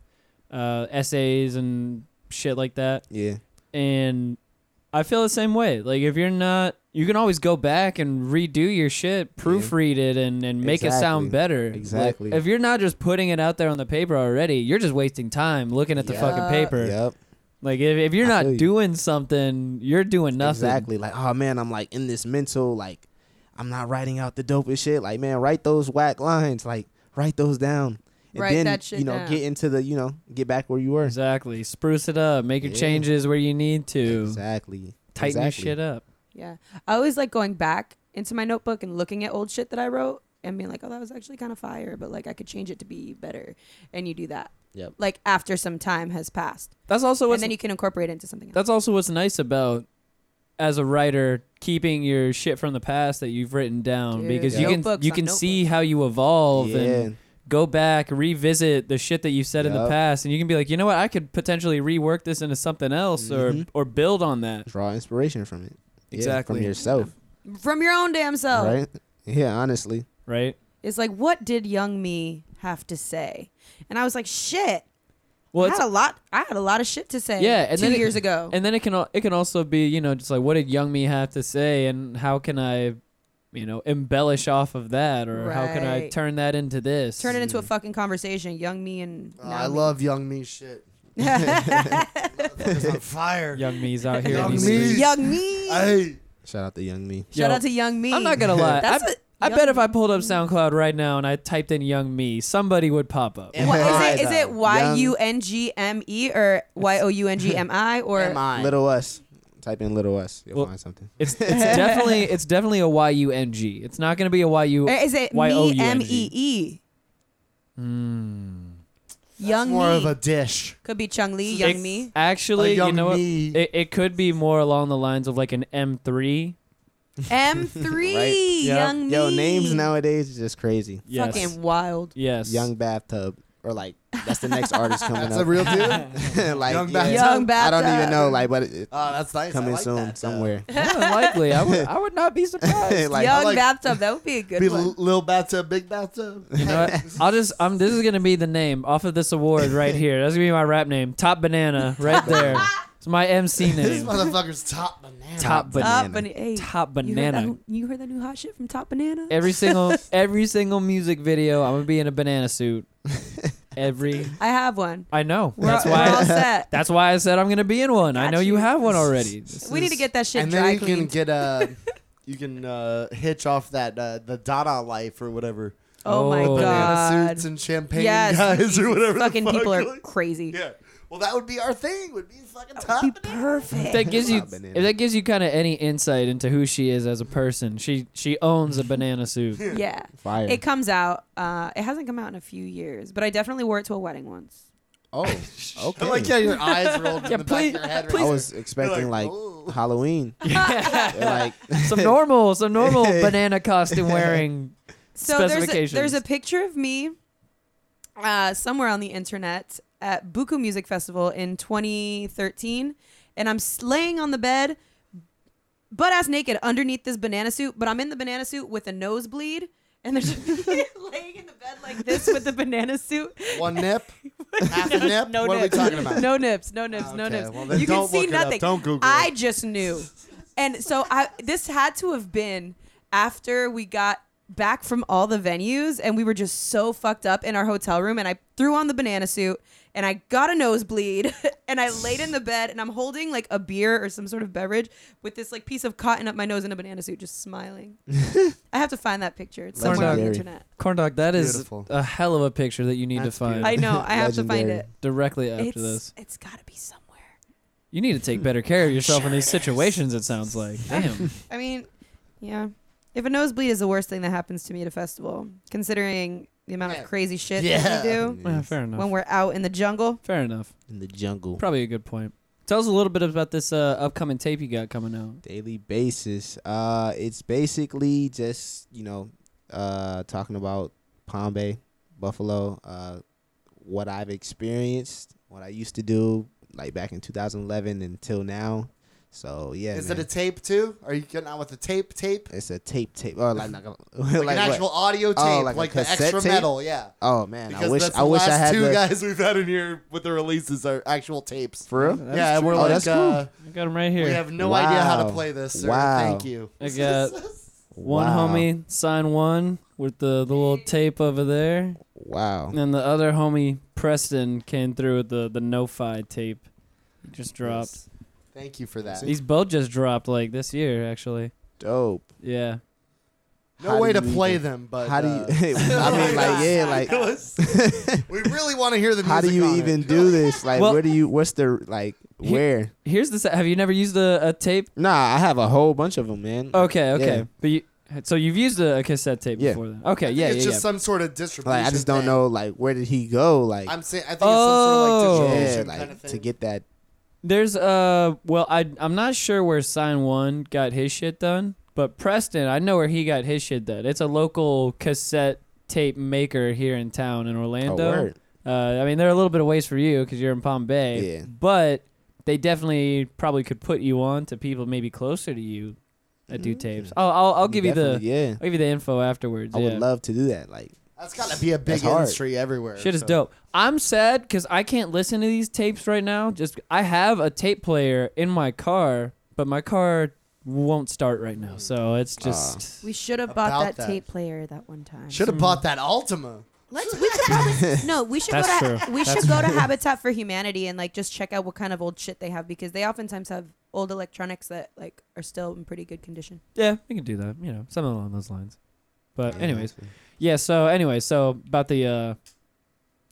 Speaker 1: uh, essays and shit like that.
Speaker 7: yeah,
Speaker 1: and I feel the same way. Like if you're not, you can always go back and redo your shit, proofread it, and and make it
Speaker 7: Exactly.
Speaker 1: sound better. Like,
Speaker 7: Exactly.
Speaker 1: if you're not just putting it out there on the paper already, you're just wasting time looking at the fucking
Speaker 4: Yeah.
Speaker 1: paper.
Speaker 7: yep.
Speaker 1: Like if, if you're
Speaker 7: I
Speaker 1: not
Speaker 7: feel you.
Speaker 1: doing something, you're doing nothing.
Speaker 7: Exactly. Like, oh man, I'm like in this mental like I'm not writing out the dopest shit. Like, man, write those whack lines. Like, write those down. And
Speaker 4: Write
Speaker 7: then,
Speaker 4: that shit
Speaker 7: you know,
Speaker 4: down.
Speaker 7: get into the, you know, get back where you were.
Speaker 1: Exactly. Spruce it up. Make your
Speaker 7: Yeah.
Speaker 1: changes where you need to.
Speaker 7: Exactly.
Speaker 1: Tighten
Speaker 7: Exactly.
Speaker 1: your shit up.
Speaker 4: Yeah. I always like going back into my notebook and looking at old shit that I wrote and being like, oh, that was actually kind of fire, but like I could change it to be better. And you do that.
Speaker 7: Yep.
Speaker 4: Like after some time has passed.
Speaker 1: That's also what's
Speaker 4: and then you can incorporate it into something else.
Speaker 1: that's also what's nice about as a writer keeping your shit from the past that you've written down
Speaker 4: Dude,
Speaker 1: because you can
Speaker 4: notebooks
Speaker 1: you
Speaker 4: on
Speaker 1: can see how you evolve
Speaker 7: Yeah.
Speaker 1: and go back revisit the shit that you said in the
Speaker 7: Yup.
Speaker 1: past and you can be like you know what I could potentially rework this into something else
Speaker 7: Mhm.
Speaker 1: or or build on that
Speaker 7: Draw inspiration from it. Yeah,
Speaker 1: Exactly.
Speaker 7: from yourself.
Speaker 4: From your own damn self.
Speaker 7: Right? Yeah, honestly.
Speaker 1: right
Speaker 4: It's like, what did young me have to say? And I was like, shit.
Speaker 1: well
Speaker 4: I
Speaker 1: it's
Speaker 4: had a lot. I had a lot of shit to say.
Speaker 1: Yeah, and
Speaker 4: two
Speaker 1: then it-
Speaker 4: years ago.
Speaker 1: and then it can al- it can also be you know just like what did young me have to say and how can I you know embellish off of that or how can I
Speaker 4: Right.
Speaker 1: turn that into this
Speaker 4: Turn it into a fucking conversation. Young me and
Speaker 6: Oh,
Speaker 4: now
Speaker 6: I
Speaker 4: me.
Speaker 6: love young me shit. It's on fire.
Speaker 1: young me's out here in
Speaker 6: Young
Speaker 1: these
Speaker 6: me.
Speaker 1: streets.
Speaker 4: young me.
Speaker 6: Hey,
Speaker 7: Shout out to Young Me.
Speaker 4: Shout
Speaker 1: Yo,
Speaker 4: out to young me.
Speaker 1: I'm not gonna lie.
Speaker 4: That's
Speaker 1: I,
Speaker 4: what
Speaker 1: I
Speaker 4: young Mm.
Speaker 1: bet if
Speaker 4: me-
Speaker 1: I pulled up SoundCloud right now and I typed in "young me," somebody would pop up.
Speaker 4: What, is it? Is it
Speaker 6: Young-
Speaker 4: Y U N G M E or Y O U N G M I or
Speaker 7: Little Us. Type in Little Us. You'll
Speaker 1: Well-
Speaker 7: find something.
Speaker 1: It's, it's definitely it's definitely a Y U N G. It's not gonna be a Y U.
Speaker 4: or is it me M E E? Young
Speaker 6: Hmm. more
Speaker 4: me
Speaker 6: of a dish.
Speaker 4: could be Chung Lee. Young me.
Speaker 1: Actually,
Speaker 6: A
Speaker 1: you
Speaker 6: young
Speaker 1: know what?
Speaker 6: me.
Speaker 1: It, it could be more along the lines of like an M three.
Speaker 4: M three.
Speaker 7: Right.
Speaker 1: Yep.
Speaker 4: Young me.
Speaker 7: Yo, names nowadays is just crazy.
Speaker 1: Yes.
Speaker 4: Fucking wild.
Speaker 1: yes.
Speaker 7: Young Bathtub. Or like that's the next artist coming
Speaker 6: That's
Speaker 7: up.
Speaker 6: a real dude. oh,
Speaker 7: like
Speaker 6: Young
Speaker 7: yeah.
Speaker 6: Bathtub.
Speaker 4: Young
Speaker 7: I don't
Speaker 4: Bathtub.
Speaker 7: even know. Like, but it, it-
Speaker 6: Ah, that's nice. I
Speaker 7: coming
Speaker 6: like
Speaker 7: soon
Speaker 6: that, though.
Speaker 7: somewhere.
Speaker 1: More than likely, I would, I would not be surprised.
Speaker 7: like,
Speaker 4: young
Speaker 6: like-
Speaker 4: bathtub. That would be a good
Speaker 6: Be
Speaker 4: one.
Speaker 6: l- little bathtub, big bathtub.
Speaker 1: You know what? I'll just I'm this is gonna be the name off of this award right here. That's gonna be my rap name. Top banana right there. It's my MC
Speaker 6: this
Speaker 1: name.
Speaker 6: motherfucker's top banana.
Speaker 1: Top
Speaker 4: Top
Speaker 1: banana.
Speaker 4: banana. Hey,
Speaker 1: Top
Speaker 4: You heard, that,
Speaker 1: banana.
Speaker 4: new- you heard that new hot shit from Top Banana?
Speaker 1: Every single every single music video, I'm gonna be in a banana suit. Every
Speaker 4: I have one.
Speaker 1: I know.
Speaker 4: We're,
Speaker 1: that's
Speaker 4: all-
Speaker 1: why.
Speaker 4: we're all
Speaker 1: I,
Speaker 4: set.
Speaker 1: that's why I said I'm gonna be in one. I
Speaker 4: Got
Speaker 1: know you
Speaker 4: you.
Speaker 1: have one already.
Speaker 4: We need to get that shit
Speaker 6: and then
Speaker 4: dry
Speaker 6: you can
Speaker 4: cleaned.
Speaker 6: get a, you can uh, hitch off that uh, the Dada life or whatever.
Speaker 4: oh my
Speaker 1: Oh.
Speaker 6: Banana
Speaker 4: god.
Speaker 6: suits and champagne
Speaker 4: Yes.
Speaker 6: guys or whatever. the
Speaker 4: Fucking
Speaker 6: fuck.
Speaker 4: people are crazy.
Speaker 6: Yeah. Well, that would be our thing. Would be fucking top.
Speaker 4: Be
Speaker 6: banana.
Speaker 1: If
Speaker 4: perfect.
Speaker 1: that gives you
Speaker 7: Top banana.
Speaker 1: if that gives you kind of any insight into who she is as a person. She she owns a banana suit.
Speaker 4: Yeah.
Speaker 7: Fire.
Speaker 4: It comes out. Uh, it hasn't come out in a few years, but I definitely wore it to a wedding once.
Speaker 7: oh, okay.
Speaker 6: I like how your eyes rolled in
Speaker 1: Yeah,
Speaker 6: the
Speaker 1: please-
Speaker 6: back of your head.
Speaker 7: I
Speaker 6: right
Speaker 7: was expecting like,
Speaker 6: like, "Ooh."
Speaker 7: Halloween. like
Speaker 1: Some normal some normal banana costume wearing.
Speaker 4: So there's a,
Speaker 1: Specifications.
Speaker 4: there's a picture of me uh, somewhere on the internet at Buku Music Festival in 2013, and I'm s- laying on the bed, butt ass naked underneath this banana suit, but I'm in the banana suit with a nosebleed. And there's laying in the bed like this with the banana suit.
Speaker 6: now. One nip, half a nip.
Speaker 4: No
Speaker 6: what are we
Speaker 4: nips.
Speaker 6: talking about?
Speaker 4: No nips, no nips, no
Speaker 6: Okay,
Speaker 4: nips.
Speaker 6: well, then
Speaker 4: you can
Speaker 6: don't
Speaker 4: see
Speaker 6: look it up.
Speaker 4: nothing.
Speaker 6: Don't Google it.
Speaker 4: I just knew. And so I this had to have been after we got back from all the venues and we were just so fucked up in our hotel room and I threw on the banana suit and I got a nosebleed and I laid in the bed and I'm holding like a beer or some sort of beverage with this like piece of cotton up my nose in a banana suit just smiling. I have to find that picture. It's somewhere on the
Speaker 7: Legendary.
Speaker 4: internet.
Speaker 1: Corn dog, that is
Speaker 6: Beautiful.
Speaker 1: a hell of a picture that you need to
Speaker 6: That's
Speaker 1: find
Speaker 4: I know. I have to find
Speaker 7: Legendary.
Speaker 4: it.
Speaker 1: directly after
Speaker 4: It's
Speaker 1: this.
Speaker 4: it's got to be somewhere.
Speaker 1: You need to take better care of yourself in these situations. It sounds like damn.
Speaker 4: I mean, yeah. If a nosebleed is the worst thing that happens to me at a festival, considering the amount
Speaker 6: Yeah.
Speaker 4: of crazy shit
Speaker 6: Yeah.
Speaker 4: that we do
Speaker 1: Yeah, fair enough.
Speaker 4: when we're out in the jungle.
Speaker 1: fair enough.
Speaker 7: in the jungle.
Speaker 1: Probably a good point. Tell us a little bit about this uh, upcoming tape you got coming out.
Speaker 7: daily basis. Uh, it's basically just you know, uh, talking about Palm Bay, Buffalo, uh, what I've experienced, what I used to do, like back in 2011 until now. So yeah,
Speaker 6: Is
Speaker 7: man.
Speaker 6: it a tape too? Are you getting out with a tape? Tape?
Speaker 7: it's a tape tape or like, like, a-
Speaker 6: Like,
Speaker 7: like
Speaker 6: an
Speaker 7: what?
Speaker 6: actual audio tape,
Speaker 7: Oh, like
Speaker 6: like,
Speaker 7: a
Speaker 6: the
Speaker 7: cassette
Speaker 6: extra
Speaker 7: tape?
Speaker 6: metal, yeah.
Speaker 7: Oh man,
Speaker 6: Because
Speaker 7: I wish
Speaker 6: that's
Speaker 7: I
Speaker 6: the
Speaker 7: wish
Speaker 6: last
Speaker 7: I had
Speaker 6: two
Speaker 7: the
Speaker 6: guys we've had in here with the releases are actual tapes.
Speaker 7: for real.
Speaker 6: yeah, and we're
Speaker 7: Oh,
Speaker 6: like,
Speaker 7: that's cool.
Speaker 6: uh,
Speaker 1: I got them right
Speaker 6: we
Speaker 1: here.
Speaker 6: have no idea how to
Speaker 7: Wow.
Speaker 6: play this. Sir.
Speaker 7: Wow.
Speaker 6: Thank you.
Speaker 1: I got one
Speaker 7: Wow.
Speaker 1: homie sign one with the, the little tape over there,
Speaker 7: Wow.
Speaker 1: and the other homie Preston came through with the the no-fi tape. He Just dropped.
Speaker 6: Thank you for that.
Speaker 1: These both just dropped like this year, actually.
Speaker 7: Dope.
Speaker 1: Yeah.
Speaker 6: No
Speaker 7: How do
Speaker 6: way to
Speaker 7: you
Speaker 6: play
Speaker 7: even-
Speaker 6: them, but
Speaker 7: How do
Speaker 6: uh,
Speaker 7: you? I mean, like yeah, like
Speaker 6: it was- we really want to hear the music.
Speaker 7: how do you
Speaker 6: on it.
Speaker 7: even do this? Like,
Speaker 1: Well-
Speaker 7: where do you? What's the like?
Speaker 1: He-
Speaker 7: Where?
Speaker 1: Here's the. Have you never used a, a tape?
Speaker 7: Nah, I have a whole bunch of them, man.
Speaker 1: Okay, okay.
Speaker 7: Yeah.
Speaker 1: But you, so you've used a, a cassette tape
Speaker 7: Yeah.
Speaker 1: before then? Okay, yeah,
Speaker 6: it's
Speaker 1: yeah,
Speaker 6: just
Speaker 1: yeah.
Speaker 6: some sort of distribution.
Speaker 7: Like, I just don't
Speaker 6: thing.
Speaker 7: know. Like, where did he go? Like,
Speaker 6: I'm saying I think
Speaker 1: Oh.
Speaker 6: it's some sort of like
Speaker 7: yeah,
Speaker 6: distribution
Speaker 7: like
Speaker 6: kind of thing.
Speaker 7: to get that.
Speaker 1: There's uh, well, I I'm not sure where Sign One got his shit done, but Preston, I know where he got his shit done. It's a local cassette tape maker here in town in Orlando.
Speaker 7: Oh, word.
Speaker 1: Uh, I mean, they're a little bit of ways for you because you're in Palm Bay.
Speaker 7: Yeah.
Speaker 1: But they definitely probably could put you on to people maybe closer to you that do tapes. I'll I'll, I'll give you the
Speaker 7: Mm-hmm. Definitely, yeah.
Speaker 1: I'll give you the info afterwards.
Speaker 7: I
Speaker 1: yeah.
Speaker 7: would love to do that. Like,
Speaker 6: That's gotta be a big
Speaker 7: That's hard.
Speaker 6: industry everywhere.
Speaker 1: Shit is
Speaker 6: so.
Speaker 1: dope. I'm sad because I can't listen to these tapes right now. Just I have a tape player in my car, but my car won't start right now. So
Speaker 7: Ah.
Speaker 1: it's just
Speaker 4: We should have
Speaker 6: About
Speaker 4: bought that,
Speaker 6: that.
Speaker 4: tape player that one time.
Speaker 6: Should have bought that Ultima.
Speaker 4: Let's. We could probably. No, we should go
Speaker 1: That's
Speaker 4: to.
Speaker 1: true.
Speaker 4: We should go to Habitat for Humanity and like just check out what kind of old shit they have because they oftentimes have old electronics that like are still in pretty good condition.
Speaker 1: yeah, we can do that. You know, something along those lines. But anyways, yeah. So anyway, so about the uh,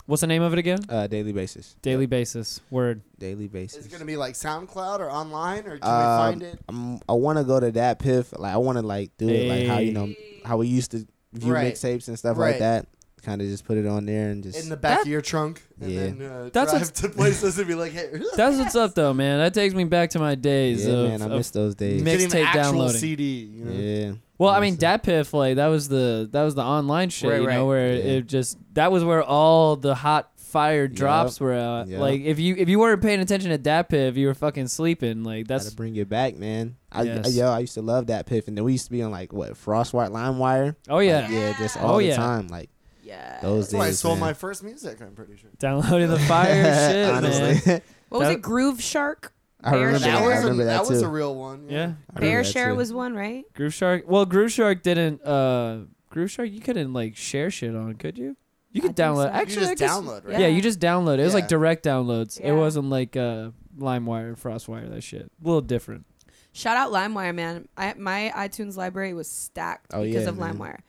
Speaker 1: what's the name of it again?
Speaker 7: uh, daily basis.
Speaker 1: Daily basis word.
Speaker 7: Daily basis.
Speaker 6: Is it gonna be like SoundCloud or online or can
Speaker 7: Um,
Speaker 6: we find it?
Speaker 7: I'm- i want to go to that piff. Like I want to like do it like how you know how we used to view
Speaker 6: Right.
Speaker 7: mixtapes and stuff
Speaker 6: Right.
Speaker 7: like that. Kind of just put it on there and just
Speaker 6: In the back
Speaker 1: that-
Speaker 6: of your trunk, and
Speaker 7: Yeah.
Speaker 6: then uh,
Speaker 1: That's
Speaker 6: drive
Speaker 1: what's-
Speaker 6: to places and be like, "Hey,
Speaker 1: That's what's up though, man. That takes me back to my days
Speaker 7: yeah,
Speaker 1: of,
Speaker 7: man. I
Speaker 1: of
Speaker 7: miss those days.
Speaker 1: mix-
Speaker 6: getting
Speaker 1: mixtape
Speaker 6: an actual
Speaker 1: downloading.
Speaker 6: CD." You know?
Speaker 7: yeah.
Speaker 1: Well, I mean, Datpiff, like that was the that was the online shit,
Speaker 6: Right,
Speaker 1: you know,
Speaker 6: right.
Speaker 1: where
Speaker 7: Yeah.
Speaker 1: it just that was where all the hot fire drops were at.
Speaker 7: Yep.
Speaker 1: Like if you if you weren't paying attention to Datpiff, you were fucking sleeping. Like
Speaker 7: Gotta
Speaker 1: that's
Speaker 7: bring it back, man. I,
Speaker 1: Yes.
Speaker 7: I- yo, I used to love that piff, and then we used to be on like what Frostwire, LimeWire.
Speaker 1: oh yeah,
Speaker 7: Like, yeah, just
Speaker 1: Oh,
Speaker 7: all the
Speaker 1: yeah.
Speaker 7: time. Like
Speaker 4: Yeah.
Speaker 7: those
Speaker 6: That's why I
Speaker 7: days.
Speaker 6: stole
Speaker 7: man.
Speaker 6: my first music. I'm pretty sure.
Speaker 1: downloading the fire shit, man.
Speaker 7: Honestly,
Speaker 4: What was
Speaker 1: That-
Speaker 4: it? Groove Shark.
Speaker 7: I
Speaker 4: Bear
Speaker 7: remember
Speaker 4: Share?
Speaker 7: that.
Speaker 6: That
Speaker 7: I
Speaker 6: was,
Speaker 7: remember
Speaker 6: a,
Speaker 7: that
Speaker 6: that was
Speaker 7: too.
Speaker 6: a real one.
Speaker 1: Yeah,
Speaker 7: I remember
Speaker 4: Bear
Speaker 7: that
Speaker 4: Share
Speaker 7: too.
Speaker 4: was one, right?
Speaker 1: Groove Shark. Well, Groove Shark didn't. uh Groove Shark, you couldn't like share shit on, could you? You could
Speaker 4: I think
Speaker 1: download.
Speaker 4: so. You
Speaker 1: Actually,
Speaker 6: just
Speaker 1: I guess-
Speaker 6: download, right?
Speaker 1: Yeah, you just download. It was like
Speaker 6: Yeah.
Speaker 1: direct downloads.
Speaker 4: Yeah.
Speaker 1: It wasn't like uh LimeWire, FrostWire, that shit. A little different.
Speaker 4: Shout out LimeWire, man. I, my iTunes library was stacked
Speaker 7: Oh,
Speaker 4: because
Speaker 7: yeah,
Speaker 4: of
Speaker 7: man.
Speaker 4: LimeWire.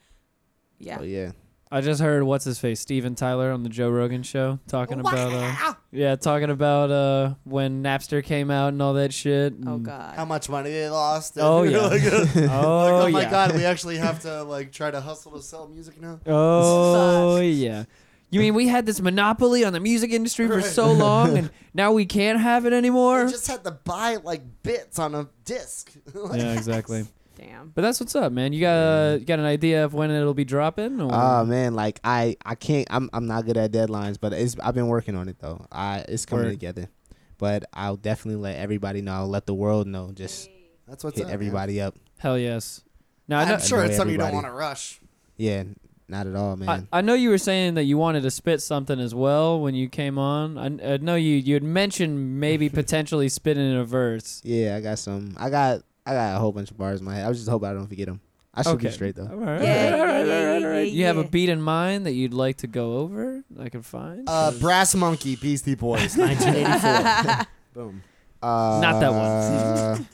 Speaker 4: Yeah.
Speaker 7: Oh yeah.
Speaker 1: I just heard what's his face Steven Tyler on the Joe Rogan show talking about uh, yeah talking about uh when Napster came out and all that shit.
Speaker 7: Mm.
Speaker 4: Oh
Speaker 1: and-
Speaker 4: god.
Speaker 6: How much money they lost?
Speaker 1: Oh
Speaker 6: Like,
Speaker 1: yeah. oh
Speaker 6: oh my
Speaker 1: yeah.
Speaker 6: god, we actually have to like try to hustle to sell music now.
Speaker 1: Oh yeah. You mean we had this monopoly on the music industry for so long and now we can't have it
Speaker 6: They
Speaker 1: anymore?
Speaker 6: just had to buy like bits on a disc. Like,
Speaker 1: yeah, exactly.
Speaker 4: Damn.
Speaker 1: But that's what's up, man. You got uh, you got an idea of when it'll be dropping? Or?
Speaker 7: Oh man, like I I can't I'm I'm not good at deadlines, but it's I've been working on it though. I it's coming
Speaker 1: Word.
Speaker 7: together. But I'll definitely let everybody know. I'll let the world know. Just
Speaker 6: That's what's
Speaker 7: hit
Speaker 6: up, man.
Speaker 7: everybody up.
Speaker 1: Hell yes. Now I know,
Speaker 6: I'm sure
Speaker 7: Annoy
Speaker 6: it's something you don't want
Speaker 7: everybody.
Speaker 6: to rush.
Speaker 7: Yeah, not at all,
Speaker 1: I,
Speaker 7: man.
Speaker 1: I know you were saying that you wanted to spit something as well when you came on. I, I know you you had mentioned maybe potentially spitting a verse.
Speaker 7: yeah, I got some. I got I got a whole bunch of bars in my head. I was just hoping I don't forget them. I should be straight
Speaker 1: All
Speaker 7: though.
Speaker 1: right.
Speaker 4: Yeah,
Speaker 1: all right,
Speaker 4: yeah,
Speaker 1: all right,
Speaker 4: yeah,
Speaker 1: all right,
Speaker 4: yeah,
Speaker 1: all right.
Speaker 4: yeah,
Speaker 1: You have a
Speaker 4: yeah.
Speaker 1: beat in mind that you'd like to go over? that I can find.
Speaker 6: Uh, Brass Monkey, Beastie Boys, 1984. Boom.
Speaker 7: Uh,
Speaker 1: Not that
Speaker 7: one.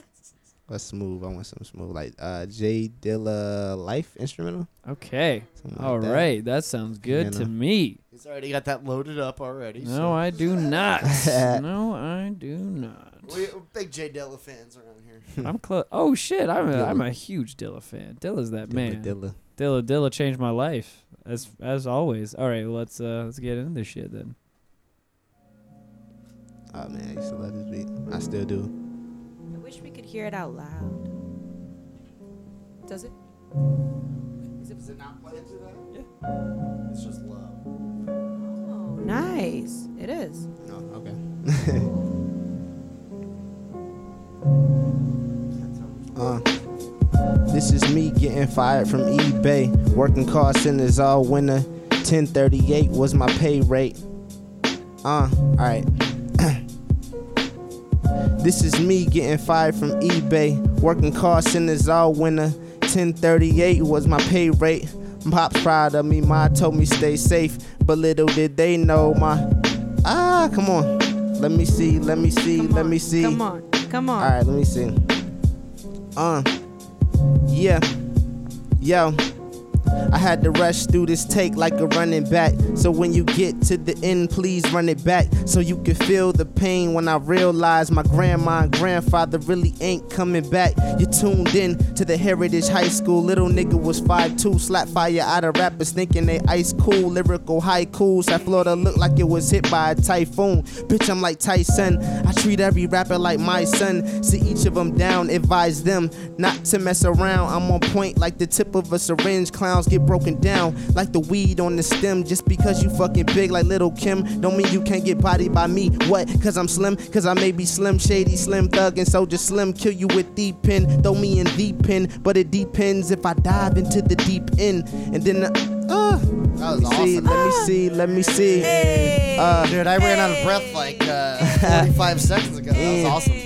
Speaker 7: let's Uh, smooth. I want something smooth like uh J Dilla Life instrumental.
Speaker 1: okay.
Speaker 7: Something like
Speaker 1: All
Speaker 7: that.
Speaker 1: right. That sounds good
Speaker 7: You
Speaker 1: to
Speaker 7: know.
Speaker 1: me.
Speaker 6: He's already got that loaded up already.
Speaker 1: No,
Speaker 6: so.
Speaker 1: I do not. no, I do not.
Speaker 6: We, we're big Jay Dilla fans around here.
Speaker 1: I'm close. Oh shit! I'm a,
Speaker 7: Dilla.
Speaker 1: I'm a huge Dilla fan. Dilla's that
Speaker 7: Dilla
Speaker 1: man.
Speaker 7: Dilla.
Speaker 1: Dilla Dilla changed my life as as always. All right, let's uh let's get into this shit then.
Speaker 7: Oh man, I used to love this beat. I still do.
Speaker 4: I wish we could hear it out loud. Does it?
Speaker 6: Is it not playing to that? Yeah. It's just love.
Speaker 4: Oh, nice. It is.
Speaker 7: No, okay. Uh, this is me getting fired from eBay. Working call centers all winter. 1038 was my pay rate. Uh, alright. this is me getting fired from eBay. Working call centers all winter. 1038 was my pay rate. Pop's proud of me. Ma told me stay safe. But little did they know my. Ah, come on. Let me see. Let me see.
Speaker 4: Come
Speaker 7: let
Speaker 4: on.
Speaker 7: me see.
Speaker 4: Come on. Come on.
Speaker 7: All right, let me see. Um, yeah. Uh, Yo. I had to rush through this take like a running back. So when you get to the end, please run it back. So you can feel the pain when I realize my grandma and grandfather really ain't coming back. You tuned in to the Heritage High School. Little nigga was 5'2, slap fire out of rappers, thinking they ice cool. Lyrical haikus. That Florida looked like it was hit by a typhoon. Bitch, I'm like Tyson. I treat every rapper like my son. See each of them down, advise them not to mess around. I'm on point like the tip of a syringe. Clowns get broken down like the weed on the stem. Just because you fucking big like little Kim, don't mean you can't get bodied by me. What? Cause I'm slim? Cause I may be slim, shady, slim thug, and soldier slim. Kill you with the pin, throw me in the pin. But it depends if I dive into the deep end. And then, uh, uh,
Speaker 6: That was
Speaker 7: let me see,
Speaker 6: awesome.
Speaker 7: let me see, let me see. Uh,
Speaker 6: Dude, I ran out of breath like uh, 45 seconds ago. That was awesome.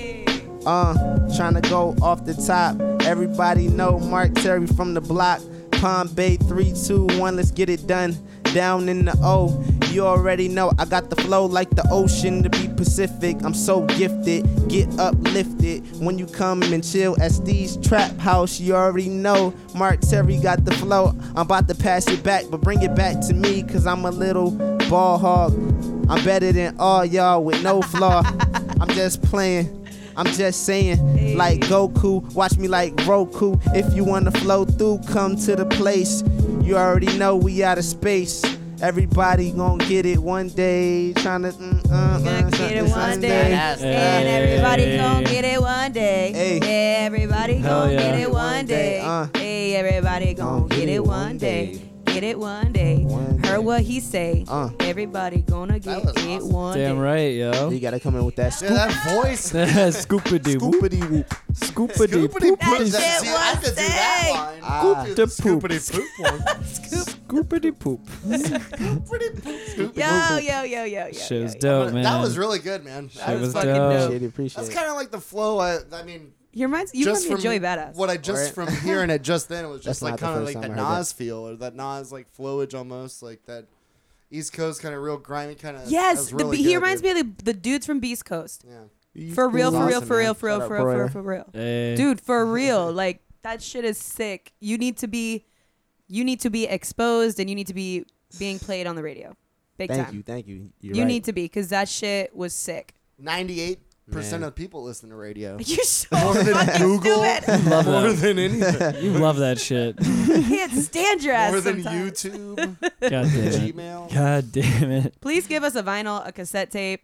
Speaker 7: Uh, trying to go off the top. Everybody know Mark Terry from the block. Palm Bay 321, let's get it done. Down in the O, you already know I got the flow like the ocean to be Pacific. I'm so gifted, get uplifted when you come and chill at Steve's Trap House. You already know Mark Terry got the flow. I'm about to pass it back, but bring it back to me because I'm a little ball hog. I'm better than all y'all with no flaw. I'm just playing. I'm just saying, like Goku, watch me like Roku. If you wanna flow through, come to the place. You already know we out of space. Everybody gonna get it one day. Tryna mm, uh, uh,
Speaker 4: Gonna get it
Speaker 7: Sunday,
Speaker 4: one day.
Speaker 6: Yes.
Speaker 4: And everybody
Speaker 1: Hey.
Speaker 4: gonna get it one day.
Speaker 7: Hey.
Speaker 4: Yeah, everybody
Speaker 1: Hell
Speaker 4: gonna
Speaker 1: yeah.
Speaker 4: get it one day.
Speaker 7: uh.
Speaker 4: Hey, everybody gonna get it one day. Get it one day.
Speaker 7: One day.
Speaker 4: Heard what he say.
Speaker 7: Uh.
Speaker 4: Everybody gonna get
Speaker 6: was
Speaker 4: it
Speaker 6: awesome.
Speaker 4: one
Speaker 1: Damn
Speaker 4: day.
Speaker 1: right, yo.
Speaker 7: You gotta come in with that
Speaker 6: Dude,
Speaker 7: scoop.
Speaker 6: that voice.
Speaker 1: Scoopity whoop,
Speaker 7: Scoopity whoop.
Speaker 1: scoopity poop,
Speaker 4: That
Speaker 6: Poop.
Speaker 4: shit
Speaker 6: See,
Speaker 4: was
Speaker 6: I could do that
Speaker 4: sick.
Speaker 6: line.
Speaker 7: Ah.
Speaker 6: Scoop-
Speaker 1: the poop.
Speaker 6: Scoopity poop one.
Speaker 1: scoopity poop.
Speaker 6: Scoopity poop. Scoopity
Speaker 4: Yo, yo, yo, yo, yo.
Speaker 1: Shit was
Speaker 4: yo, yo.
Speaker 1: dope, man.
Speaker 6: That was really good, man. That
Speaker 1: Shit
Speaker 6: was
Speaker 1: was
Speaker 6: fucking
Speaker 1: dope.
Speaker 7: Appreciate it, appreciate
Speaker 6: That's
Speaker 7: it.
Speaker 6: kind of like the flow. I, I mean,
Speaker 4: You reminds you
Speaker 6: just
Speaker 4: remind
Speaker 6: from
Speaker 4: me of Joey Badass.
Speaker 6: what I just from hearing it just then, it was
Speaker 7: That's
Speaker 6: just
Speaker 7: not
Speaker 6: like
Speaker 7: the
Speaker 6: kind of
Speaker 7: first
Speaker 6: like that
Speaker 7: time I heard
Speaker 6: Nas feel or that Nas like flowage almost like that East Coast kind of real grimy kind of.
Speaker 4: yes, the, he reminds me of the, the dudes from Beast Coast.
Speaker 6: Yeah.
Speaker 4: For real, for real, for
Speaker 7: Awesome, man.
Speaker 4: real, for real,
Speaker 7: Shout out,
Speaker 4: for real, for real,
Speaker 7: brother.
Speaker 4: for real.
Speaker 1: Hey.
Speaker 4: dude for real like that shit is sick you need to be you need to be exposed and you need to be being played on the radio big
Speaker 7: Thank
Speaker 4: time
Speaker 7: you, thank you. You're
Speaker 4: you
Speaker 7: right.
Speaker 4: need to be because that shit was sick
Speaker 6: Ninety-eight
Speaker 7: Man.
Speaker 6: percent of people listen to radio.
Speaker 4: you're so
Speaker 6: More than
Speaker 4: fucking
Speaker 6: Google,
Speaker 4: stupid
Speaker 1: Love
Speaker 6: more
Speaker 1: that.
Speaker 6: than anything,
Speaker 1: You love that shit.
Speaker 4: i can't stand your ass
Speaker 6: more than
Speaker 4: sometimes.
Speaker 6: YouTube,
Speaker 1: God damn it.
Speaker 6: Gmail.
Speaker 1: God damn it.
Speaker 4: please give us a vinyl a cassette tape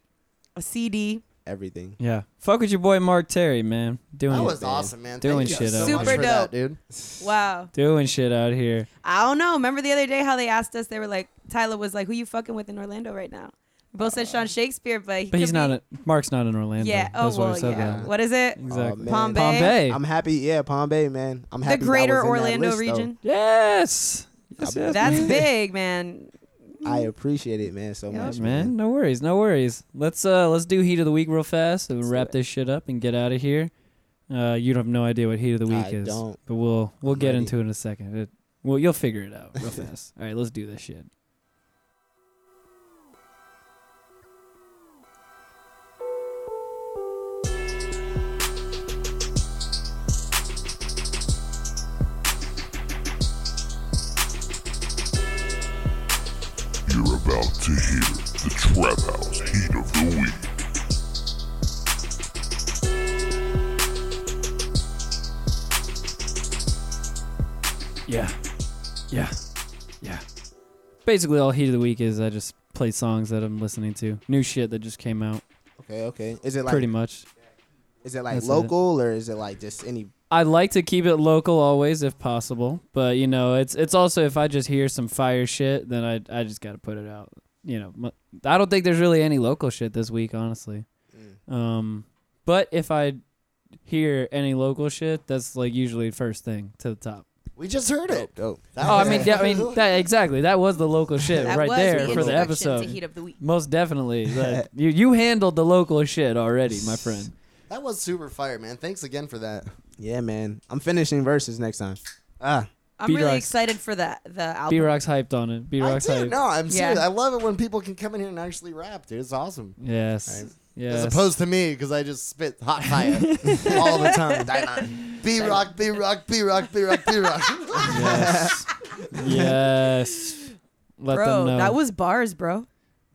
Speaker 4: a cd
Speaker 7: everything.
Speaker 1: Yeah. Fuck with your boy Mark Terry, man. Doing
Speaker 6: That
Speaker 1: it,
Speaker 6: was
Speaker 1: man.
Speaker 6: awesome, man.
Speaker 1: Doing
Speaker 6: Thank you
Speaker 1: shit
Speaker 6: guys so
Speaker 4: up.
Speaker 6: much
Speaker 4: Super
Speaker 6: for that,
Speaker 4: dope.
Speaker 6: dude.
Speaker 4: wow
Speaker 1: Doing shit out here.
Speaker 4: i don't know remember the other day how they asked us they were like tyler was like who you fucking with in orlando right now we both said sean shakespeare but, he
Speaker 1: Uh, But he's
Speaker 4: could
Speaker 1: not.
Speaker 4: be,
Speaker 1: A, Mark's not in Orlando.
Speaker 4: yeah oh
Speaker 1: That's why
Speaker 4: well
Speaker 1: I said
Speaker 4: yeah
Speaker 1: that.
Speaker 4: what is it
Speaker 1: Exactly.
Speaker 7: man.
Speaker 4: Palm Bay.
Speaker 1: Palm Bay.
Speaker 7: I'm happy. Yeah, Palm Bay, man. I'm
Speaker 4: the
Speaker 7: happy. that
Speaker 4: greater
Speaker 7: was in
Speaker 4: orlando
Speaker 7: that list, though.
Speaker 4: region
Speaker 1: yes. Yes, yes,
Speaker 4: That's
Speaker 1: man.
Speaker 4: big, man.
Speaker 7: I appreciate it, man, so
Speaker 4: Yeah,
Speaker 7: much,
Speaker 1: man. No worries, no worries. Let's uh let's do heat of the week real fast and wrap this shit up and get out of here. Uh, you have no idea what heat of the week
Speaker 7: I
Speaker 1: is,
Speaker 7: don't.
Speaker 1: but we'll we'll
Speaker 7: I'm
Speaker 1: get
Speaker 7: ready.
Speaker 1: into it in a second. It, well, you'll figure it out real fast. All right, let's do this shit.
Speaker 10: You're about to hear the Trap House Heat of the Week.
Speaker 1: Yeah, yeah, yeah. Basically, all heat of the week is I just play songs that I'm listening to, new shit that just came out,
Speaker 7: Okay, okay. Is it like
Speaker 1: pretty much.
Speaker 7: Is it like
Speaker 1: That's it.
Speaker 7: local or is it like just any?
Speaker 1: I like to keep it local always if possible, but you know, it's it's also if I just hear some fire shit, then I I just got to put it out. You know, mu- I don't think there's really any local shit this week, honestly.
Speaker 6: Mm.
Speaker 1: Um, but if I hear any local shit, that's like usually first thing to the top.
Speaker 6: We just heard it.
Speaker 7: Dope.
Speaker 6: That
Speaker 1: Oh, I
Speaker 6: was
Speaker 1: mean,
Speaker 6: it.
Speaker 1: yeah, I mean, that exactly. That was the local shit
Speaker 4: That
Speaker 1: right
Speaker 4: was
Speaker 1: there
Speaker 4: the
Speaker 1: for the
Speaker 4: introduction To
Speaker 1: episode.
Speaker 4: heat of the week.
Speaker 1: Most definitely, Like, you you handled the local shit already, my friend.
Speaker 6: that was super fire, man. Thanks again for that.
Speaker 7: Yeah, man. I'm finishing verses next time. Ah,
Speaker 4: I'm
Speaker 1: B-Rock's-
Speaker 4: really excited for that. The album.
Speaker 1: B Rock's hyped on it. B
Speaker 6: I
Speaker 1: Rock's
Speaker 6: do.
Speaker 1: hyped.
Speaker 6: No, I'm serious.
Speaker 4: Yeah.
Speaker 6: I love it when people can come in here and actually rap, dude. It's awesome.
Speaker 1: Yes. Yes.
Speaker 6: As opposed to me, because I just spit hot fire all the time. B Rock, B Rock, B Rock, B Rock, B Rock.
Speaker 1: Yes. yes. Let them
Speaker 4: bro,
Speaker 1: know.
Speaker 4: that was bars, bro.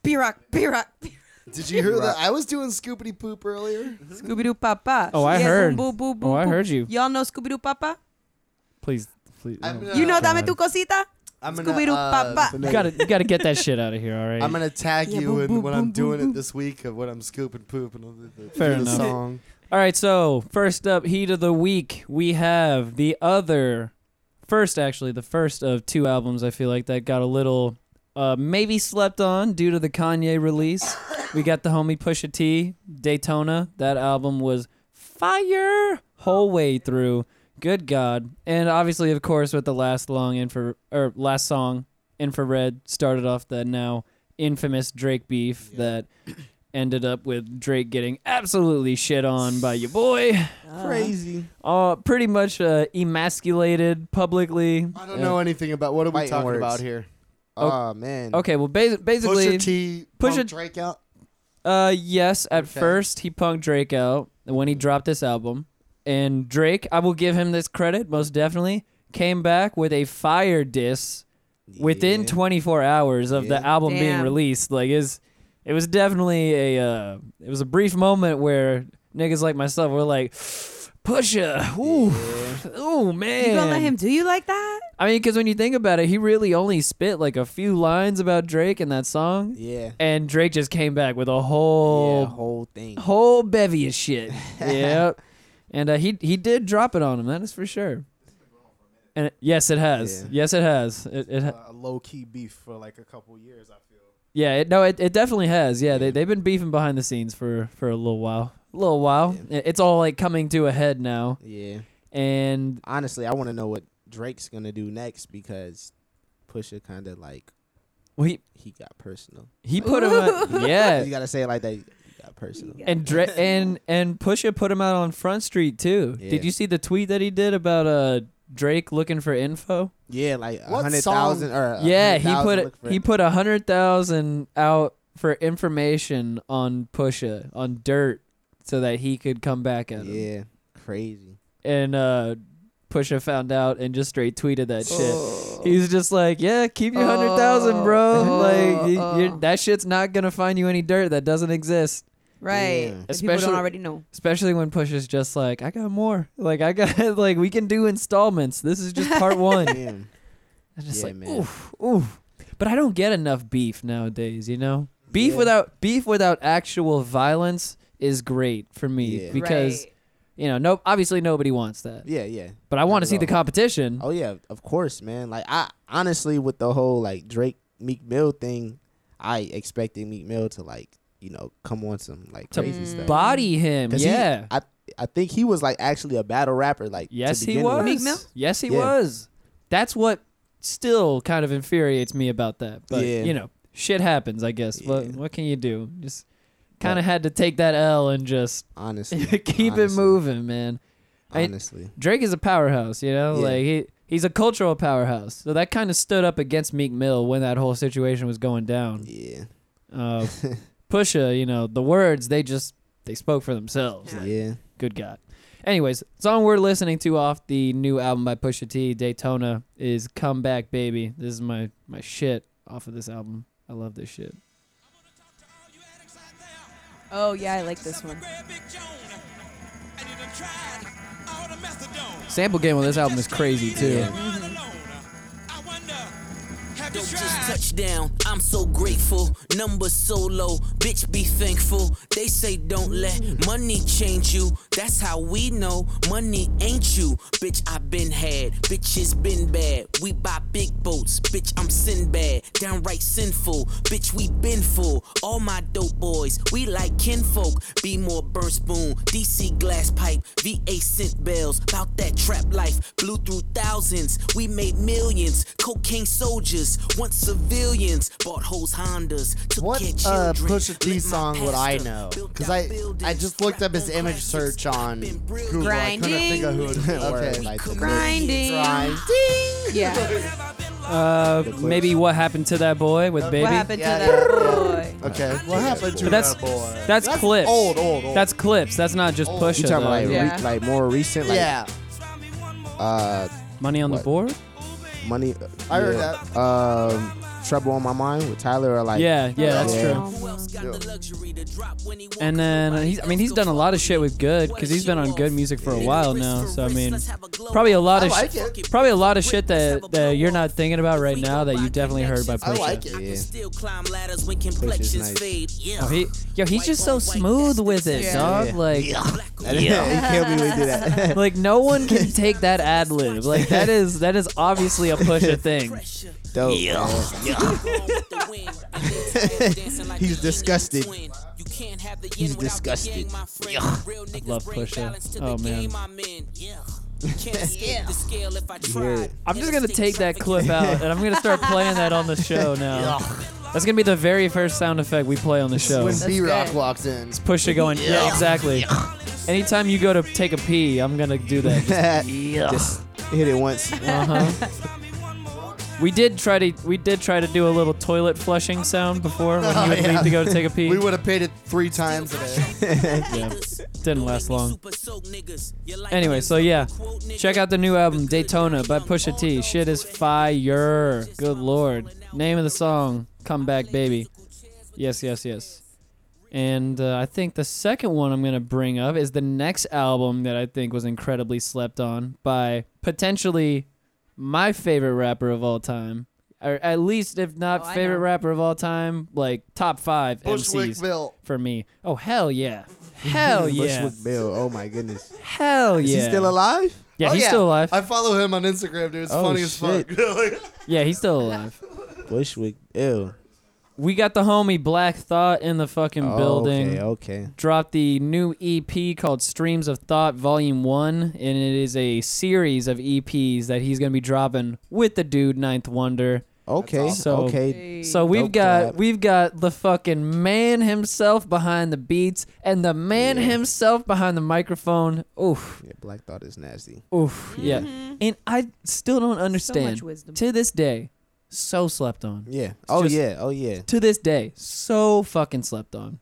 Speaker 4: B Rock, B Rock,
Speaker 6: Did you hear that? I was doing scoopity poop earlier.
Speaker 4: Scooby Doo Papa.
Speaker 1: Oh, I
Speaker 4: Yeah,
Speaker 1: heard.
Speaker 4: Boo, boo, boo,
Speaker 1: Oh, I
Speaker 4: boo.
Speaker 1: heard you.
Speaker 4: Y'all know Scooby Doo Papa?
Speaker 1: Please, please.
Speaker 6: I'm
Speaker 1: no.
Speaker 6: gonna-
Speaker 4: You know
Speaker 1: God.
Speaker 4: Dame Tu Cosita?
Speaker 6: I'm gonna,
Speaker 4: Scooby Doo
Speaker 6: uh,
Speaker 4: Papa.
Speaker 1: You gotta, you gotta get that shit out of here. All right.
Speaker 6: I'm gonna tag
Speaker 4: Yeah,
Speaker 6: you
Speaker 4: boom,
Speaker 6: in
Speaker 4: boom,
Speaker 6: when
Speaker 4: boom,
Speaker 6: I'm doing
Speaker 4: boom,
Speaker 6: it this week of what I'm scooping, pooping on the, the,
Speaker 1: Fair
Speaker 6: the
Speaker 1: enough.
Speaker 6: song.
Speaker 1: All right, so first up, heat of the week, we have the other, first actually, the first of two albums I feel like that got a little uh, maybe slept on due to the Kanye release. we got the homie Pusha T, Daytona. That album was fire whole way through. Good God! And obviously, of course, with the last long infra or last song, Infrared started off the now infamous Drake beef that ended up with Drake getting absolutely shit on by your boy.
Speaker 7: Crazy.
Speaker 1: Uh, pretty much uh, emasculated publicly.
Speaker 6: I don't know anything about what are we
Speaker 7: Fighting
Speaker 6: talking
Speaker 7: words.
Speaker 6: about here.
Speaker 7: Oh, man.
Speaker 1: Okay, well, basi- basically,
Speaker 6: Pusha T,
Speaker 1: Pusha-
Speaker 6: Pump Drake out.
Speaker 1: uh, yes. At
Speaker 6: Okay.
Speaker 1: first, he punked Drake out when he dropped this album, and Drake, I will give him this credit, most definitely, came back with a fire diss within
Speaker 7: Yeah.
Speaker 1: 24 hours of the
Speaker 7: Yeah.
Speaker 1: album being
Speaker 4: Damn.
Speaker 1: released. Like, is it was definitely a uh, it was a brief moment where niggas like myself were like, Pusha, ooh, ooh, man,
Speaker 4: You gonna let him do you like that?
Speaker 1: I mean, because when you think about it, he really only spit like a few lines about Drake in that song,
Speaker 7: Yeah.
Speaker 1: and Drake just came back with a
Speaker 7: Yeah,
Speaker 1: whole
Speaker 7: whole thing.
Speaker 1: whole bevy of shit. yep, and uh, he he did drop it on him. That is for sure. And it- yes, it has.
Speaker 7: Yeah.
Speaker 1: Yes, it has. It, it ha-
Speaker 11: a low key beef for like a couple years. I feel.
Speaker 1: yeah. It, no, it, it definitely has. Yeah, they they've been beefing behind the scenes for for a little while. A little while. It- It's all like coming to a head now,
Speaker 7: Yeah.
Speaker 1: and
Speaker 7: Honestly, I want to know what Drake's gonna do next because Pusha kind of like
Speaker 1: well, he
Speaker 7: he got personal.
Speaker 1: he put him. on- yeah,
Speaker 7: You gotta say it like that. He got personal.
Speaker 1: And Dre- and and Pusha put him out on Front Street too.
Speaker 7: Yeah.
Speaker 1: Did you see the tweet that he did about uh Drake looking for info?
Speaker 7: Yeah, like a
Speaker 6: What
Speaker 7: hundred
Speaker 6: song-
Speaker 7: thousand or a
Speaker 1: yeah, he
Speaker 7: 100,000 look
Speaker 1: put
Speaker 7: for
Speaker 1: he
Speaker 7: it.
Speaker 1: put a hundred thousand out for information on Pusha on Dirt so that he could come back at him.
Speaker 7: Yeah, crazy.
Speaker 1: And uh Pusha found out and just straight tweeted that
Speaker 7: Oh.
Speaker 4: Oh.
Speaker 1: shit. He's just like, yeah, keep your hundred thousand, bro.
Speaker 7: Oh.
Speaker 1: like you, you're, that shit's not gonna find you any dirt that doesn't exist.
Speaker 4: Right.
Speaker 7: Yeah.
Speaker 4: That people
Speaker 1: Especially-
Speaker 4: don't already know.
Speaker 1: Especially when Push is just like, I got more. Like I got like we can do installments. This is just part one. i
Speaker 7: Damn.
Speaker 1: just
Speaker 7: Yeah,
Speaker 1: like
Speaker 7: man.
Speaker 1: oof, oof. But I don't get enough beef nowadays, you know? Beef without beef without actual violence is great for me
Speaker 7: Yeah.
Speaker 1: because
Speaker 4: Right.
Speaker 1: you know, no obviously nobody wants that.
Speaker 7: yeah, yeah.
Speaker 1: But I want to
Speaker 7: Not
Speaker 1: see
Speaker 7: at
Speaker 1: the
Speaker 7: all.
Speaker 1: competition.
Speaker 7: Oh yeah, of course, man. Like I honestly, with the whole like Drake Meek Mill thing, I expected Meek Mill to like you know come on some like
Speaker 1: To
Speaker 7: crazy
Speaker 4: Mm.
Speaker 7: stuff.
Speaker 1: Body him.
Speaker 7: 'Cause he-
Speaker 1: Yeah.
Speaker 7: I I think he was like actually a battle rapper. Like to
Speaker 1: Yes, he
Speaker 7: begin with.
Speaker 1: was.
Speaker 4: Meek Mill?
Speaker 1: Yes, he
Speaker 7: Yeah.
Speaker 1: was. That's what still kind of infuriates me about that. But
Speaker 7: Yeah.
Speaker 1: you know, shit happens. I guess. What
Speaker 7: Yeah.
Speaker 1: what can you do? Just kind of had to take that L and just
Speaker 7: Honestly,
Speaker 1: keep it
Speaker 7: honestly,
Speaker 1: moving, man. I-
Speaker 7: Honestly,
Speaker 1: Drake is a powerhouse, you know.
Speaker 7: Yeah.
Speaker 1: Like he he's a cultural powerhouse. So that kind of stood up against Meek Mill when that whole situation was going down.
Speaker 7: yeah,
Speaker 1: Uh, Pusha, you know, the words they just they spoke for themselves. Like,
Speaker 7: yeah.
Speaker 1: Good God. Anyways, song we're listening to off the new album by Pusha T, Daytona, is "Come Back, Baby." This is my my shit off of this album. I love this shit.
Speaker 4: Oh yeah, I like this one.
Speaker 1: Sample game on this album is crazy too.
Speaker 8: Don't just touch down. I'm so grateful. Numbers so low. Bitch, be thankful. They say don't let money change you. That's how we know money ain't you. Bitch, I been had. Bitches been bad. We buy big boats. Bitch, I'm Sinbad. Downright sinful. Bitch, we been full. All my dope boys. We like kinfolk. Be more burn spoon. DC glass pipe. VA scent bells. About that trap life. Blew through thousands. We made millions. Cocaine soldiers. Once civilians. Bought hoes Hondas. Took
Speaker 6: What
Speaker 8: your
Speaker 6: uh,
Speaker 8: children.
Speaker 6: Pusha T
Speaker 8: Lit my
Speaker 6: song would I
Speaker 8: pastor.
Speaker 6: know?
Speaker 8: Built
Speaker 6: Because
Speaker 8: out
Speaker 6: I I
Speaker 8: buildings.
Speaker 6: just looked up his
Speaker 8: Rapped on
Speaker 6: image
Speaker 8: crisis.
Speaker 6: search on
Speaker 8: Been brilliant.
Speaker 6: Google. I couldn't think of who it
Speaker 7: Grinding.
Speaker 6: Okay, like the-
Speaker 4: Grinding. Yeah.
Speaker 1: Uh, maybe what happened to that boy with
Speaker 4: What
Speaker 1: baby?
Speaker 4: happened to
Speaker 6: Yeah,
Speaker 4: that boy?
Speaker 6: Okay, what happened to
Speaker 1: But that's
Speaker 6: that boy?
Speaker 1: that's, clips.
Speaker 6: Old, old, old.
Speaker 1: That's clips. That's not just
Speaker 6: Old.
Speaker 1: Pusha.
Speaker 7: Oh. You talking about
Speaker 1: though.
Speaker 7: like, re-
Speaker 4: Yeah.
Speaker 7: like more recent? Like,
Speaker 6: yeah.
Speaker 7: Uh,
Speaker 1: Money on the
Speaker 7: What?
Speaker 1: board?
Speaker 7: money.
Speaker 6: I heard
Speaker 7: yeah, Um, trouble on my mind with Tyler or like.
Speaker 1: yeah, yeah, that's
Speaker 7: Yeah.
Speaker 1: true.
Speaker 6: Yo,
Speaker 1: And then uh, he's, I mean, he's done a lot of shit with Good because he's been on Good Music for a while now. So I mean, probably a lot
Speaker 6: I
Speaker 1: of,
Speaker 6: like
Speaker 1: sh-
Speaker 6: it.
Speaker 1: probably a lot of shit that that you're not thinking about right now that you definitely heard by
Speaker 6: I
Speaker 1: Pusha.
Speaker 6: like it.
Speaker 7: Yeah.
Speaker 8: Still climb ladders when
Speaker 7: Push is
Speaker 8: complexions
Speaker 7: nice.
Speaker 8: fade. Yeah.
Speaker 1: Oh, he, yo, he's just so smooth with it,
Speaker 4: Yeah.
Speaker 1: dog.
Speaker 7: Yeah.
Speaker 1: Like,
Speaker 7: And he killed me when he did that.
Speaker 1: like no one can take that ad lib. Like that is that is obviously a Pusha thing.
Speaker 7: Dope. He's
Speaker 8: He's
Speaker 7: disgusted. He's
Speaker 8: He's
Speaker 7: disgusted.
Speaker 8: disgusted.
Speaker 1: love Pusha. Oh, man. I'm just gonna take that clip out and I'm gonna start playing that on the show now. That's gonna be the very first sound effect we play on the show.
Speaker 6: When B Rock
Speaker 4: good.
Speaker 6: walks in,
Speaker 1: Pusha going, yeah, exactly. Anytime you go to take a pee, I'm gonna do that. Just-
Speaker 7: Just hit it once.
Speaker 1: Uh-huh. We did try to we did try to do a little toilet flushing sound before when you would
Speaker 6: Oh, yeah.
Speaker 1: leave to go to take a pee.
Speaker 6: we would have paid it three times a day.
Speaker 1: Yeah. Didn't last long. Anyway, so yeah, check out the new album Daytona by Pusha T. Shit is fire. Good lord. Name of the song Come Back Baby. Yes, yes, yes. And uh, I think the second one I'm going to bring up is the next album that I think was incredibly slept on by potentially my favorite rapper of all time. Or at least, if not
Speaker 4: Oh, I
Speaker 1: favorite
Speaker 4: know.
Speaker 1: rapper of all time, like top five MCs
Speaker 6: Bushwickville.
Speaker 1: for me. Oh hell yeah, hell yeah,
Speaker 7: Bushwick Bill. Oh my goodness.
Speaker 1: hell
Speaker 7: Is
Speaker 1: yeah.
Speaker 7: he still alive?
Speaker 1: Yeah,
Speaker 6: Oh,
Speaker 1: he's still alive.
Speaker 6: I follow him on Instagram, dude. It's
Speaker 7: Oh,
Speaker 6: funny as fuck.
Speaker 1: yeah, he's still alive.
Speaker 7: Bushwick Bill.
Speaker 1: We got the homie Black Thought in the fucking building.
Speaker 7: Oh, Okay. Okay.
Speaker 1: Dropped the new EP called Streams of Thought Volume 1, and it is a series of EPs that he's going to be dropping with the dude Ninth Wonder.
Speaker 7: Okay.
Speaker 1: So-
Speaker 7: okay.
Speaker 1: So we've
Speaker 7: Dope
Speaker 1: got
Speaker 7: collab.
Speaker 1: we've got the fucking man himself behind the beats and the man himself behind the microphone. Oof.
Speaker 7: Yeah, Black Thought is nasty.
Speaker 1: Oof, yeah. And I still don't understand.
Speaker 4: wisdom.
Speaker 1: To this day, so slept on.
Speaker 7: Yeah. Oh
Speaker 1: just-
Speaker 7: yeah. Oh yeah.
Speaker 1: To this day, so fucking slept on.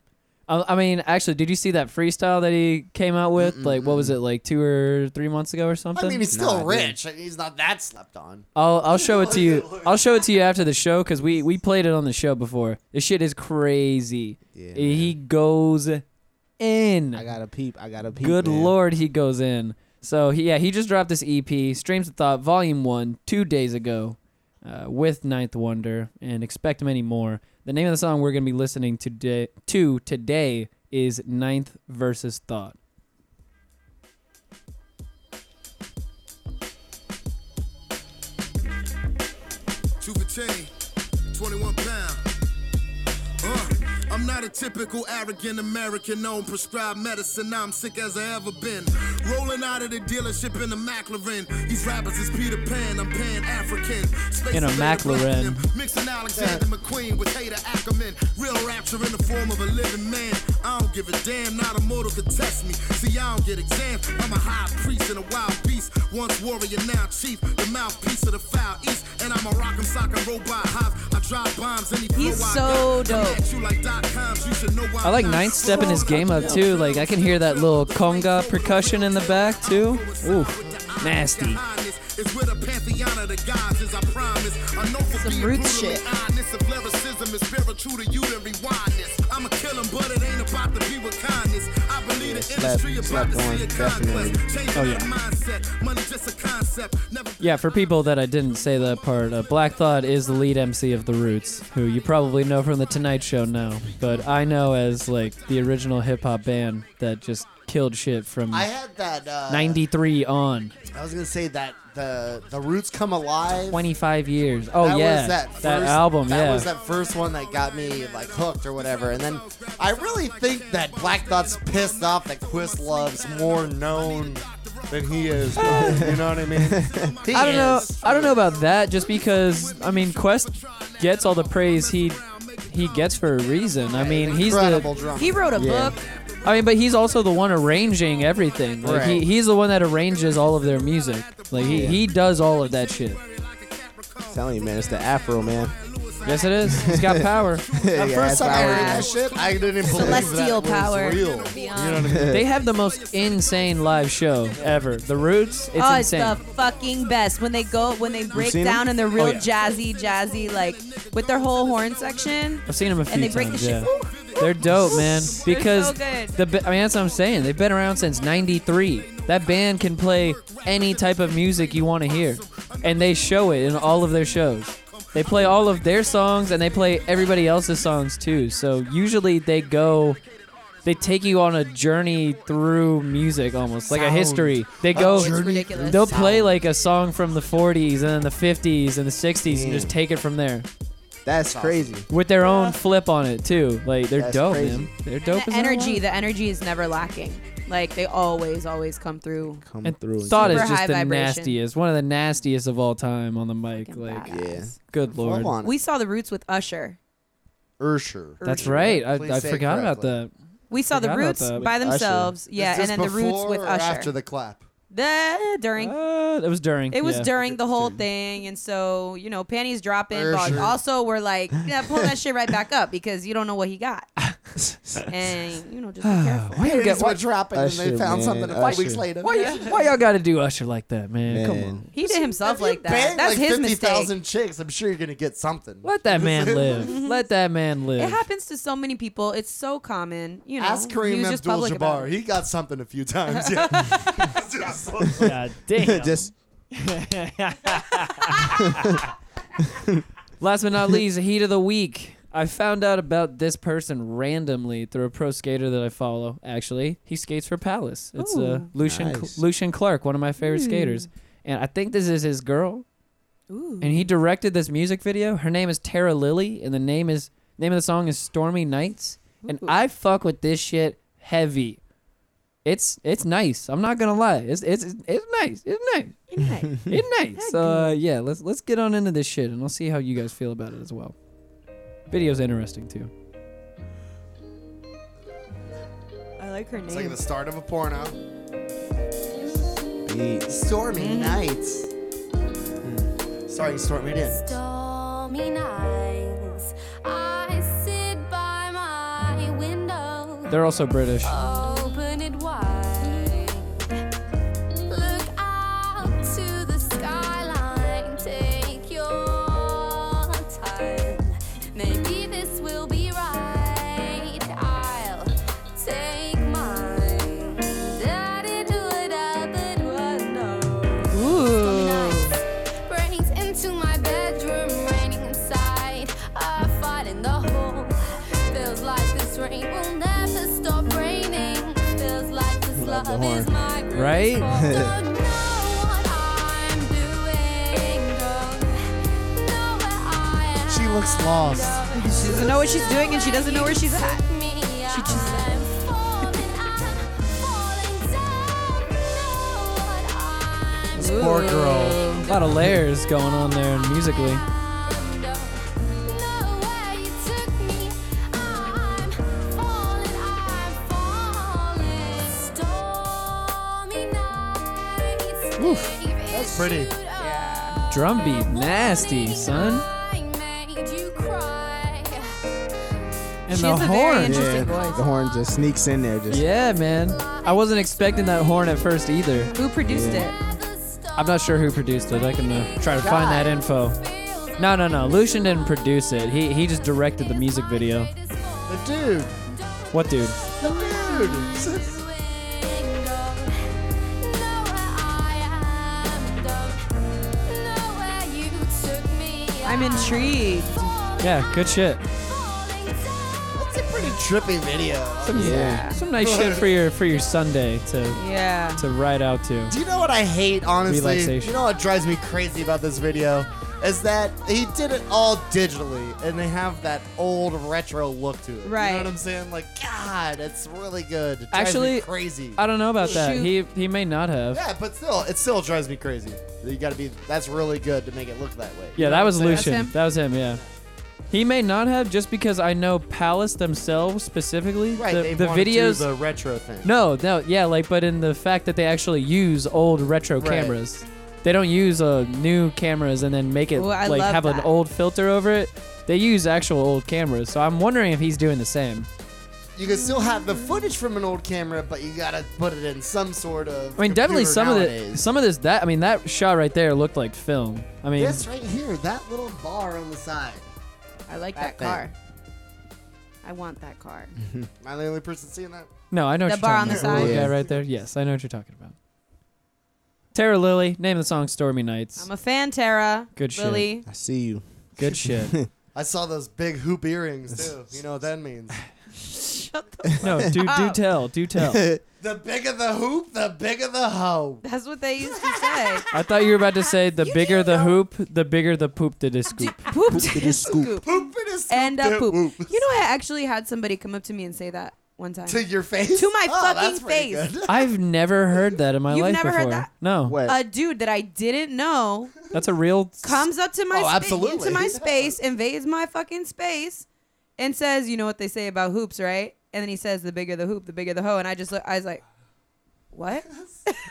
Speaker 1: I, I mean, actually, did you see that freestyle that he came out with? Like, what was it, like two or three months ago or something?
Speaker 6: I mean, he's still
Speaker 7: Nah,
Speaker 6: rich. He's not that slept on.
Speaker 1: I'll I'll show it to you. I'll show it to you after the show because we we played it on the show before. This shit is crazy.
Speaker 7: Yeah,
Speaker 1: he goes in.
Speaker 7: I got a peep. I got a peep.
Speaker 1: Good
Speaker 7: man.
Speaker 1: lord, he goes in. So he, yeah, he just dropped this EP, Streams of Thought, Volume One, two days ago, uh, with Ninth Wonder, and expect many more. The name of the song we're gonna be listening today to today is Ninth versus Thought.
Speaker 5: Two for chain, 21 pound. Uh, I'm not a typical arrogant American on prescribed medicine. I'm sick as I ever been. Rolling out of the dealership in a McLaren. These rappers is Peter Pan. I'm Pan African. Space
Speaker 1: In a
Speaker 5: Invader
Speaker 1: McLaren.
Speaker 5: Platinum. Mixing Alexander McQueen with Hater Ackerman. Real rapture in the form of a living man. I don't give a damn. Not a mortal could test me. See, I don't get exams. I'm a high priest and a wild beast. Once warrior, now chief. The mouthpiece of the foul east. And I'm a rock 'em sock 'em robot hop. I drop bombs any
Speaker 4: He's
Speaker 5: flow I
Speaker 4: so
Speaker 5: got.
Speaker 4: dope.
Speaker 5: You like dot coms, you should know why
Speaker 1: I like
Speaker 5: I'm not
Speaker 1: Ninth stepping his game up too. Like I can hear that little conga percussion in the back too. Oof, nasty.
Speaker 5: It's with a pantheon of the gods, as I promise. I know for
Speaker 4: Some
Speaker 5: being
Speaker 4: root
Speaker 5: brutally
Speaker 4: shit.
Speaker 5: honest, if lyricism is spiritual to you, then rewind this. I'ma kill 'em, but it ain't about to be with kindness. I believe the
Speaker 7: slap-
Speaker 5: industry
Speaker 7: slap
Speaker 5: about to
Speaker 7: on,
Speaker 5: see a
Speaker 7: definitely.
Speaker 5: conquest. Changing oh, yeah. mindset, money just a concept. Never
Speaker 1: Yeah, for people that I didn't say that part, uh, Black Thought is the lead MC of The Roots, who you probably know from The Tonight Show now, but I know as like the original hip hop band that just killed shit from
Speaker 6: I had that. Uh,
Speaker 1: 93 on.
Speaker 6: I was gonna say that the the roots come alive.
Speaker 1: 25 years. Oh,
Speaker 6: that
Speaker 1: yeah.
Speaker 6: was that, first,
Speaker 1: album,
Speaker 6: that
Speaker 1: yeah.
Speaker 6: was that first one that got me like hooked or whatever. And then I really think that Black Thought's pissed off that Quistlove's more known than he is. you know what I mean? He
Speaker 1: I don't know.
Speaker 6: is.
Speaker 1: I don't know about that. Just because I mean, Quest gets all the praise he he gets for a reason. I mean, he's
Speaker 6: Incredible
Speaker 1: the
Speaker 6: drummer.
Speaker 4: He wrote a
Speaker 7: Yeah.
Speaker 4: book.
Speaker 1: I mean, but he's also the one arranging everything. Like he,
Speaker 6: Right.
Speaker 1: he's the one that arranges all of their music. Like he, he does all of that shit.
Speaker 7: Telling you, man, it's the Afro man.
Speaker 1: Yes, it is. He's got power.
Speaker 6: At first time I heard that shit, I didn't believe
Speaker 4: Celestial
Speaker 6: that
Speaker 4: power.
Speaker 6: was real.
Speaker 4: Beyond.
Speaker 6: You know what I mean?
Speaker 1: they have the most insane live show ever. The Roots, it's
Speaker 4: oh,
Speaker 1: insane.
Speaker 4: it's the fucking best when they go when they break
Speaker 1: seen
Speaker 4: down
Speaker 1: them?
Speaker 4: and they're real
Speaker 1: Oh, yeah.
Speaker 4: jazzy, jazzy, like with their whole horn section.
Speaker 1: I've seen them a few
Speaker 4: and they break the
Speaker 1: times.
Speaker 4: shit-
Speaker 1: yeah. They're dope, man.
Speaker 4: They're
Speaker 1: Because
Speaker 4: so good.
Speaker 1: the ba- I mean that's what I'm saying. They've been around since '93. That band can play any type of music you want to hear, and they show it in all of their shows. They play all of their songs and they play everybody else's songs too. So usually they go, they take you on a journey through music almost like a
Speaker 4: Sound.
Speaker 1: history. They
Speaker 4: Oh,
Speaker 1: go,
Speaker 4: it's ridiculous.
Speaker 1: they'll play like a song from the '40s and then the '50s and the '60s and
Speaker 7: Damn.
Speaker 1: just take it from there
Speaker 7: That's crazy.
Speaker 1: with their own flip on it too. Like they're
Speaker 7: Uh, That's
Speaker 1: dope,
Speaker 7: crazy.
Speaker 1: man. They're dope.
Speaker 4: The
Speaker 1: as hell.
Speaker 4: energy, the energy is never lacking. Like they always, always come through.
Speaker 7: Come
Speaker 1: And
Speaker 7: through.
Speaker 1: Thought is
Speaker 4: Super
Speaker 1: just
Speaker 4: high
Speaker 1: the
Speaker 4: vibration.
Speaker 1: nastiest, one of the nastiest of all time on the mic. Like,
Speaker 7: yeah.
Speaker 1: good lord,
Speaker 7: Full on
Speaker 4: We saw the Roots with Usher.
Speaker 6: Ursher.
Speaker 1: that's
Speaker 4: Urgent.
Speaker 1: right. I,
Speaker 6: Please
Speaker 1: I
Speaker 6: say
Speaker 1: forgot about that.
Speaker 4: We saw the
Speaker 1: Forgot about
Speaker 4: Roots
Speaker 1: that with
Speaker 4: by
Speaker 1: Usher.
Speaker 4: themselves. Yeah,
Speaker 6: Is
Speaker 4: and
Speaker 6: this
Speaker 4: then the Roots
Speaker 6: before
Speaker 4: with
Speaker 6: or
Speaker 4: Usher.
Speaker 6: After the clap.
Speaker 4: the during.
Speaker 1: Uh, it was during.
Speaker 4: It was
Speaker 1: yeah.
Speaker 4: during the whole thing, and so you know, panties dropping.
Speaker 6: For
Speaker 4: But
Speaker 6: sure.
Speaker 4: also, we're like, yeah, pull that shit right back up because you don't know what he got, and you know, just be careful.
Speaker 1: Why you got- why,
Speaker 6: what dropping and
Speaker 7: Usher,
Speaker 6: they found
Speaker 7: man,
Speaker 6: something a couple
Speaker 7: Usher.
Speaker 6: weeks later.
Speaker 1: why, y- why y'all got to do Usher like that, man?
Speaker 7: Man.
Speaker 1: Come on,
Speaker 4: He did himself like that.
Speaker 6: Bang,
Speaker 4: That's
Speaker 6: like
Speaker 4: his
Speaker 6: 50,000
Speaker 4: mistake.
Speaker 6: chicks. I'm sure you're gonna get something.
Speaker 1: let that man live. Let that man
Speaker 4: It
Speaker 1: live.
Speaker 4: happens to so many people. It's so common. You know,
Speaker 6: Ask
Speaker 4: he
Speaker 6: Kareem
Speaker 4: was just public about
Speaker 6: Abdul-Jabbar.
Speaker 4: it.
Speaker 6: He got something a few times. Yeah.
Speaker 1: God damn.
Speaker 7: Just
Speaker 1: Last but not least, heat of the week. I found out about this person randomly through a pro skater that I follow. Actually, he skates for Palace. It's uh,
Speaker 4: Ooh. Hmm.
Speaker 1: Lucian
Speaker 7: Nice.
Speaker 1: Lucian Clark, one of my favorite skaters, and I think this is his girl.
Speaker 4: Ooh.
Speaker 1: And he directed this music video. Her name is Tara Lily, and the name is name of the song is Stormy Nights. And I fuck with this shit heavy. It's it's nice. I'm not gonna lie. It's it's it's nice. It's nice.
Speaker 4: Okay.
Speaker 1: It's nice. Uh, yeah, let's let's get on into this shit and I'll see how you guys feel about it as well. Video's interesting too.
Speaker 4: I like her
Speaker 6: It's like
Speaker 4: name.
Speaker 6: the start of a porno.
Speaker 7: beat.
Speaker 6: Stormy
Speaker 1: Mm.
Speaker 6: nights. Sorry, Stormy did.
Speaker 5: Stormy nights, I sit by my window,
Speaker 1: They're also British.
Speaker 5: open it wide, look out to the skyline, take your time. Maybe this will be right. I'll take mine. Daddy, do it up, it was no.
Speaker 4: Ooh.
Speaker 5: Nights Breaks into my bedroom, raining inside. I fight in the hole. Feels like this rain will never stop raining. Feels like this
Speaker 7: Love
Speaker 5: love,
Speaker 7: the
Speaker 5: is
Speaker 7: horn.
Speaker 5: my bruise
Speaker 1: Right?
Speaker 5: fault. Don't know what I'm doing. Don't know where I am.
Speaker 6: She looks lost.
Speaker 4: She doesn't know what she's doing, and she doesn't know where she's at.
Speaker 5: She just.
Speaker 6: Poor girl.
Speaker 1: A lot of layers going on there and musically.
Speaker 5: That's
Speaker 6: pretty.
Speaker 1: Drum beat, nasty, son. And
Speaker 4: She
Speaker 1: the
Speaker 4: has a very
Speaker 1: horn.
Speaker 4: interesting
Speaker 7: Yeah, the
Speaker 4: voice.
Speaker 7: horn just sneaks in there. Just
Speaker 1: Yeah, man. I wasn't expecting that horn at first either.
Speaker 4: Who produced
Speaker 1: I'm not sure who produced it. I can uh, try to find that info. No, no, no. Lucian didn't produce it. He he just directed the music video.
Speaker 6: The dude.
Speaker 1: What dude?
Speaker 6: The dude.
Speaker 4: it? I'm intrigued.
Speaker 1: Yeah, good shit.
Speaker 6: That's a pretty trippy video.
Speaker 7: yeah.
Speaker 1: Some nice shit for your for your Sunday to
Speaker 4: Yeah.
Speaker 1: to ride out to.
Speaker 6: Do you know what I hate, honestly?
Speaker 1: Relaxation.
Speaker 6: You know what drives me crazy about this video? Is that he did it all digitally and they have that old retro look to it. You
Speaker 4: Right.
Speaker 6: know what I'm saying? Like, God, it's really good. It drives me
Speaker 1: Actually,
Speaker 6: crazy.
Speaker 1: I don't know about that.
Speaker 4: Shoot.
Speaker 1: He he may not have.
Speaker 6: yeah, but still, it still drives me crazy. You gotta be, that's really good to make it look that way.
Speaker 1: Yeah, that was
Speaker 4: That's
Speaker 1: Lucian.
Speaker 4: him?
Speaker 1: That was him. Yeah. He may not have just because I know Palace themselves specifically.
Speaker 6: Right,
Speaker 1: the,
Speaker 6: they
Speaker 1: the
Speaker 6: wanna do
Speaker 1: videos.
Speaker 6: the retro thing.
Speaker 1: no, no, yeah, like, but in the fact that they actually use old retro
Speaker 6: Right.
Speaker 1: cameras, they don't use uh, new cameras and then make it
Speaker 4: Ooh, I
Speaker 1: like
Speaker 4: love
Speaker 1: have an
Speaker 4: that.
Speaker 1: old filter over it. They use actual old cameras, so I'm wondering if he's doing the same.
Speaker 6: You can still have the footage from an old camera, but you gotta put it in some sort of.
Speaker 1: I mean, definitely
Speaker 6: computer
Speaker 1: some
Speaker 6: nowadays.
Speaker 1: of the some of this that I mean that shot right there looked like film. I mean,
Speaker 6: this right here, that little bar on the side.
Speaker 4: I like that,
Speaker 6: thing.
Speaker 4: car. I want that car.
Speaker 6: Am I the only person seeing that?
Speaker 1: no, I know
Speaker 4: The
Speaker 1: what you're
Speaker 4: bar
Speaker 1: talking
Speaker 4: on the
Speaker 1: about.
Speaker 4: side.
Speaker 1: Yeah,
Speaker 4: Yeah.
Speaker 1: right there. Yes, I know what you're talking about. Tara Lily, name of the song "Stormy Nights."
Speaker 4: I'm a fan, Tara.
Speaker 1: Good shit.
Speaker 4: Lily.
Speaker 7: I see you.
Speaker 1: Good shit.
Speaker 6: I saw those big hoop earrings too. You know what that means?
Speaker 1: no, do
Speaker 4: Oh.
Speaker 1: do tell, do tell.
Speaker 6: The bigger the hoop, the bigger the hoe.
Speaker 4: That's what they used to say.
Speaker 1: I thought you were about to say the bigger the hoop, the bigger the poop to the scoop.
Speaker 4: poop to scoop.
Speaker 6: Hoop it is.
Speaker 4: And a
Speaker 6: Poop.
Speaker 4: poop. You know, I actually had somebody come up to me and say that one time.
Speaker 6: To your face.
Speaker 4: To my
Speaker 6: Oh,
Speaker 4: fucking
Speaker 6: that's pretty
Speaker 4: face.
Speaker 6: good.
Speaker 1: I've never heard that in my
Speaker 4: You've
Speaker 1: life
Speaker 4: never
Speaker 1: before.
Speaker 4: heard that?
Speaker 1: No,
Speaker 7: What?
Speaker 4: a dude that I didn't know
Speaker 1: that's a real.
Speaker 4: comes up to my
Speaker 6: Oh,
Speaker 4: spa-
Speaker 6: absolutely.
Speaker 4: into my space, invades my fucking space, and says, "You know what they say about hoops, right?" And then he says, "The bigger the hoop, the bigger the hoe." And I just look, I was like, "What?"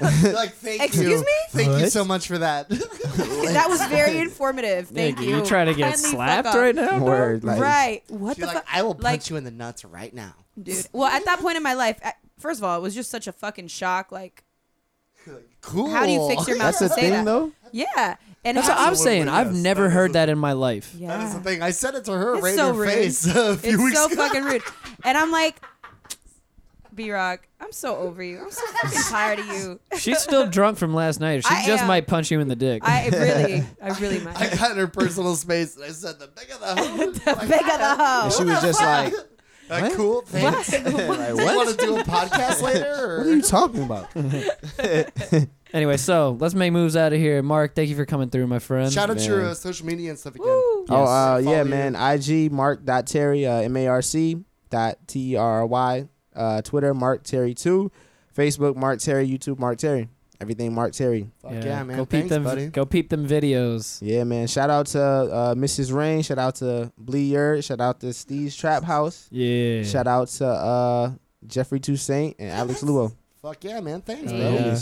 Speaker 6: like, thank
Speaker 4: Excuse
Speaker 6: you.
Speaker 4: me?
Speaker 6: Thank you
Speaker 7: What?
Speaker 6: so much for that.
Speaker 4: that was very informative. Thank
Speaker 1: Nigga,
Speaker 4: you.
Speaker 1: You trying to get
Speaker 4: Kindly fuck
Speaker 1: slapped
Speaker 4: off.
Speaker 1: right now? dog?
Speaker 7: Word. Like,
Speaker 4: right. What
Speaker 6: You're
Speaker 4: the
Speaker 6: like,
Speaker 4: fuck?
Speaker 6: I will punch
Speaker 4: Like-
Speaker 6: you in the nuts right now.
Speaker 4: dude. Well, at that point in my life, I, first of all, it was just such a fucking shock. Like,
Speaker 6: Cool.
Speaker 4: how do you fix your mouth
Speaker 7: That's
Speaker 4: to
Speaker 7: a
Speaker 4: say
Speaker 7: thing,
Speaker 4: that?
Speaker 7: though.
Speaker 4: Yeah, and
Speaker 1: That's what
Speaker 4: how,
Speaker 1: I'm saying. I've
Speaker 6: yes.
Speaker 1: never heard that in my life.
Speaker 4: yeah,
Speaker 6: That is the thing. I said it to her
Speaker 4: It's
Speaker 6: right
Speaker 4: so
Speaker 6: in her
Speaker 4: rude.
Speaker 6: face a few
Speaker 4: it's
Speaker 6: weeks
Speaker 4: so
Speaker 6: ago.
Speaker 4: fucking rude. And I'm like, B Rock, I'm so over you. I'm so fucking tired of you.
Speaker 1: She's still drunk from last night. She
Speaker 4: I
Speaker 1: just
Speaker 4: am.
Speaker 1: might punch you in the dick.
Speaker 4: I really, I really might.
Speaker 6: I got in her personal space and I said, the bigger the hoe. like,
Speaker 4: Big of the hoe.
Speaker 7: And she was just like,
Speaker 6: like, cool. Thanks.
Speaker 7: like,
Speaker 6: Do you
Speaker 7: what?
Speaker 6: want to do a podcast later?
Speaker 7: What
Speaker 6: Or?
Speaker 7: are you talking about?
Speaker 1: anyway, so let's make moves out of here. Mark, thank you for coming through, my friend.
Speaker 6: Shout out
Speaker 7: Man.
Speaker 6: to your uh, social media and stuff again.
Speaker 4: Woo.
Speaker 7: Oh, uh,
Speaker 6: Yes.
Speaker 7: yeah,
Speaker 6: Follow
Speaker 7: man. IG Mark dot Terry uh, M A R C dot T E R R Y. Uh, Twitter Mark Terry two, Facebook Mark Terry, YouTube Mark Terry, everything Mark Terry.
Speaker 6: Fuck yeah, man.
Speaker 1: Go peep
Speaker 6: Thanks,
Speaker 1: them.
Speaker 6: buddy.
Speaker 1: Go peep them videos.
Speaker 7: Yeah, man. Shout out to uh, Mrs. Rain. Shout out to Blee Yurt. Shout out to Steve's Trap House.
Speaker 1: Yeah.
Speaker 7: Shout out to uh, Jeffrey Toussaint and Alex Luo.
Speaker 6: Fuck yeah, man. Thanks,
Speaker 1: Oh, Yeah.
Speaker 6: bro.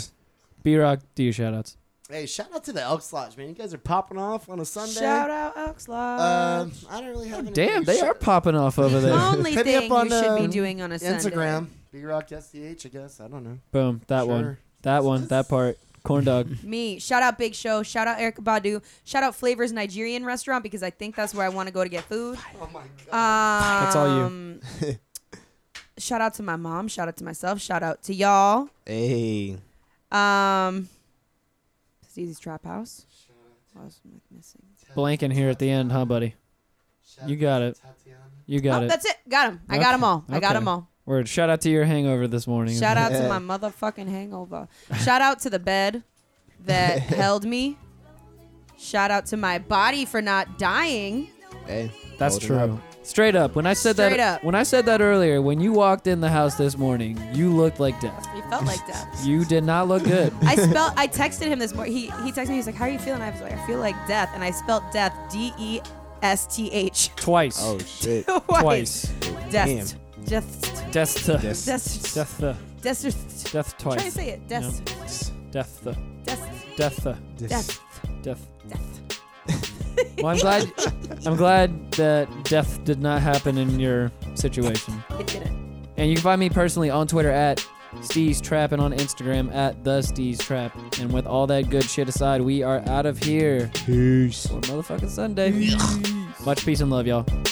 Speaker 1: B Rock, do your shout outs.
Speaker 6: Hey, shout out to the Elks Lodge, man. You guys are popping off on a Sunday.
Speaker 4: Shout out Elks Lodge.
Speaker 6: Um, I don't really have any.
Speaker 1: Damn, they are popping off over there.
Speaker 4: Only
Speaker 6: hit me
Speaker 4: thing
Speaker 6: up on,
Speaker 4: you should be
Speaker 6: um,
Speaker 4: doing on a
Speaker 6: Instagram, B Rock SDH, I guess. I don't know.
Speaker 1: Boom. That one.
Speaker 6: Sure.
Speaker 1: That one. That part. Corn dog.
Speaker 4: Sunday. Me. Shout out Big Show. Shout out Eric Badu. Shout out Flavors Nigerian Restaurant because I think that's where I want to go to get food.
Speaker 6: Oh my god.
Speaker 4: Um,
Speaker 1: That's all you.
Speaker 4: shout out to my mom. Shout out to myself. Shout out to y'all.
Speaker 7: Hey,
Speaker 4: Um, Steezy's Trap House. What else am I missing?
Speaker 1: Blank in here at the end, huh, buddy? You got it. You got
Speaker 4: oh,
Speaker 1: it.
Speaker 4: that's it. Got him. I got them all. I got
Speaker 1: Okay.
Speaker 4: them all.
Speaker 1: Word. Shout out to your hangover this morning.
Speaker 4: Shout out to my motherfucking hangover. Shout out to the bed that held me. Shout out to my body for not dying.
Speaker 7: hey.
Speaker 1: That's
Speaker 7: Hold it up.
Speaker 1: true. Straight up. When I said that
Speaker 4: Straight up.
Speaker 1: when I said that earlier, when you walked in the house this morning, you looked like death.
Speaker 4: It felt like death.
Speaker 1: You did not look good.
Speaker 4: I spelled. I texted him this morning. He he texted me. He's like, "How are you feeling?" I was like, "I feel like death," and I spelled death. D E S T H.
Speaker 1: Twice.
Speaker 7: Oh shit.
Speaker 1: Twice.
Speaker 4: Death. Death.
Speaker 1: Death to
Speaker 7: Yes.
Speaker 4: Death.
Speaker 1: death to
Speaker 4: Death.
Speaker 1: death
Speaker 4: Try to
Speaker 1: twice.
Speaker 4: say it. Death.
Speaker 1: Death to
Speaker 4: Death.
Speaker 1: death to
Speaker 4: Death.
Speaker 1: death.
Speaker 4: Death.
Speaker 1: Well, I'm glad I'm glad that death did not happen in your situation.
Speaker 4: It didn't.
Speaker 1: And you can find me personally on Twitter at Steez Trap and on Instagram at the Steez Trap. And with all that good shit aside, we are out of here
Speaker 7: Peace.
Speaker 1: for motherfucking Sunday. Much peace and love, y'all.